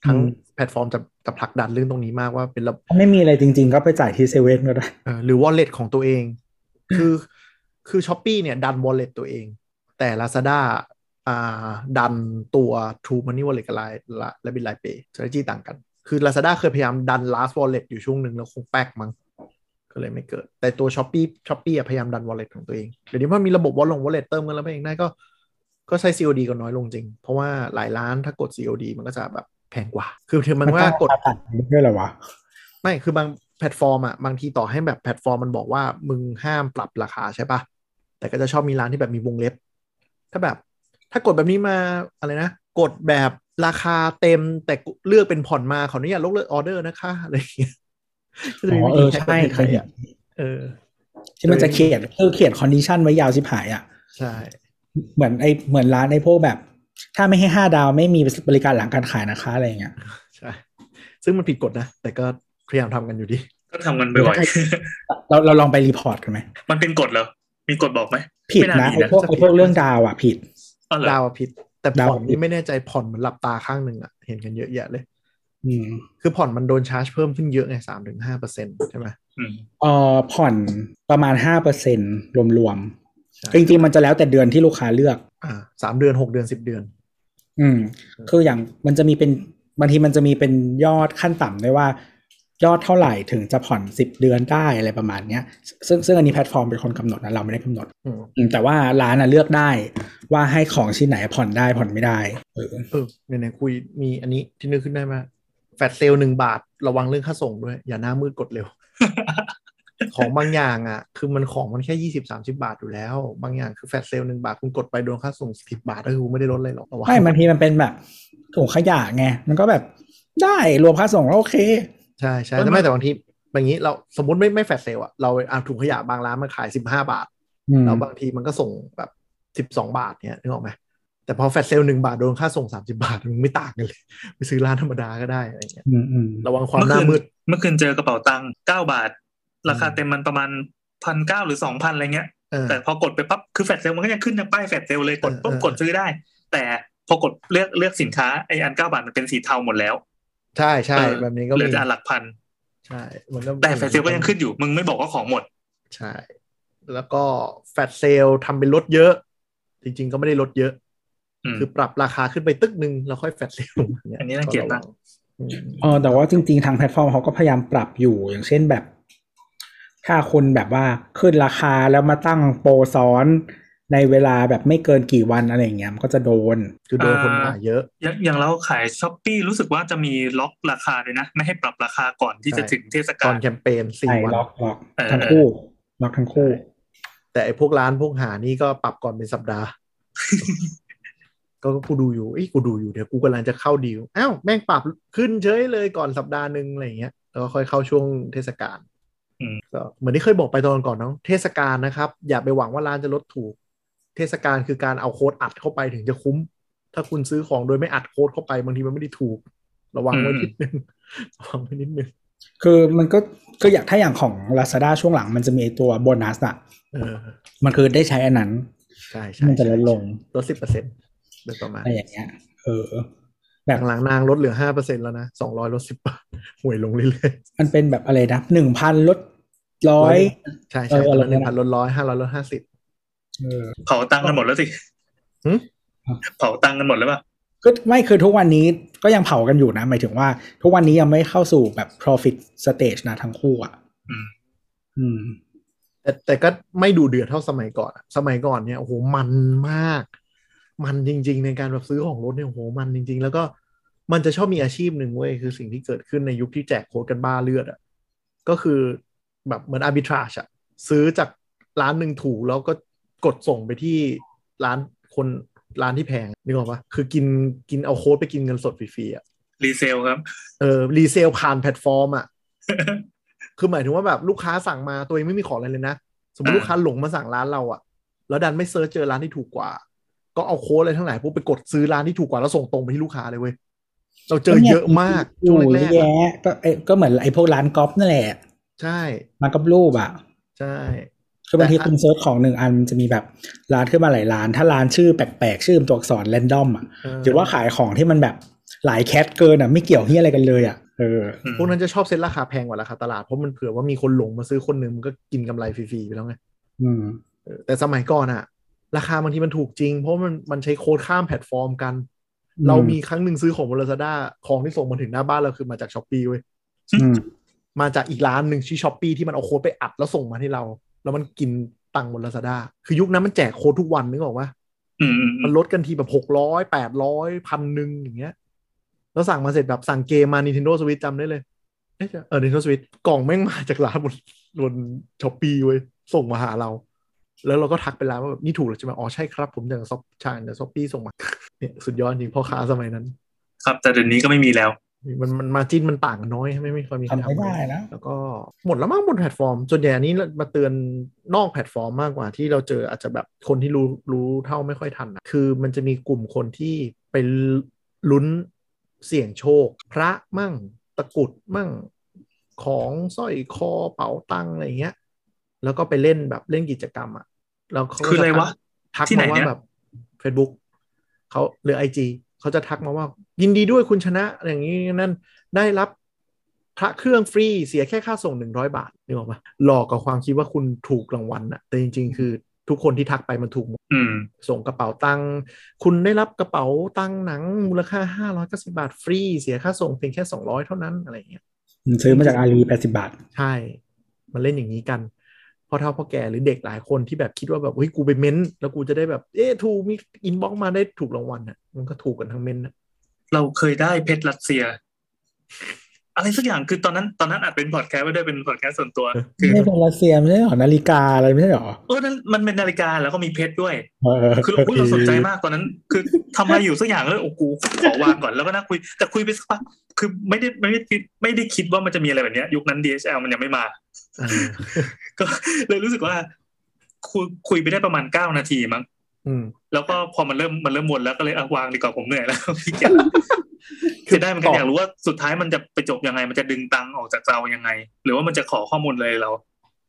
F: ทั้ง
D: อืม
F: แพลตฟอร์มจะจะผลักดันเรื่องตรงนี้มากว่าเป็นระ
D: ถ้าไม่มีอะไรจริง ๆ ก็ไปจ่ายที่เซเว่นก็ได้
F: เออหรือ wallet ของตัวเอง คือคือช้อปปีเนี่ย ดัน wallet ตัวเอง แต่ Lazada อ่าดันตัว True Money Wallet กับ Line และบิน Line Pay strategy ต่างกัน คือ Lazada เคยพยายามดัน last wallet อยู่ช่วงหนึ่งแล้วคงแป๊กมั้งก็เลยไม่เกิด แต่ตัว s h o p ปี้ช้อปปี้พยายามดัน wallet ของตัวเอง เดี๋ยวนี้มันมีระบบ wallet ลง wallet เติมเงินแล้วไปเองได้ก็ ก็ใช้ COD ก็น้อยลงจริง เพราะว่าหลายร้านถ้ากด COD มันก็จะแบบแพงกว่า คือถึงมันว่ากด
D: มันตั้งรคต่างด้วยเหรอวะ
F: ไม่ คือบางแพลตฟอร์มอ่ะ บางทีต่อให้แบบแพลตฟอร์มมันบอกว่ามึงห้ามปรับราคาใช่ปะแต่ก็จะชอบมีร้านที่แบบมีวงเล็บ ถ้าแบบ ถ้ากดแบบนี้มาอะไรนะ กดแบบราคาเต็มแต่เลือกเป็นผ่อนมาขออนุญาตลดเลิกออเดอร์นะคะอะไรอย่างเงี้ยก็จะ
D: อ๋
F: มี
D: อ
F: วิ
D: เอ
F: ธี
D: อ
F: แฮก
D: ใช่
F: ประเทศไทยอ่ะเออ
D: ที่มันจะเขียนคือเขียนคอนดิชันไว้ยาวชิบหายอ่ะ
F: ใช่
D: เหมือนไอเหมือนร้านไอพวกแบบ ถ้าไม่ให้ห้าดาวไม่มีบริการหลังการขายนะคะอะไรอย่างเงี้ย
F: ใช่ ซึ่งมันผิดกฎนะ แต่ก็พยายามทำกันอยู่ดี
E: ก็ทำกันบ่อย
D: เราเราลองไปรีพอร์ตกันไหม
E: ๆ มันเป็นกฎเหรอ มีกฎบอกไหม
D: ผิด
E: ไม่า
D: นะ
E: มี
D: ไอพวก
F: จะผิ
D: ไอ
F: ด
D: พวกเรื่องดาวอ่ะผิด
E: อ๋อเหรอ
F: ดาวอะผิด แต่
D: ดาว
F: ผ่อน
D: อะผิด
F: นี่ไม่แน่ใจผ่อนเหมือนหลับตาข้างหนึ่งอ่ะ เห็นกันเยอะแยะเลย
D: อืม
F: คือผ่อนมันโดนชาร์จเพิ่มขึ้นเยอะไงสามถึงห้าเปอร์เซ็นต์ใช่ไหม
E: อืม
D: เอ่อผ่อนประมาณห้าเปอร์เซ็นรวม
F: ใช่
D: ๆจริงๆมันจะแล้วแต่เดือนที่ลูกค้าเลือก
F: อ่าสามเดือนหกเดือนสิบเดือน
D: อืม คืออย่างมันจะมีเป็นบางทีมันจะมีเป็นยอดขั้นต่ำด้วยว่า ยอดเท่าไหร่ถึงจะผ่อนสิบเดือนได้อะไรประมาณเนี้ย ซึ่งซึ่งอันนี้แพลตฟอร์มเป็นคนกำหนดนะเราไม่ได้กำหนด
F: อืม
D: อืมแต่ว่าร้านน่ะเลือกได้ว่าให้ของชิ้นไหนผ่อนได้ผ่อนไม่ได้เออ
F: เออไหนๆคุยมีอันนี้ที่นึกขึ้นได้มาแฟดเซลหนึ่งบาทระวังเรื่องค่าส่งด้วย อย่าหน้ามืดกดเร็ว [LAUGHS] ของบางอย่างอ่ะ คือมันของมันแค่ยี่สิบสามสิบาทอยู่แล้ว บางอย่างคือแฟดเซลหนึ่งบาท คุณกดไปโดนค่าส่งสิบบาทก็คือไม่ได้ลดเลยหรอกระวัง [LAUGHS]
D: ไม่บางทีมันเป็นแบบถุงขยะไงมันก็แบบได้รวมค่าส่งแล้วโอเค
F: ใช่ใช่แต่ไม่แต่บางทีบางทีเราสมมติไม่ไม่แฟดเซลอ่ะเราเอาถุงขยะบางร้านมันขายสิบห้าบาท
D: อืม
F: แล้วบางทีมันก็ส่งแบบสิบสองบาทเนี่ยนึกออกไหมแต่พอแฟลชเซลล์หนึ่งบาทโดนค่าส่งสามสิบาทมันไม่ต่างกันเลย [LAUGHS] ไปซื้อร้านธรรมดาก็ได้อะไรเงี้ย
D: อืมอืม
F: ระวังความห
E: เมื่
F: น้า
E: อคื
F: มืด
E: นเมื่อคืนเจอกระเป๋าตังค์เก้าบาท ราคา
F: อืม
E: เต็มมันประมาณพันเก้าหรือสองพันอะไรเงี้ย
F: เออ
E: แต่พอกดไปปั๊บคือแฟลชเซลมันก็ยังขึ้นทางป้ายแฟลชเซลเลยกด
F: เออ
E: ปุ๊บ
F: เออ
E: กดซื้อได้ แต่พอกดเลือกเลือกสินค้าไออันเก้าบาทมันเป็นสีเทาหมดแล้ว
F: ใช่ใช่
E: เออ
F: แบบนี้ก็
E: เหลือ
F: มี
E: แต่อันหลักพัน
F: ใช่มันก็
E: แต่แฟลชเซลก็ยังขึ้นอยู่ มึงไม่บอกว่าของหมด
F: ใช่ แล้วก็แฟลชเซลล์ทำเป็นลดเยอะ จริง ๆ ก็ไม่ได้ลดเยอะ
E: อืม
F: คือปรับราคาขึ้นไปตึกหนึ่งแล้วค่อยแฟลชเซลล์ย
E: อันนี้น่าเกลียดมาก
F: อืม
D: เออแต่ว่าจริง ๆ ทางแพลตฟอร์มเขาก็พยายามปรับอยู่อย่างเช่นแบบ ถ้าคนแบบว่าขึ้นราคาแล้วมาตั้งโปรซ้อนในเวลาแบบไม่เกินกี่วันอะไรอย่างเงี้ยมันก็จะโดน
F: คือโดนคนด่าเยอะ
E: อย่างอย่างเราขายช้อปปีรู้สึกว่าจะมีล็อกราคาด้วยนะ ไม่ให้ปรับราคาก่อนที่จะ
F: ใช่
E: ถึงเทศ
F: ต
E: กา
F: อน
E: ล
F: แคมเปญสี่
D: ใช่
F: วัน
D: ล็อกล็อก
E: เออ
D: ทั้งคู่ล็อกทั้งคู่
F: ใช่แต่ไอ้พวกร้านพวกหานี่ก็ปรับก่อนเป็นสัปดาห์ [LAUGHS] ก็กูดูอยู่เอ้ยกูดูอยู่เดี๋ยวกูกำลังจะเข้าดีลอ้าวแม่งปรับขึ้นเฉยเลยก่อนสัปดาห์หนึ่งอะไรอย่างเงี้ยแล้วก็ค่อยเข้าช่วงเทศกาล
E: อืม
F: ก็เหมือนที่เคยบอกไปตอนก่อนเนาะเทศกาลนะครับ อย่าไปหวังว่าร้านจะลดถูก เทศกาลคือการเอาโค้ดอัดเข้าไปถึงจะคุ้ม ถ้าคุณซื้อของโดยไม่อัดโค้ดเข้าไปบางทีมันไม่ได้ถูก ระวังไว้นิดนึงระวังไว้นิดนึง
D: คือมันก็ก็อยากถ้าอย่างของ Lazada ช่วงหลังมันจะมีไอ้ตัวโบนัสอะ
F: เออ
D: มันคือได้ใช้อันนั้น
F: ใช่ใช่
D: มันจะลดลง
F: ลดสิบเปอร์เซ็นต์โดยประมาณ
D: อะไรอย่างเงี้ย เออ แบบ
F: หลังๆนางลดเหลือห้าเปอร์เซ็นแล้วนะสองร้อยลดสิบบาทห่วยลงเรื่อย
D: มันเป็นแบบอะไรนะหนึ่งพันลดร้อย
F: ๆ ใช่
D: เอ
F: ใช่
D: ออะไร
F: หนึ่งพั
D: นะ
F: นลดร้อยห้าร้อยลดห้าสิบ
E: เผาตังค์กันหมดแล้วสิ
F: หึ
E: เผาตังค์กันหมดแล้วป่ะ
D: ก็ไม่คือทุกวันนี้ก็ยังเผากันอยู่นะ หมายถึงว่า ทุกวันนี้ยังไม่เข้าสู่แบบ profit stage นะทั้งคู่อ่ะ
E: อืม
D: อืม
F: แต่แต่ก็ไม่ดูเดือดเท่าสมัยก่อนอะสมัยก่อนเนี่ยโอ้โหมันมาก มันจริง ๆ ในการแบบซื้อของรถเนี่ยโอ้โหมันจริง ๆ แล้วก็มันจะชอบมีอาชีพหนึ่งเว้ยคือสิ่งที่เกิดขึ้นในยุคที่แจกโค้ดกันบ้าเลือดอ่ะก็คือแบบเหมือน arbitrage อ่ะซื้อจากร้านหนึ่งถูกแล้วก็กดส่งไปที่ร้านคนร้านที่แพงนึกออกปะคือกินกินเอาโค้ดไปกินเงินสดฟรีๆอ่ะ
E: รีเซลครับ
F: เออรีเซลผ่านแพลตฟอร์ม
D: [LAUGHS]
F: อ่ะ คือหมายถึงว่าแบบลูกค้าสั่งมาตัวเองไม่มีของอะไรเลยนะ สมมติ
E: อ่า
F: ลูกค้าหลงมาสั่งร้านเราอ่ะ แล้วดันไม่เซิร์ชเจอร้านที่ถูกกว่า ก็เอาโค้ดอะไรทั้งหลายพวกไปกดซื้อร้านที่ถูกกว่าแล้วส่งตรงไปที่ลูกค้าเลยเว้ย เราเจอเยอะมาก
D: อ
F: ช่ว
D: ยู่
F: ง
D: เยอะ
F: แรกๆอะ
D: แยะก็เอ้ยก็เหมือนไอ้พวกร้านก๊อปนั่นแหละ
F: ใช่
D: ร้านก๊อปรูปอ่ะ
F: ใช่
D: คือบางที
F: แต่
D: คุณเซิร์ชของหนึ่งอันมันจะมีแบบร้านขึ้นมาหลายร้าน ถ้าร้านชื่อแปลกๆ ชื่อตัวอักษรแรนดอมอ่ะ
F: เออ
D: หรือว่าขายของที่มันแบบ หลายแคทเกินอ่ะ ไม่เกี่ยวเฮียอะไรกันเลยอ่ะเออ
E: อืม
F: พวกนั้นจะชอบเซ็ตราคาแพงกว่าราคาตลาด เพราะมันเผื่อว่ามีคนหลงมาซื้อคนหนึงมันก็กินกำไรฟรีๆไปแล้วไง
D: อืม
F: เออแต่สมัยก่อนอะราคาบางทีมันถูกจริง เพราะมันมันใช้โค้ดข้ามแพลตฟอร์มกัน
D: อืม
F: เรามีครั้งหนึ่งซื้อของบนลาซาด้าของที่ส่งมาถึงหน้าบ้านเราคือมาจากช้อปปี้เว้ย
D: อืม
F: มาจากอีกร้านหนึ่งชื่อช้อปปี้ที่มันเอาโค้ดไปอัดแล้วส่งมาให้เรา แล้วมันกินตังค์บนลาซาด้าคือยุคนั้นมันแจกโค้ดทุกวันนึกออกปะ
E: อืมอืมอื
F: มัน
E: ม
F: ลดกันทีแบบหกร้อยแปดร้อยพันหนึ่งอย่างเงี้ย แล้วสั่งมาเสร็จแบบสั่งเกมมา Nintendo Switch จำได้เลย เอ๊ะเออ Nintendo Switch กล่องแม่งมาจากร้านบนบนช้อปปี้เว้ย ส่งมาหาเรา แล้วเราก็ทักไปร้านว่าแบบนี่ถูกหรือใช่ไหมอ๋อ ใช่ครับ ผมจากซอปชาจากซอปปี้ส่งมา เนี่ยสุดยอดจริงพ่อค้าสมัยนั้น
E: ครับ แต่เดี๋ยวนี้ก็ไม่มีแล้ว
F: มันมันมาจิ้นมันต่างกันน้อยไม่ไม่ค่อยมีใคร
D: ทำไม่ได้แล้ว
F: แล้วก็หมดแล้วมั้งบนแพลตฟอร์ม ส่วนใหญ่อันนี้มาเตือนนอกแพลตฟอร์มมากกว่าที่เราเจออาจจะแบบคนที่รู้รู้เท่าไม่ค่อยทันอะคือมันจะมีกลุ่มคนที่ไปลุ้นเสี่ยงโชค พระมั่งตะกรุดมั่งของสร้อยคอเป๋าตังอะไรอย่างเงี้ย แล้วก็ไปเล่นแบบเล่นกิจกรรมอะแล้วเขาก็
E: คืออะไรวะ
F: ทัก
E: ที่ไหน
F: มา
E: เนี่
F: ว่าย แบบ Facebook เขาหรือไอจีเขาจะทักมาว่า ยินดีด้วยคุณชนะอย่างนี้นั่นได้รับพระเครื่องฟรีเสียแค่ค่าส่งหนึ่งร้อยบาทนึกออกปะหลอกกับความคิดว่าคุณถูกรางวัลอะแต่จริง ๆ คือทุกคนที่ทักไปมันถูกหมด
E: อืม
F: ส่งกระเป๋าตังค์คุณได้รับกระเป๋าตังค์หนังมูลค่าห้าร้อยเก้าสิบาทฟรีเสียค่าส่งเพียงแค่สองร้อยเท่านั้นอะไรอย่างเงี้ย
D: อืมซื้อมาจากอาลีแปดสิบาท
F: ใช่ มันเล่นอย่างนี้กันพ่อเฒ่าพ่อแก่หรือเด็กหลายคนที่แบบคิดว่าแบบเฮ้ยกูไปเม้นต์แล้วกูจะได้แบบ เอ๊ะถูกมีอินบ็อกมาได้ถูกรางวัลอ่ะ มันก็ถูกกันทั้งเม้นต์อะ
E: เราเคยได้เพชรรัสเซีย อะไรสักอย่างคือตอนนั้นตอนนั้นอาจเป็นพอดแคสต์ไม่ได้วยเป็นพอดแคสต์ส่วนตัว คือ
D: ไม่เป็นรัสเซียไม่ใช่หรอนาฬิกาอะไรไม่ใช่หรอ
E: เออนั้นมันเป็นนาฬิกาแล้วก็มีเพชรด้วย
D: เออ
E: คือเราอุ๊ยเราสนใจมากตอนนั้น คือทำอะไรอยู่สักอย่างแล้วโอ้กูขอวางก่อนแล้วก็นั่งคุย แต่คุยไปสักพักคือไม่ได้ไม่ได้คิดไม่ได้คิดว่ามันจะมีอะไรแบบเนี้ยยุคนั้น DHL มันยังไม่มา
F: อ่า
E: ก็เลยรู้สึกว่า คุยคุยไปได้ประมาณเก้านาทีมั้ง
F: อืม
E: แล้วก็พอมันเริ่มมันเริ่มวนแล้วก็เลยเอาวางดีกว่าผมเหนื่อยแล้ว [LAUGHS] พี่เกียจจะได้เหมันกันอยากรู้ว่าสุดท้ายมันจะไปจบยังไง มันจะดึงตังค์ออกจากเรายังไง หรือว่ามันจะขอข้อมูลเลยเรา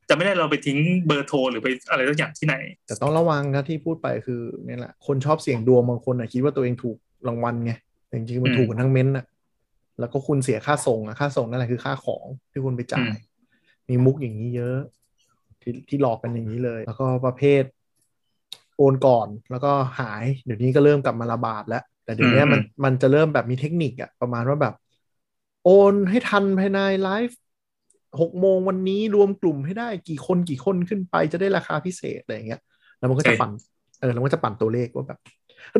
E: จะไม่ได้เราไปทิ้งเบอร์โทรหรือไปอะไรสักอย่างที่ไหน
F: แต่ต้องระวังนะที่พูดไปคือเนี่ยแหละ คนชอบเสี่ยงดวงบางคนอ่ะคิดว่าตัวเองถูกรางวัลไงแต่จริงๆมัน
E: อืม
F: ถูกกันทั้งเม้นต์อ่ะแล้วก็คุณเสียค่าส่งอ่ะค่าส่งนั่นแหละคือค่าของที่คุณไปจ่าย
E: อืม
F: มีมุกอย่างนี้เยอะ ที่ที่หลอกกันอย่างนี้เลย แล้วก็ประเภท โอนก่อนแล้วก็หาย เดี๋ยวนี้ก็เริ่มกลับมาระบาดแล้ว แต่เดี๋ยวเนี้ย
E: อืม
F: มันมันจะเริ่มแบบมีเทคนิคอะประมาณว่าแบบ โอนให้ทันภายในไลฟ์หกโมงวันนี้รวมกลุ่มให้ได้กี่คนกี่คนขึ้นไปจะได้ราคาพิเศษอะไรอย่างเงี้ย แล้วมันก็จะปั่นเออแล้วมันก็จะปั่นตัวเลขว่าแบบ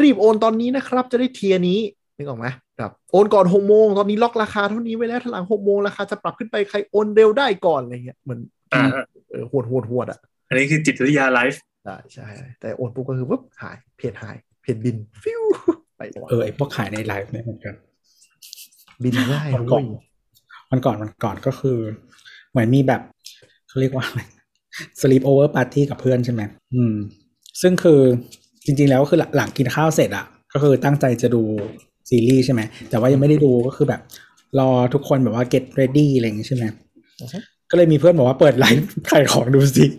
F: รีบโอนตอนนี้นะครับ จะได้เทียร์นี้นึกออกไหมแบบโอนก่อนหกโมงตอนนี้ล็อกราคาเท่านี้ไว้แล้วถ้าหลังหกโมงราคาจะปรับขึ้นไปใครโอนเร็วได้ก่อนอะไรเงี้ยเหมือน
E: อ่า
F: เออหวดหวดหวดอะ
E: อันนี้คือจิตวิทยาไลฟ์
F: ได้ใช่แต่โอนปุ๊บก็คือปุ๊บหายเพจหายเพจบิน ฟิวไปเลย
D: เออไอพวกขายในไลฟ์เนี่ยเหมือนกัน
F: บินง่าย
D: มันก่อนมันก่อนมันก่อนก็คือ เหมือนมีแบบเขาเรียกว่าสลีปโอเวอร์ปาร์ตี้กับเพื่อนใช่ไหมอืม ซึ่งคือจริง ๆ แล้วคือหลังหลังกินข้าวเสร็จอะก็คือตั้งใจจะดูซีรีส์ใช่ไหมแต่ว่ายังไม่ได้ดูก็คือแบบ รอทุกคนแบบว่า get ready อะไรอย่างงี้ใช่ไหม
F: อือฮึ
D: ก็เลยมีเพื่อนบอกว่าเปิดไลฟ์ [LAUGHS] ขายของดูสิ [LAUGHS]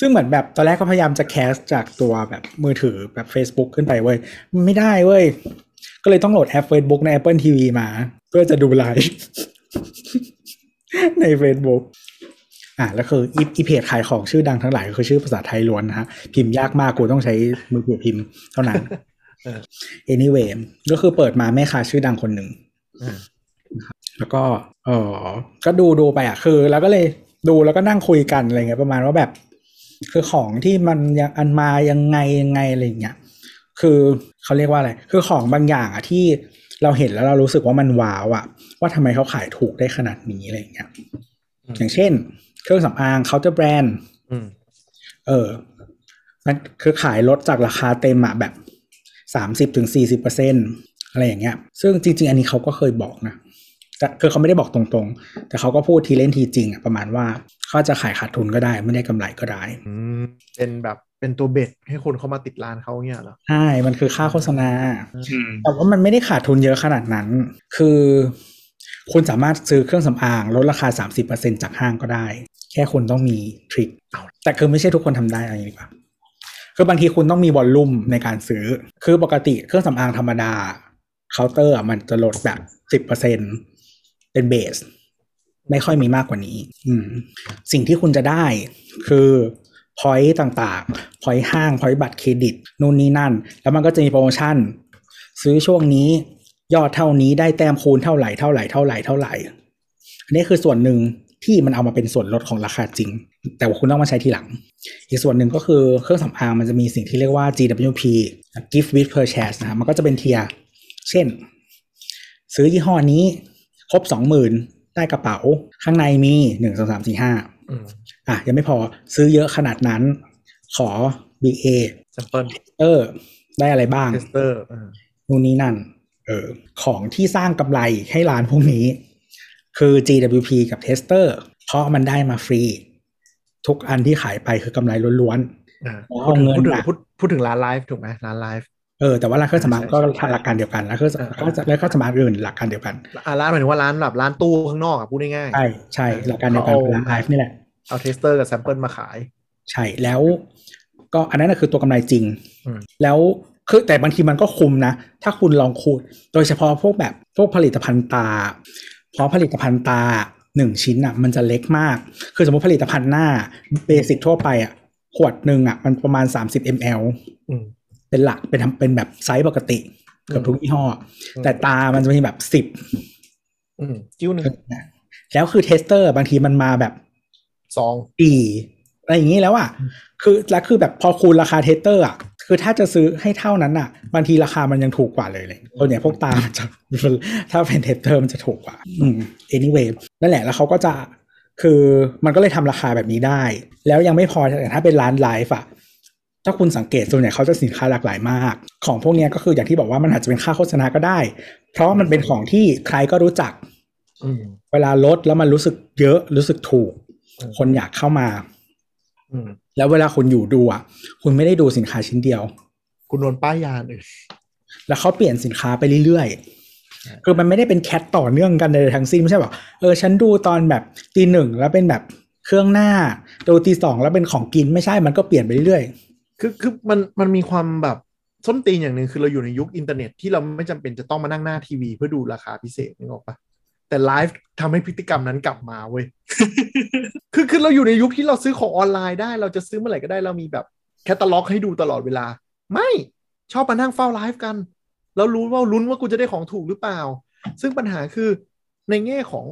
D: ซึ่งเหมือนแบบตอนแรกก็พยายามจะแคสจากตัวแบบมือถือแบบ Facebook ขึ้นไปเว้ย ไม่ได้เว้ย ก็เลยต้องโหลดแอป Facebook ใน Apple TV มา เพื่อจะดูไลฟ์ [LAUGHS] ใน Facebook อ่ะแล้วคืออีอีเพจขายของชื่อดังทั้งหลายก็คือชื่อภาษาไทยล้วนนะฮะ พิมพ์ยากมากกูต้องใช้มือถือพิมพ์เท่านั้น [LAUGHS] anyway ก็คือเปิดมาแม่ค้าชื่อดังคนหนึ่ง
F: อ่า
D: แล้วก็เออก็ดูดูไปอ่ะคือ แล้วก็เลยดูแล้วก็นั่งคุยกันอะไรเงี้ยประมาณว่าแบบ คือของที่มันยังอันมายังไงยังไงอะไรอย่างเงี้ยคือเขาเรียกว่าอะไร คือของบางอย่างอ่ะที่เราเห็นแล้วเรารู้สึกว่ามันว้าวอ่ะ ว่าทำไมเขาขายถูกได้ขนาดนี้อะไรอย่างเงี้ยอย่างเช่น เครื่องสำอางเคาน์เตอร์แบรนด์
F: อืม
D: เออมันคือขายลดจากราคาเต็มอะแบบสามสิบถึงสี่สิบเปอร์เซ็นอะไรอย่างเงี้ย ซึ่งจริง ๆ อันนี้เขาก็เคยบอกนะ แต่คือเขาไม่ได้บอกตรงๆ แต่เขาก็พูดทีเล่นทีจริงอะประมาณว่าเขาจะขายขาดทุนก็ได้ ไม่ได้กำไรก็ได้
F: อืมเป็นแบบเป็นตัวเบ็ดให้คนเข้ามาติดร้านเขาเงี้ยเหรอ
D: ใช่ มันคือค่าโฆษณา
E: อืม
D: แต่ว่ามันไม่ได้ขาดทุนเยอะขนาดนั้น คือ คุณสามารถซื้อเครื่องสำอางลดราคา 30%จากห้างก็ได้ แค่คุณต้องมีทริคแต่คือไม่ใช่ทุกคนทำได้เอะไรอย่างนี้ดีกว่า คือบางทีคุณต้องมีวอลลุ่มในการซื้อ คือปกติเครื่องสำอางธรรมดาเคาน์เตอร์อะมันจะลดแบบสิบเปอร์เซ็นเป็นเบส ไม่ค่อยมีมากกว่านี้ อืม สิ่งที่คุณจะได้คือพอยต์ต่างๆพอยต์ห้างพอยต์บัตรเครดิต นู่นนี่นั่น แล้วมันก็จะมีโปรโมชั่น ซื้อช่วงนี้ยอดเท่านี้ได้แต้มคูณเท่าไหร่เท่าไหร่เท่าไหร่เท่าไหร่ อันนี้คือส่วนหนึ่งที่มันเอามาเป็นส่วนลดของราคาจริง แต่ว่าคุณต้องมาใช้ทีหลัง อีกส่วนหนึ่งก็คือเครื่องสำอางมันจะมีสิ่งที่เรียกว่า GWP Gift with Purchase นะมันก็จะเป็นเทียร์เช่น ซื้อยี่ห้อนี้ครบสองหมื่นได้กระเป๋า ข้างในมีหนึ่งสองสามสี่ห้า
G: อืม
D: อ่ะยังไม่พอซื้อเยอะขนาดนั้น ขอ BA
G: แซมเปิล
D: เออ ได้อะไรบ้าง
F: เทสเตอร์
D: นู่นนี่นั่น เออ ของที่สร้างกำไรให้ร้านพวกนี้ คือ GWP กับ Tester เพราะมันได้มาฟรี ทุกอันที่ขายไปคือกำไรล้วน
F: อ่า
D: ๆแล้วเอาเงิน
F: พูดถึง
D: อะ
F: พูดพูดถึงร้านไลฟ์ถูกไหมร้านไลฟ์
D: เออแต่ว่าร้านเครื่องสำอางก็หลักการเดียวกัน แล้วเครื่อง
F: อ่า
D: ก็จะแล้วเครื่องสำอางอื่นหลักการเดียวกัน
F: อ่าร้านหมายถึงว่าร้านแบบร้านตู้ข้างนอกอะพูดง่าย
D: ใช่ใช่หลักการเดียวกัน
F: เอา
D: คือร้านไลฟ์นี่แหละ
F: ๆเอาเทสเตอร์กับแซมเปิลมาขาย
D: ใช่แล้วก็อันนั้นนะคือตัวกำไรจริง
F: อืม
D: แล้วคือแต่บางทีมันก็คุมนะ ถ้าคุณลองคูณโดยเฉพาะพวกแบบพวกผลิตภัณฑ์ตา เพราะผลิตภัณฑ์ตาหนึ่งชิ้นอ่ะมันจะเล็กมาก คือสมมติผลิตภัณฑ์หน้าเบสิกทั่วไปอ่ะขวดหนึ่งอ่ะมันประมาณ 30 ml
F: อืม
D: เป็นหลักเป็นทำเป็นแบบไซส์ปกติเกือบทุกยี่ห้ออ
F: ม
D: แต่ตามันจะมีแบบสิบ
F: อืมจิ้วหนึ่ง
D: แล้วคือเทสเตอร์บางทีมันมาแบบ
F: ซอง
D: ปีอะไรอย่างนี้แล้วอ่ะ คือแล้วคือแบบพอคูณราคาเทสเตอร์อ่ะ คือถ้าจะซื้อให้เท่านั้นอ่ะ บางทีราคามันยังถูกกว่าเลยเลยตัวเนี้ยพวกตามันจะ ถ้าเป็นเทสเตอร์มันจะถูกกว่า อืม anyway นั่นแหละแล้วเขาก็จะ คือมันก็เลยทำราคาแบบนี้ได้ แล้วยังไม่พอแต่ถ้าเป็นร้านไลฟ์อ่ะ ถ้าคุณสังเกตส่วนใหญ่เขาจะสินค้าหลากหลายมาก ของพวกเนี้ยก็คืออย่างที่บอกว่ามันอาจจะเป็นค่าโฆษณาก็ได้ เพราะมันเป็นของที่ใครก็รู้จัก
F: อืม
D: เวลาลดแล้วมันรู้สึกเยอะรู้สึกถูก
F: อืม
D: คนอยากเข้ามา
F: อืม
D: แล้วเวลาคุณอยู่ดูอ่ะ คุณไม่ได้ดูสินค้าชิ้นเดียว
F: คุณโดนป้ายยาอื่น
D: แล้วเขาเปลี่ยนสินค้าไปเรื่อย
F: ใช่
D: ๆ คือมันไม่ได้เป็นแคตต่อเนื่องกันใดๆทั้งสิ้นไม่ใช่แบบเออฉันดูตอนแบบตีหนึ่งแล้วเป็นแบบเครื่องหน้าดูตีสองแล้วเป็นของกินไม่ใช่มันก็เปลี่ยนไปเรื่อย
F: คือคือมันมันมีความแบบส้นตีนอย่างหนึ่งคือเราอยู่ในยุคอินเทอร์เน็ตที่เราไม่จำเป็นจะต้องมานั่งหน้าทีวีเพื่อดูราคาพิเศษนึกออกปะแต่ไลฟ์ทำให้พฤติกรรมนั้นกลับมาเว้ย [LAUGHS] คือคือเราอยู่ในยุคที่เราซื้อของออนไลน์ได้ เราจะซื้อเมื่อไหร่ก็ได้เรามีแบบแคตตาล็อกให้ดูตลอดเวลา ไม่ชอบมานั่งเฝ้าไลฟ์กัน แล้วรู้ว่าลุ้นว่ากูจะได้ของถูกหรือเปล่า ซึ่งปัญหาคือในแง่ของ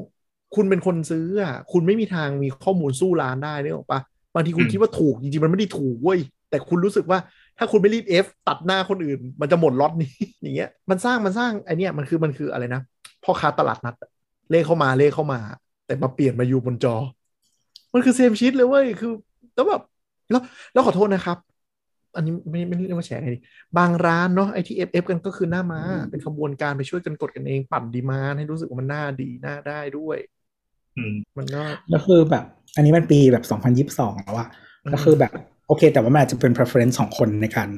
F: คุณเป็นคนซื้ออ่ะคุณไม่มีทางมีข้อมูลสู้ร้านได้นึกออกปะบางทีคุณ
E: อืม
F: คิดว่าถูกจริงๆมันไม่ได้ถูกเว้ยแต่คุณรู้สึกว่าถ้าคุณไม่รีบเอฟตัดหน้าคนอื่น มันจะหมดล็อตนี้ [LAUGHS] อย่างเงี้ยมันสร้างมันสร้างไอเนี้ยมันคือมันคืออะไรนะพ่อค้าตลาดนัดอะเลขเข้ามาเลขเข้ามา แต่มาเปลี่ยนมาอยู่บนจอ มันคือเซมชีตเลยเว้ยคือแล้วแบบแล้วแล้วขอโทษนะครับ อันนี้ไม่ไม่เรียกว่าแฉไงดี บางร้านเนาะไอที่เอฟเอฟกันก็คือหน้าม้า เป็นขบวนการไปช่วยกันกดกันเองปั่นดีมานให้รู้สึกว่ามันหน้าดีหน้าได้ด้วย
E: อืม
F: มันก็
D: ๆ แล้วคือแบบอันนี้มันปีแบบ 2022 แล้วอะก็คือแบบโอเค แต่ว่ามันอาจจะเป็น preference ของคนในการ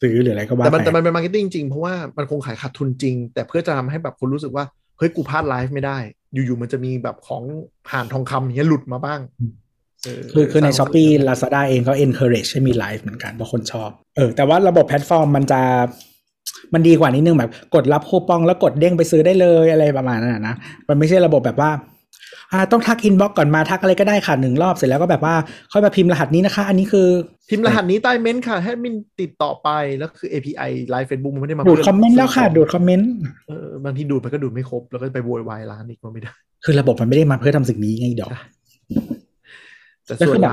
D: ซื้อหรืออะไรก็ว่า
F: แต่มัน
D: ไป
F: แต่มันเป็นมาร์เก็ตติ้งจริง เพราะว่ามันคงขายขาดทุนจริง แต่เพื่อจะทำให้แบบคนรู้สึกว่า เฮ้ย กูพลาดไลฟ์ไม่ได้ อยู่ๆมันจะมีแบบของผ่านทองคำอย่างเงี้ยหลุดมาบ้างเ
D: คือคือใน
F: สร้าง
D: s h อ p e e Lazada เองก็ encourage ให้มีไลฟ์เหมือนกันเพราะคนชอบ เออ แต่ว่าระบบแพลตฟอร์มมันจะมันดีกว่านิดนึงแบบ กดรับคูปองแล้วกดเด้งไปซื้อได้เลยอะไรประมาณนั้นนะนะ มันไม่ใช่ระบบแบบว่า อ่าต้องทักอินบ็อกก่อนมาทักอะไรก็ได้ค่ะหนึ่งรอบเสร็จแล้วก็แบบว่า ค่อยมาพิมพ์รหัสนี้นะคะ อันนี้คือ
F: พิมพ์รหัสนี้ใต้เม้นต์ค่ะให้มินติดต่อไปแล้วคือ API ไลฟ์เฟซบุ๊กมันไม่ได้มา
D: ดูด
F: พื่
D: คอมเมนต์แล้วค่ะดูดคอมเมนต์
F: เออบางทีดูดไปก็ดูดไม่ครบแล้วก็ไปโวยวายร้านอีกว่าไม่ได้
D: คือระบบมันไม่ได้มาเพื่อทำสิ่งนี้ไงดอก
F: แต่ส่วน
D: แล้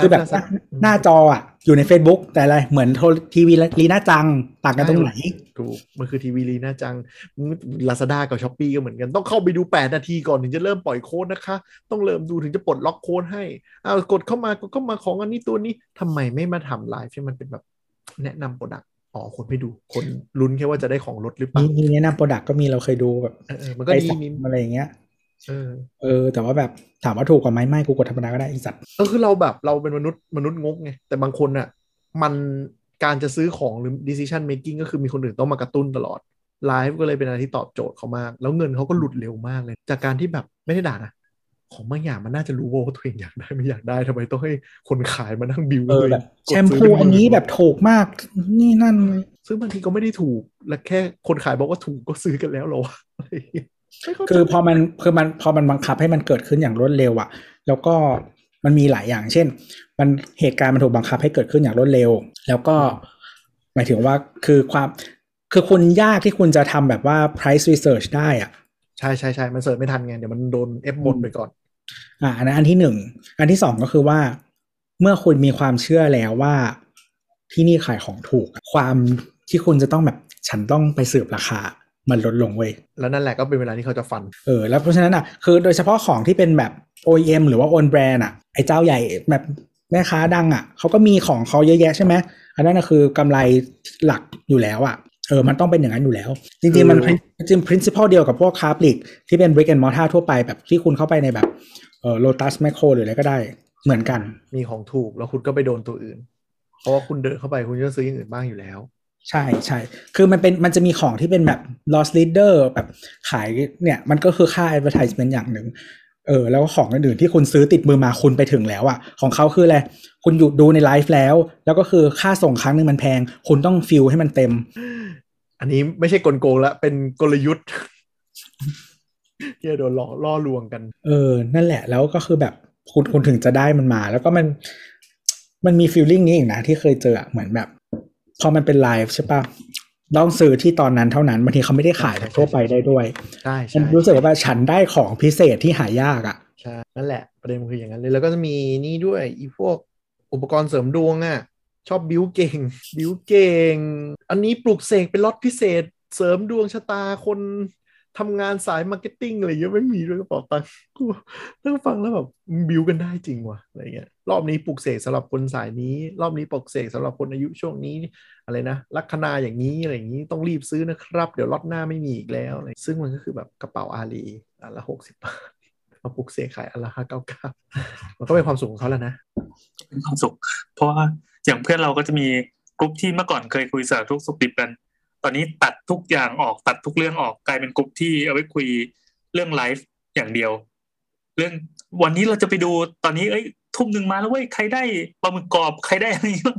D: วคือแบบ
F: ไล
D: คือแบบ
F: ฟ์ไลฟ์
D: ห
F: น่าส
D: น้าน
F: อืม
D: หน้าจออ่ะอยู่ใน Facebook แต่อะไรเหมือนโทรทีวีลีน่าจังต่างกันตรงไหน
F: ถูกมันคือทีวีลีน่าจังลาซาด้ากับช้อปปีก็เหมือนกัน ต้องเข้าไปดู 8 นาทีก่อนถึงจะเริ่มปล่อยโค้ดนะคะ ต้องเริ่มดูถึงจะปลดล็อกโค้ดให้อ้าวกดเข้ามากดเข้ามาของอันนี้ตัวนี้ทำไมไม่มาทำไลฟ์ที่มันเป็นแบบแนะนำโปรดักอ๋อ คนไม่ดูคนลุ้นแค่ว่าจะได้ของลดหรือเปล่า
D: มีมีแนะนำโปรดักต์ก็มีเราเคยดูแบบ
F: เออเออมันก็ดี
D: สั่ง
F: มี
D: อะไรอย่างเงี้ย
F: เออ
D: เออแต่ว่าแบบถามว่าถูกกว่าไหมไม่กูกดธรรมดาก็ได้อีสัตว์
F: ก็คือเราแบบเราเป็นมนุษย์มนุษย์งกไง แต่บางคนอ่ะ มันการจะซื้อของหรือ decision making ก็คือมีคนอื่นต้องมากระตุ้นตลอดไลฟ์ก็เลยเป็นอะไรที่ตอบโจทย์เขามาก แล้วเงินเขาก็หลุดเร็วมากเลย จากการที่แบบไม่ได้ด่านะ ของบางอย่างมันน่าจะรู้ว่าตัวเองอยากได้ไม่อยากได้ทำไมต้องให้คนขายมานั่งบิว
D: เออ
F: ตัวง
D: แบบ
F: ก
D: แช
F: ด
D: ม
F: ซื้
D: พู
F: เป็ห
D: อันนี้แบบถูกมาก นี่นั่น
F: ซึ่งบางทีก็ไม่ได้ถูกและแค่คนขายบอกว่าถูกก็ซื้อกันแล้วเหรอวะ [LAUGHS] อะไรอย่างเงี้ยไม่เข้าใจ
D: คือพอมันคือมันพอมันบังคับให้มันเกิดขึ้นอย่างรวดเร็วอะแล้วก็มันมีหลายอย่าง เช่น มันเหตุการณ์มันถูกบังคับให้เกิดขึ้นอย่างรวดเร็ว แล้วก็ หมายถึงว่าคือความคือคุณยากที่คุณจะทำแบบว่า price research ได้อะ
F: ใช่ใช่ใช่มันเสิร์ชไม่ทันไง เดี๋ยวมันโดนเอฟบนไปก่อน
D: อ่าอันนั้นอันที่หนึ่ง อันที่สองก็คือว่า เมื่อคุณมีความเชื่อแล้วว่าที่นี่ขายของถูกอะความที่คุณจะต้องแบบฉันต้องไปสืบราคา มันลดลงเว้ย
F: แล้วนั่นแหละก็เป็นเวลาที่เขาจะฟัน
D: เออแล้วเพราะฉะนั้นอ่ะคือโดยเฉพาะของที่เป็นแบบ OEM หรือว่า own brand อ่ะไอ้เจ้าใหญ่แบบแม่ค้าดังอ่ะเขาก็มีของเขาเยอะแยะใช่ไหมอันนั้นนะคือกำไรหลักอยู่แล้วอ่ะเออมันต้องเป็นอย่างนั้นอยู่แล้ว จริงๆมัน
F: คือ
D: จริง principle เดียวกับพวกค้าปลีกที่เป็น brick and mortar ทั่วไปแบบที่คุณเข้าไปในแบบ เออโลตัสแมคโครหรืออะไรก็ได้เหมือนกัน
F: มีของถูกแล้วคุณก็ไปโดนตัวอื่น เพราะว่าคุณเดินเข้าไปคุณจะซื้ออย่างอื่นบ้างอยู่แล้ว
D: ใช่ใช่คือมันเป็นมันจะมีของที่เป็นแบบ loss leader แบบขายเนี่ยมันก็คือค่า advertisement อย่างหนึ่งเออแล้วก็ของอื่นๆที่คุณซื้อติดมือมาคุณไปถึงแล้วอะ่ะ ของเขาคืออะไร คุณหยุดดูในไลฟ์แล้ว แล้วก็คือค่าส่งครั้งหนึ่งมันแพง คุณต้องฟิลให้มันเต็ม
F: อันนี้ไม่ใช่กลโกงละเป็นกลยุทธ์ [LAUGHS] ที่จะโดนล่อล่อลวงกัน
D: เออ นั่นแหละ แล้วก็คือแบบคุณคุณถึงจะได้มันมา แล้วก็มัน มันมีฟีลลิ่งนี้อีกนะ ที่เคยเจออะเหมือนแบบ พอมันเป็นไลฟ์ใช่ปะต้องซื้อที่ตอนนั้นเท่านั้นบางทีเขาไม่ได้ขายแบบทั่วไปได้ด้วย
F: ใช่
D: ฉั
F: ใช่
D: นรู้สึกว่าฉันได้ของพิเศษที่หายากอะ่ะ
F: ใช่นั่นแหละ ประเด็นมันคืออย่างนั้นเลย แล้วก็จะมีนี่ด้วยอีพวกอุปกรณ์เสริมดวงอ่ะ ชอบบิวเก่ง บิวเก่ง อันนี้ปลูกเสกเป็นล็อตพิเศษ เสริมดวงชะตาคนทำงานสายมาร์เก็ตติ้งอะไรเงี้ยไม่มีด้วยกระเป๋าตังค์กูนั่งฟังแล้วแบบบิวกันได้จริงว่ะอะไรเงี้ยรอบนี้ปลูกเสกสำหรับคนสายนี้ รอบนี้ปลูกเสกสำหรับคนอายุช่วงนี้อะไรนะลัคนาอย่างนี้อะไรอย่างนี้ต้องรีบซื้อนะครับ เดี๋ยวล็อตหน้าไม่มีอีกแล้วอะไรซึ่งมันก็คือแบบกระเป๋าอาลีอันละหกสิบบาทมาปลูกเสกขายอันละห้าเก้าเก้ามันก็เป็นความสุขของเขาแล้วนะ
E: เป็นความสุข เพราะว่าอย่างเพื่อนเราก็จะมีกลุ่มที่เมื่อก่อนเคยคุยสารทุกข์สุขดิบกัน ตอนนี้ตัดทุกอย่างออกตัดทุกเรื่องออกกลายเป็นกลุ่มที่เอาไว้คุยเรื่องไลฟ์อย่างเดียว เรื่องวันนี้เราจะไปดูตอนนี้เอ้ยทุ่มหนึ่งมาแล้วเว้ยใครได้ปลาหมึกกรอบใครได้อะไร [LAUGHS] บ้าง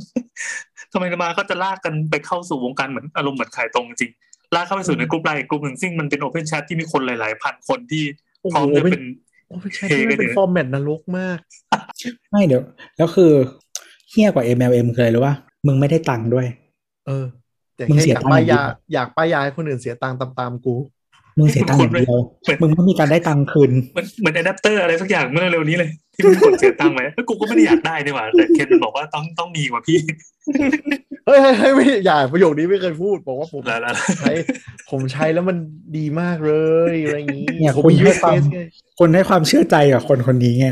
E: ทำไมมาก็จะลากกันไปเข้าสู่วงการเหมือนอารมณ์เหมือนขายตรงจริงลากเข้าไปสู่ในกลุ่มไลน์กลุ่มหนึ่งซึ่งมันเป็นโอเพนแชทที่มีคนหลาย ๆ พันคนที่พร้อมจะเป็น
F: โอ้ยแชทนี่มันเป็น
E: เท่กันอยู่
F: ฟอร์แมตนรกมาก
D: ไม่เดี๋ยว แล้วคือเฮี้ยกว่า MLM คืออะไรรู้ป่ะมึงไม่ได้ตังค์ด้วย
F: เออ แต่
D: มึง
F: แค่
D: เสี
F: อย ยาก
D: ตังค์
F: ป้าย
D: อย่างเดีย
F: ยา
D: ว
F: อยากป้ายยาให้คนอื่นเสียตังค์ตามๆกู
D: มึงเสียตังค์อย่างเดียวมึงไม่มีการได้ตังค์คืน
E: เหมือนเหมือนอะแดปเตอร์อะไรสักอย่างเมื่อเร็วนี้เลย ที่มันกดเสียตังค์ไว้ [LAUGHS] แล้วกูก็ไม่ได้อยากได้นี่หว่าแต่เคนมันบอกว่าต้องต้องมีว่ะพี่
F: เฮ้ยเฮ้ยเฮ้ยไม่อย่าประโยคนี้ไม่เคยพูด บอกว่าผม
E: แล้วแล้ว
F: ใช้ผมใช้แล้วมันดีมากเลยอะไรอย่างนี้
D: เนี่ย
F: ผม
D: คุณ
F: มี
D: ให้
F: use
D: ความ
F: case ไง
D: คนให้ความเชื่อใจกับคนคนนี้ไง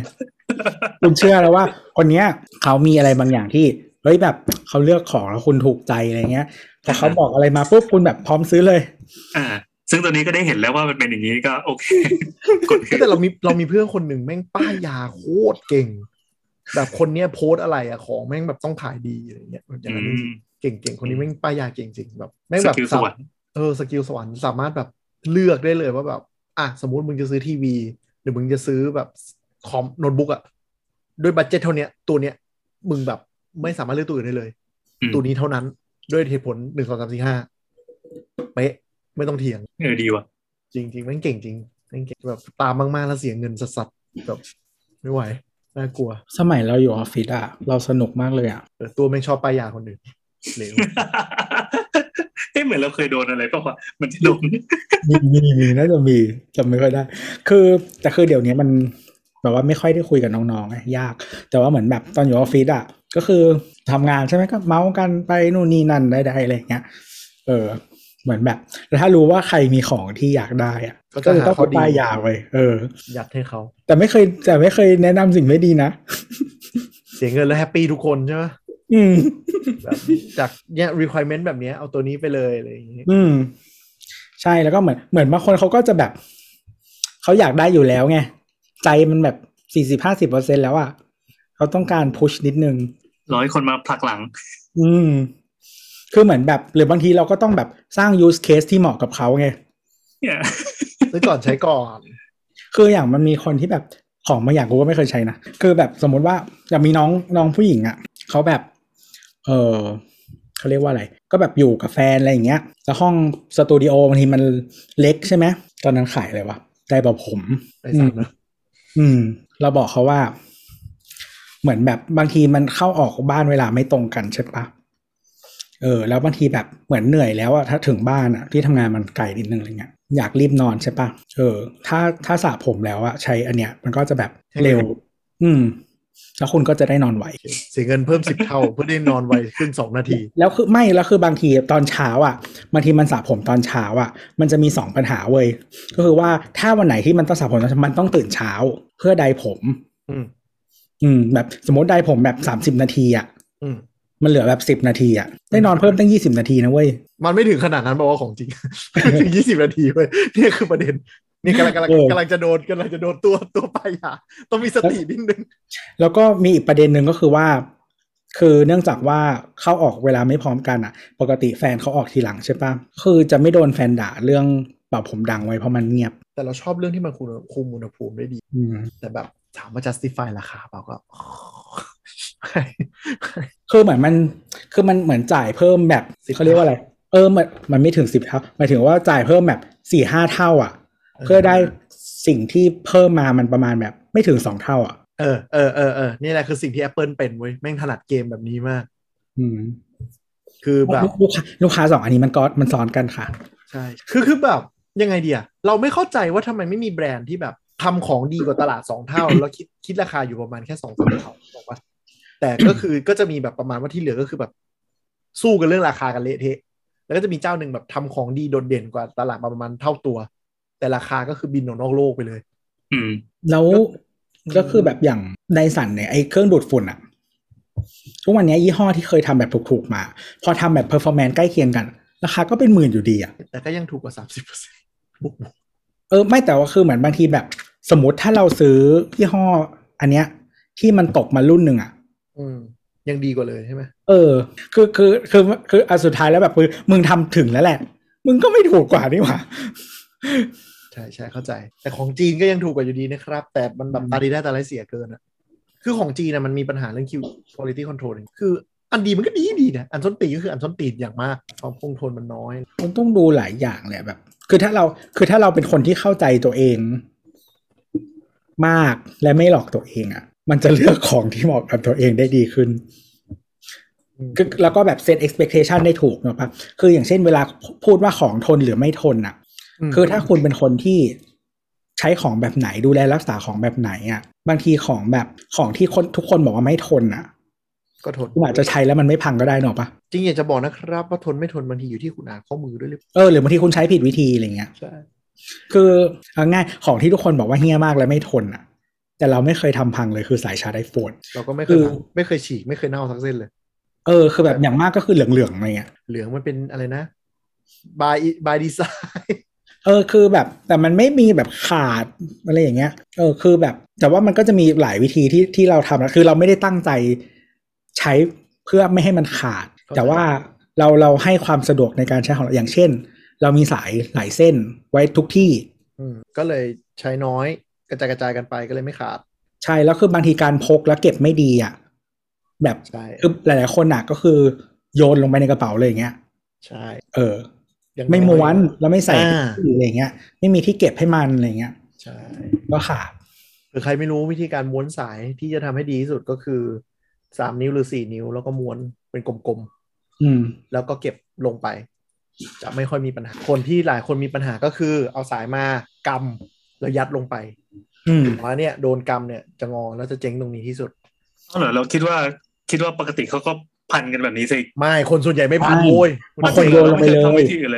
D: คุณเชื่อแล้วว่า คนเนี้ยเขามีอะไรบางอย่างที่เฮ้ยแบบเขาเลือกของแล้วคุณถูกใจอะไรเงี้ยพอเขาบอกอะไรมาปุ๊บคุณแบบพร้อมซื้อเลย
E: อ่า ซึ่งตัวนี้ก็ได้เห็นแล้วว่ามันเป็นอย่างนี้ก็โอเค [LAUGHS] กด
F: แต่เรามีเรามีเพื่อนคนหนึ่งแม่งป้ายยาโคตรเก่ง แบบคนเนี้ยโพสต์อะไรอะของแม่งแบบต้องขายดีอะไรอย่างเงี้ยแบบอย่า
E: อื
F: งนั้นจริ
E: ม
F: งๆเก่งๆคนนี้แม่งป้ายยาเก่งจริงแบบแม่ง
E: ส
F: แบบ
E: กิลส
F: สับ
E: วรรค์
F: เออสกิลสวรรค์สามารถแบบเลือกได้เลยว่าแบบ อ่ะสมมุติมึงจะซื้อทีวี หรือมึงจะซื้อแบบคอมโน้ตบุ๊กอะด้วยบัตเจ็ตเท่าเนี้ย ตัวเนี้ย มึงแบบไม่สามารถเลือกตัวอื่นได้เลย
E: อืม
F: ตัวนี้เท่านั้นด้วยเหตุผลหนึ่งสองสามสี่ห้าเป๊ะไม่ต้องเถียง
E: เออดีว่ะ [LAUGHS]
F: จริงจริงแม่งเก่งจริงแม่งเก่งแบบตามมากๆแล้วเสียเงินสัสๆแบบไม่ไหวน่ากลัว
D: สมัยเราอยู่ออฟฟิศอะเราสนุกมากเลยอะ
F: เออตัวแม่งชอบป้ายยาคนอื่นเหล
E: [LAUGHS]
F: ว
E: เอ๊ะเหมือนเราเคยโดนอะไรก็ว่ามันที่โดน
D: มีมีมีน่าจะมีจำไม่ค่อยได้ คือแต่คือเดี๋ยวนี้มันแบบว่าไม่ค่อยได้คุยกับน้องๆไงยาก แต่ว่าเหมือนแบบตอนอยู่ออฟฟิศอะก็คือทำงานใช่ไหมก็เมาส์กันไปนู่นนี่นั่นได้ๆอะไรเงี้ยเออ เหมือนแบบแล้วถ้ารู้ว่าใครมีของที่อยากได้อะ
F: ก็จะหา
D: ต้อง
F: เขาดี
D: ไปป้ายยาไว้เออ
F: ยัดให้เขา
D: แต่ไม่เคยแต่ไม่เคยแนะนำสิ่งไม่ดีนะ
F: เสียเงินแล้วแฮปปี้ทุกคนใช่ไหม
D: อืม
F: แบบจากเนี่ย requirement แบบเนี้ยเอาตัวนี้ไปเลยอะไรอย่างงี้
D: อืม ใช่แล้วก็เหมือนเหมือนบางคนเขาก็จะแบบ เขาอยากได้อยู่แล้วไง ใจมันแบบสี่สิบห้าสิบเปอร์เซ็นแล้วอะ่ะเขาต้องการพุชนิดนึง
E: ร้อยคนมาผลักหลัง
D: อืม คือเหมือนแบบ หรือบางทีเราก็ต้องแบบสร้าง use case ที่เหมาะกับเขาไง
E: เนี่ย
F: ซื้อก่อนใช้ก่อน
D: คืออย่างมันมีคนที่แบบ ของบางอย่างกูก็ไม่เคยใช้นะ คือแบบสมมติว่าจะมีน้องน้องผู้หญิงอะ่ะเขาแบบ เออเขาเรียกว่าอะไร ก็แบบอยู่กับแฟนอะไรอย่างเงี้ย แล้วห้องสตูดิโอบางทีมันเล็กใช่ไหมตอนนั้นขายอะไรวะได้แบบผม
F: ได้สามนะ
D: อืม เราบอกเขาว่า เหมือนแบบบางทีมันเข้าออกบ้านเวลาไม่ตรงกันใช่ปะเออ แล้วบางทีแบบเหมือนเหนื่อยแล้วอะถ้าถึงบ้านอะที่ทำงานมันไกลนิดนึงอะไรเงี้ยอยากรีบนอนใช่ปะเออ ถ้าถ้าสระผมแล้วอะใช้อันเนี้ย มันก็จะแบบเร็ว อืม แล้วคุณก็จะได้นอนไว
F: เสียเงินเพิ่มสิบเท่า เพื่อได้นอนไวขึ้นสองนาที
D: แล้วคือไม่แล้วคือบางทีตอนเช้าอ่ะบางทีมันสระผมตอนเช้าอ่ะ มันจะมีสองปัญหาเว้ยก็คือว่าถ้าวันไหนที่มันต้องสระผมตอนเช้ามันต้องตื่นเช้า เพื่อใดผม
F: อืม
D: อืม แบบสมมติใดผมแบบสามสิบ30 นาทีอ่ะ
F: อืม
D: มันเหลือแบบสิบ10 นาทีอ่ะได้นอนเพิ่มตั้งยี่สิบนาทีนะเว้ย [LAUGHS]
F: มันไม่ถึงขนาดนั้นบอกว่าของจริง [LAUGHS] ไม่ถึงยี่สิบนาทีเว้ยนี่คือประเด็น นี่กำลังกำลัง
D: เออ
F: กำลังจะโดนกำลังจะโดนตัวตัวไปอ่ะต้องมีสตินิดนึง
D: แล้วก็มีอีกประเด็นหนึ่งก็คือว่า คือเนื่องจากว่าเข้าออกเวลาไม่พร้อมกันอ่ะ ปกติแฟนเขาออกทีหลังใช่ปะคือจะไม่โดนแฟนด่าเรื่องเป่าผมดังไว้เพราะมันเงียบ
F: แต่เราชอบเรื่องที่มันคุมคุมอุณหภูมิได้ดี
D: อืม
F: แต่แบบถามว่า justify ราคาเปล่าก็ [LAUGHS]
D: คือเหมือนมันคือมันเหมือนจ่ายเพิ่มแบบ
F: 10
D: เขาเรียกว่าอะไร เออมันมันไม่ถึงสิบเท่าหมายถึงว่าจ่ายเพิ่มแบบสี่ห้าเท่า อ่ะ เพื่อได้สิ่งที่เพิ่มมามันประมาณแบบ ไม่ถึงสองเท่า อ่ะ
F: เออเออเออเออนี่แหละคือสิ่งที่ Apple เป็นเว้ยแม่งถนัดเกมแบบนี้มาก
D: อืม
F: คือแบบ
D: ลูกค้าลูกค้าสองอันนี้มันก็มันซ้อนกันค่ะ
F: ใช่ คือคือแบบยังไงเดียเราไม่เข้าใจว่าทำไมไม่มีแบรนด์ที่แบบทำของดีกว่าตลาดสองเท่า แล้วคิดคิดราคาอยู่ประมาณแค่สองสามเท่าบอกว่า แต่ก็คือก็จะมีแบบประมาณว่าที่เหลือก็คือแบบ สู้กันเรื่องราคากันเละเทะ แล้วก็จะมีเจ้าหนึ่งแบบทำของดีโดดเด่นกว่าตลาดมาประมาณเท่าตัว แต่ราคาก็คือบินออกนอกโลกไปเลย
E: อืม
D: แล้วก็คือแบบอย่างไดสันเนี่ยไอ้เครื่องดูดฝุ่นอ่ะทุกวันนี้ยี่ห้อที่เคยทำแบบถูกๆมา พอทำแบบเพอร์ฟอร์แมนซ์ใกล้เคียงกัน ราคาก็เป็นหมื่นอยู่ดีอ่ะ
F: แต่ก็ยังถูกกว่าสามสิบเปอร์เซ็นต์บุก
D: เออไม่แต่ว่าคือเหมือนบางทีแบบ สมมติถ้าเราซื้อยี่ห้อ อันเนี้ย ที่มันตกมารุ่นหนึ่งอะ่ะ
F: ๆอืมยังดีกว่าเลยใช่ไหม
D: เออ คือคือคือคืออันสุดท้ายแล้วแบบคือมึงทำถึงแล้วแหละ มึงก็ไม่ถูกกว่านี่หว่า
F: ใช่ใช่เข้าใจ แต่ของจีนก็ยังถูกกว่าอยู่ดีนะครับ แต่มันแบบตาดีได้ตาไร้เสียเกินอะคือของจีนนะมันมีปัญหาเรื่องคิว quality control เองคืออันดีมันก็ดีดีนะอันส้นตีนก็คืออันส้นตีนอย่างมากความคงทนมันน้อย
D: มันต้องดูหลายอย่างแหละแบบ คือถ้าเราคือถ้าเราเป็นคนที่เข้าใจตัวเอง มากและไม่หลอกตัวเองอะ่ะ มันจะเลือกของที่เหมาะกับตัวเองได้ดีขึ้น
F: อืม
D: คือแล้วก็แบบเซต expectation ได้ถูกเนอะครับคืออย่างเช่นเวลาพูดว่าของทนหรือไม่ทนอ่ะ
F: ม
D: คือถ้าคุณเป็นคนที่ใช้ของแบบไหนดูแลรักษาของแบบไหนอ่ะ บางทีของแบบของที่คนทุกคนบอกว่าไม่ทนอ่ะ
F: ก็ทน
D: คุณอาจจะใช้แล้วมันไม่พังก็ได้หนอะปะ
F: จริงอยากจะบอกนะครับว่าทนไม่ทนบางทีอยู่ที่คุณอ่านข้อมือด้วยหรือเปล่า
D: เออหรือบางทีคุณใช้ผิดวิธีอะไรเงี้ย
F: ใช่
D: คือเอาง่ายของที่ทุกคนบอกว่าเฮี้ยมากและไม่ทนอ่ะ แต่เราไม่เคยทำพังเลยคือสายชาร์จไอโฟน
F: เราก็ไม่เคย
D: คือ
F: ไม่เคยฉีกไม่เคยเน่าสักเส้นเลย
D: เออคือแบบอย่างมากก็คือเหลืองๆอะไรเงี้ย
F: เหลืองมันเป็นอะไรนะบายบายดีไซ [LAUGHS] น์
D: เออคือแบบแต่มันไม่มีแบบขาดอะไรอย่างเงี้ยเออคือแบบ แต่ว่ามันก็จะมีหลายวิธีที่ที่เราทำนะคือเราไม่ได้ตั้งใจใช้เพื่อไม่ให้มันขาด แต่ว่าเราเราให้ความสะดวกในการใช้ของเราอย่างเช่น เรามีสายหลายเส้นไว้ทุกที่
F: ก็เลยใช้น้อยกระจายกระจายกันไปก็เลยไม่ขาด
D: ใช่แล้วคือบางทีการพกแล้วเก็บไม่ดีอ่ะแบบ
F: ใช่
D: คือหลาย ๆ คนอ่ะก็คือโยนลงไปในกระเป๋าเลยอย่างเงี้ย
F: ใช่
D: เออ
F: ยัง
D: ไม่
F: น้อย
D: ม้วนแล้วไม่ใส่
F: อ่า
D: ที่อะไรอย่างเงี้ย ไม่มีที่เก็บให้มันอะไรอย่างเงี้ย
F: ใช่
D: ก็ขาด
F: หรือใครไม่รู้วิธีการม้วนสายที่จะทำให้ดีที่สุดก็คือสามนิ้วหรือสี่นิ้ว แล้วก็ม้วนเป็นกลม
D: อืม
F: ๆ แล้วก็เก็บลงไป จะไม่ค่อยมีปัญหา คนที่หลายคนมีปัญหาก็คือ เอาสายมากำแล้วยัดลงไป
D: อืม
F: หัวเนี่ยโดนกำเนี่ยจะงอแล้วจะเจ๊งตรงนี้ที่สุด
E: เอาเหรอเราคิดว่าคิดว่าปกติเขาก็พันกันแบบนี้สิ
F: ไม่คนส่วนใหญ่ไม่พัน
D: ไม่
F: โวย
D: บางคนโยนลงไปเลย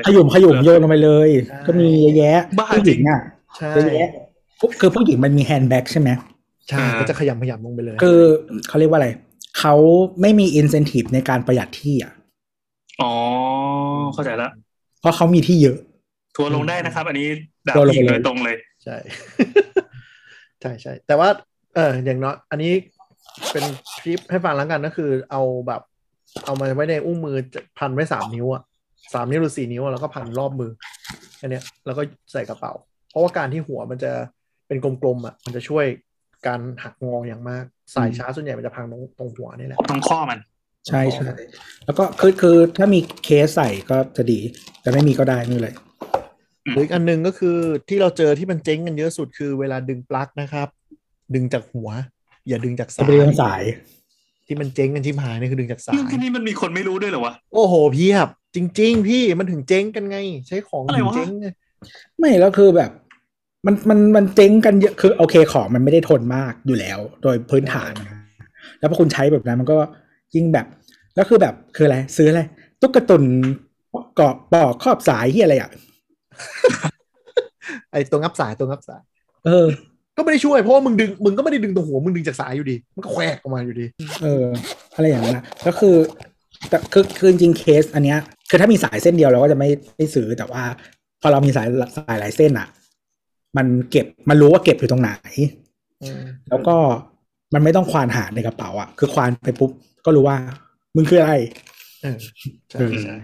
D: ขยุ่มขยุ่มโยนลงไปเลย ก็มีเยอะแยะ
E: บ้า
D: ผู้ห
E: จริ
D: ญิ
E: ง
D: งอ่ะ
F: ใช่
D: เยอะแยะปุ๊บคือผู้หญิงมันมีแฮนด์แบ็กใช่ไหม
F: ใช่
E: อ่า
F: ก็จะขยำขยำลงไปเลย
D: คือเขาเรียกว่าอะไร เขาไม่มีอินเซนティブในการประหยัดที่อ่ะ
E: อ๋อ เข้าใจละ
D: เพราะเขามีที่เยอะ
E: ทัวร์ลงได้นะครับ อันนี้ด่า
D: ทัวร์ลง
E: พี่
D: ไปเลย
E: โดยตรงเลย
F: ใช่ [LAUGHS] ใช่ใช่แต่ว่า เอออย่างน้อยอันนี้เป็นทริปให้ฟังแล้วกันก็คือเอาแบบ เอามาไว้ในอุ้งมือจะพันไว้สามนิ้วอะสามนิ้วหรือสี่นิ้วอะแล้วก็พันรอบมืออันเนี้ยแล้วก็ใส่กระเป๋า เพราะว่าการที่หัวมันจะเป็นกลมๆอะมันจะช่วย
G: การหักงออย่างมาก สายช้าส่วนใหญ่มันจะพังตรงตรงหัวนี่แหละ
E: ตรงข้อมัน
D: ใช่ใช่แล้วก็คือคือถ้ามีเคสใส่ก็จะดี แต่ไม่มีก็ได้นี่เลย
E: อืม
F: หรืออีกอันหนึ่งก็คือที่เราเจอที่มันเจ๊งกันเยอะสุดคือเวลาดึงปลั๊กนะครับ ดึงจากหัว อย่าดึงจากสา
D: จะ
F: ย
D: ไปเรื่องสาย
F: ที่มันเจ๊งกันชิบหายนี่คือดึงจากสา
E: เรื่อง
F: ย
E: แค่นี้มันมีคนไม่รู้ด้วยเหรอวะ
F: โอ้โหเพี่ครับจริง ๆ พี่มันถึงเจ๊งกันไง ใช้ของ
E: อะไร
F: ถึง
E: วะ
F: เจ๊งไง
D: ไม่แล้วคือแบบ มันมันมันเจ๊งกันเยอะคือโอเคของมันไม่ได้ทนมากอยู่แล้ว โดยพื้นฐานนะแล้วพอคุณใช้แบบนั้นมันก็ยิ่งแบบแล้วคือแบบคืออะไรซื้ออะไรตุ๊กตาตุนเกาะปอกครอบสายที่อะไรอ่ะ
F: ไอ้ตัวงับสายตัวงับสาย
D: เออ
F: ก็ไม่ได้ช่วยเพราะว่ามึงดึงมึงก็ไม่ได้ดึงตรงหัวมึงดึงจากสายอยู่ดี มันก็แควกออกมาอยู่ดี
D: เอออะไรอย่างนั้นนะก็คือแต่คือคือจริงๆเคสอันเนี้ย คือถ้ามีสายเส้นเดียวเราก็จะไม่ไม่ซื้อแต่ว่า พอเรามีสายสายหลายเส้นอ่ะ มันเก็บมันรู้ว่าเก็บอยู่ตรงไหน แล้วก็มันไม่ต้องควานหาในกระเป๋าอ่ะคือควานไปปุ๊บก็รู้ว่ามึงคืออะไร
F: เออใช่
D: เออ
F: ใช่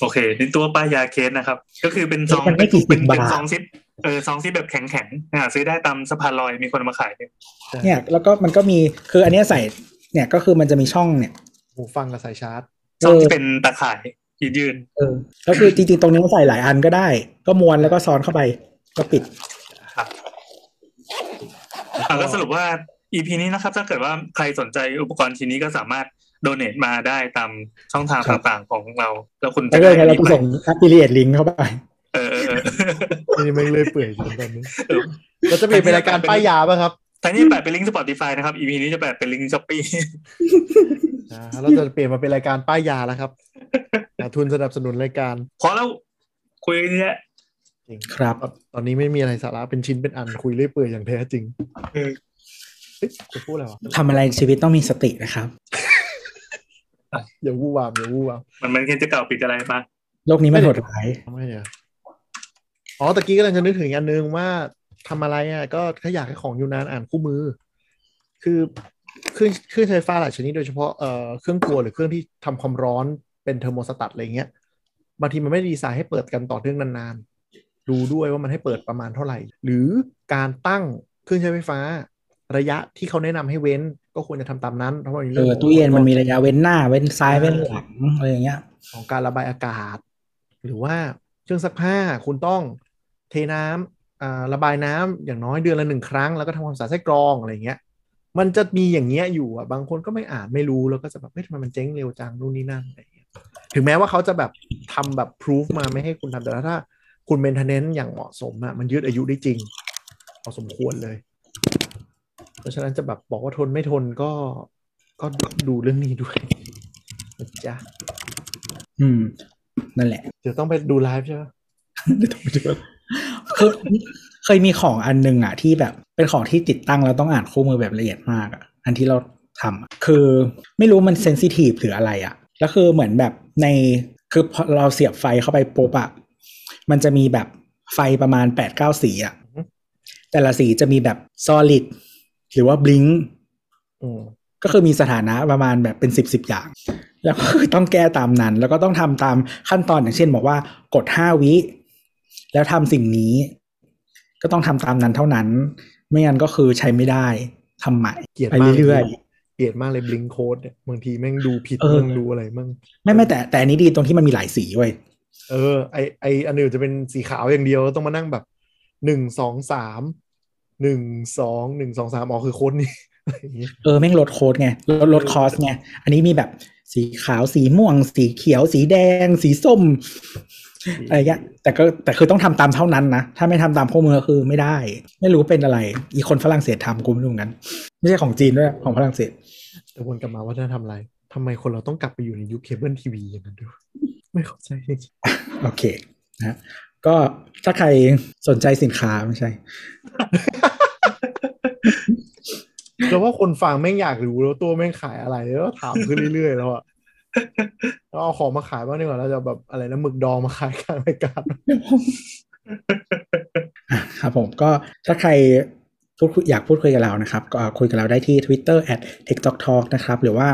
E: โอเคในตัวป้ายยาเคสนะครับ ก็คือเป็นซอง
D: มันไม่กี่สิบ
E: เป็นเป็น
D: บาท
E: ซองซิปเออซองซิปแบบแข็งแข็งๆอ่าซื้อได้ตามสะพานลอยมีคนเอามาขายเนี่ย
D: เนี่ย แล้วก็มันก็มีคืออันเนี้ยใส่เนี่ยก็คือมันจะมีช่องเนี่ย
F: หูฟังกับสายชาร์จ
E: ซองที่เป็นตาข่ายยืดยืน
D: เออก็คือจริงๆตรงนี้ก็ใส่หลายอันก็ได้ ก็ม้วนแล้วก็ซ้อนเข้าไปก็ปิด
E: อ่ะก็สรุปว่า EP นี้นะครับ ถ้าเกิดว่าใครสนใจอุปกรณ์ชิ้นนี้ก็สามารถโดเน a มาได้ตามช่องทาง
D: ครับ
E: ต่างๆของเรา แล้วคุณ
D: แล้วก็เราก็
E: ไป
D: ส่งอัพพิเลียดลิงก์เข้าไป
E: เออเออเออ
F: นี่ไม่เลยเปื่อยจนตอนนี้
E: เออ
F: เราจะเปลี่ยนเป็นรายการป้ายยาป่ะครับ
E: แต่นี่แปะเป็นลิงก์ Spotify นะครับ EP นี้จะแปะเป็นลิงก์ช้อปปี้
F: อ่าเราจะเปลี่ยนมาเป็นรายการป้ายยาแล้วครับอ่าทุนสนับสนุนรายการ
E: พอแล้วคุยกันเยอะ
F: จริง
D: ครับ
F: ตอนตอนนี้ไม่มีอะไรสาระเป็นชิ้นเป็นอันคุยเรื่อยเปื่อยอย่างแท้จริง
E: เออ
F: เฮ้ยจะพูดอะไรวะ
D: ทำอะไรในชีวิตต้องมีสตินะครับ
F: อย่าวู่วามอย่าวู่วาม
E: มันมันแค่จะเก่าปิดอะไรมา
D: โลกนี้มันโหดร้าย
F: ทำไมอ่ะอ๋อตะกี้กำลังจะนึกถึงอีกอันนึงว่าทำอะไรอ่ะก็ถ้าอยากให้ของอยู่นานอ่านคู่มือ คือเครื่องเครื่องใช้ไฟฟ้าหลายชนิดโดยเฉพาะเอ่อเครื่องครัวหรือเครื่องที่ทำความร้อนเป็นเทอร์โมสตัตอะไรเงี้ยบางทีมันไม่ได้ดีไซน์ให้เปิดกันต่อเนื่องนานๆ ดูด้วยว่ามันให้เปิดประมาณเท่าไหร่ หรือการตั้งเครื่องใช้ไฟฟ้า ระยะที่เขาแนะนำให้เว้นก็ควรจะทำตามนั้นเพราะมันมี
D: เอ
F: เรื่อง
D: อตู้เย็นมันมีระยะเว้นหน้าเว้นซ้ายเว้นหลังอะไรอย่างเงี้ย
F: ของการระบายอากาศ หรือว่าเครื่องซักผ้าคุณต้องเทน้ำอ่าระบายน้ำอย่างน้อยเดือนละหนึ่งครั้ง แล้วก็ทำความสะอาดไส้กรองอะไรอย่างเงี้ย มันจะมีอย่างเงี้ยอยู่อ่ะบางคนก็ไม่อ่านไม่รู้แล้วก็จะแบบเฮ้ยทำไมมันเจ๊งเร็วจังนู่นนี่นั่นอะไรอย่างเงี้ยถึงแม้ว่าเขาจะแบบทำแบบพ o ูฟมาไม่ให้คุณทำแต่ถ้าคุณเมนเทนเนนอย่างเหมาะสมอ่ะมันยืดอายุได้จริงพอสมควรเลย เพราะฉะนั้นจะแบบบอกว่าทนไม่ทนก็ก็ดูเรื่องนี้ด้วยนะจ๊ะ
D: อืม นั่นแหละ
F: เดี๋ยวต้องไปดูไลฟ์ใช่ไหม
D: คือเคยมีของอันหนึงอ่ะ ที่แบบเป็นของที่ติดตั้งแล้วต้องอ่านคู่มือแบบละเอียดมากอ่ะ อันที่เราทำอะคือไม่รู้มันเซนซิทีฟหรืออะไรอ่ะ แล้วคือเหมือนแบบในคือพอเราเสียบไฟเข้าไปปุ๊บอ่ะมันจะมีแบบไฟประมาณแปดเก้าสีอ่ะ
F: อือฮึ
D: แต่ละสีจะมีแบบ solid หรือว่า blink
F: อืม
D: ก็คือมีสถานะประมาณแบบเป็นสิบสิบอย่าง แล้วก็คือต้องแก้ตามนั้น แล้วก็ต้องทำตามขั้นตอนอย่างเช่นบอกว่ากดห้าวิ แล้วทำสิ่งนี้ ก็ต้องทำตามนั้นเท่านั้น ไม่งั้นก็คือใช้ไม่ได้ทำใหม่
F: เกลียด
D: ไป
F: มาก
D: เรื่อย
F: เกลียดมากเลยบลิงโคดเนี่ยบางทีแม่งดูผิด
D: เออ
F: มั่งดูอะไรมั่ง
D: ๆไม่ไม่แต่แต่อันนี้ดีตรงที่มันมีหลายสีเว้ย
F: เออไอไออันอื่นจะเป็นสีขาวอย่างเดียวแล้วต้องมานั่งแบบหนึ่งสองสามหนึ่งสองหนึ่งสองสามอ๋อคือโคดนี่ [LAUGHS] อะไรอย่างเงี้ย
D: เออแม่งลดโค้ดไงลดลดคอสไงอันนี้มีแบบสีขาวสีม่วง สีเขียว สีแดง สีส้มอะไรเงี้ยแต่ก็แต่คือต้องทำตามเท่านั้นนะถ้าไม่ทำตามข้อมือก็คือไม่ได้ ไม่รู้เป็นอะไร อีคนฝรั่งเศสทำกูไม่รู้เหมือนกัน ไม่ใช่ของจีนด้วยของฝรั่งเศส
F: แต่วนกลับมาว่าจะทำอะไรทำไมคนเราต้องกลับไปอยู่ในยุคเคเบิลทีวีอย่างนั้นด้วยไม่เข้าใจจริง
D: โอเคนะฮะก็ถ้าใครสนใจสินค้าไม่ใช่
F: ๆแล้วว่าคนฟังแม่งอยากรู้แล้วตัวแม่งขายอะไรแล้วก็ถามขึ้นเรื่อยๆแล้ว
D: [LAUGHS]
F: อะแล้วเอาของมาขายบ้างดีกว่าเราจะแบบอะไรนะหมึกดองมาขายกลางรายการ
D: อ่ะ [LAUGHS] ครับผมก็ถ้าใครพูดคุยอยากพูดคุยกับเรานะครับ ก็คุยกับเราได้ที่ Twitter at @techtalktalk นะครับ หรือว่า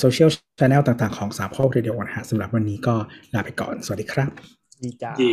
D: โซเชียลช n แนลต่างๆของสามข้อเรดิโอนะฮะสำหรับวันนี้ก็ลาไปก่อน สวัสดีครับ
F: ดีจ้า
E: ดี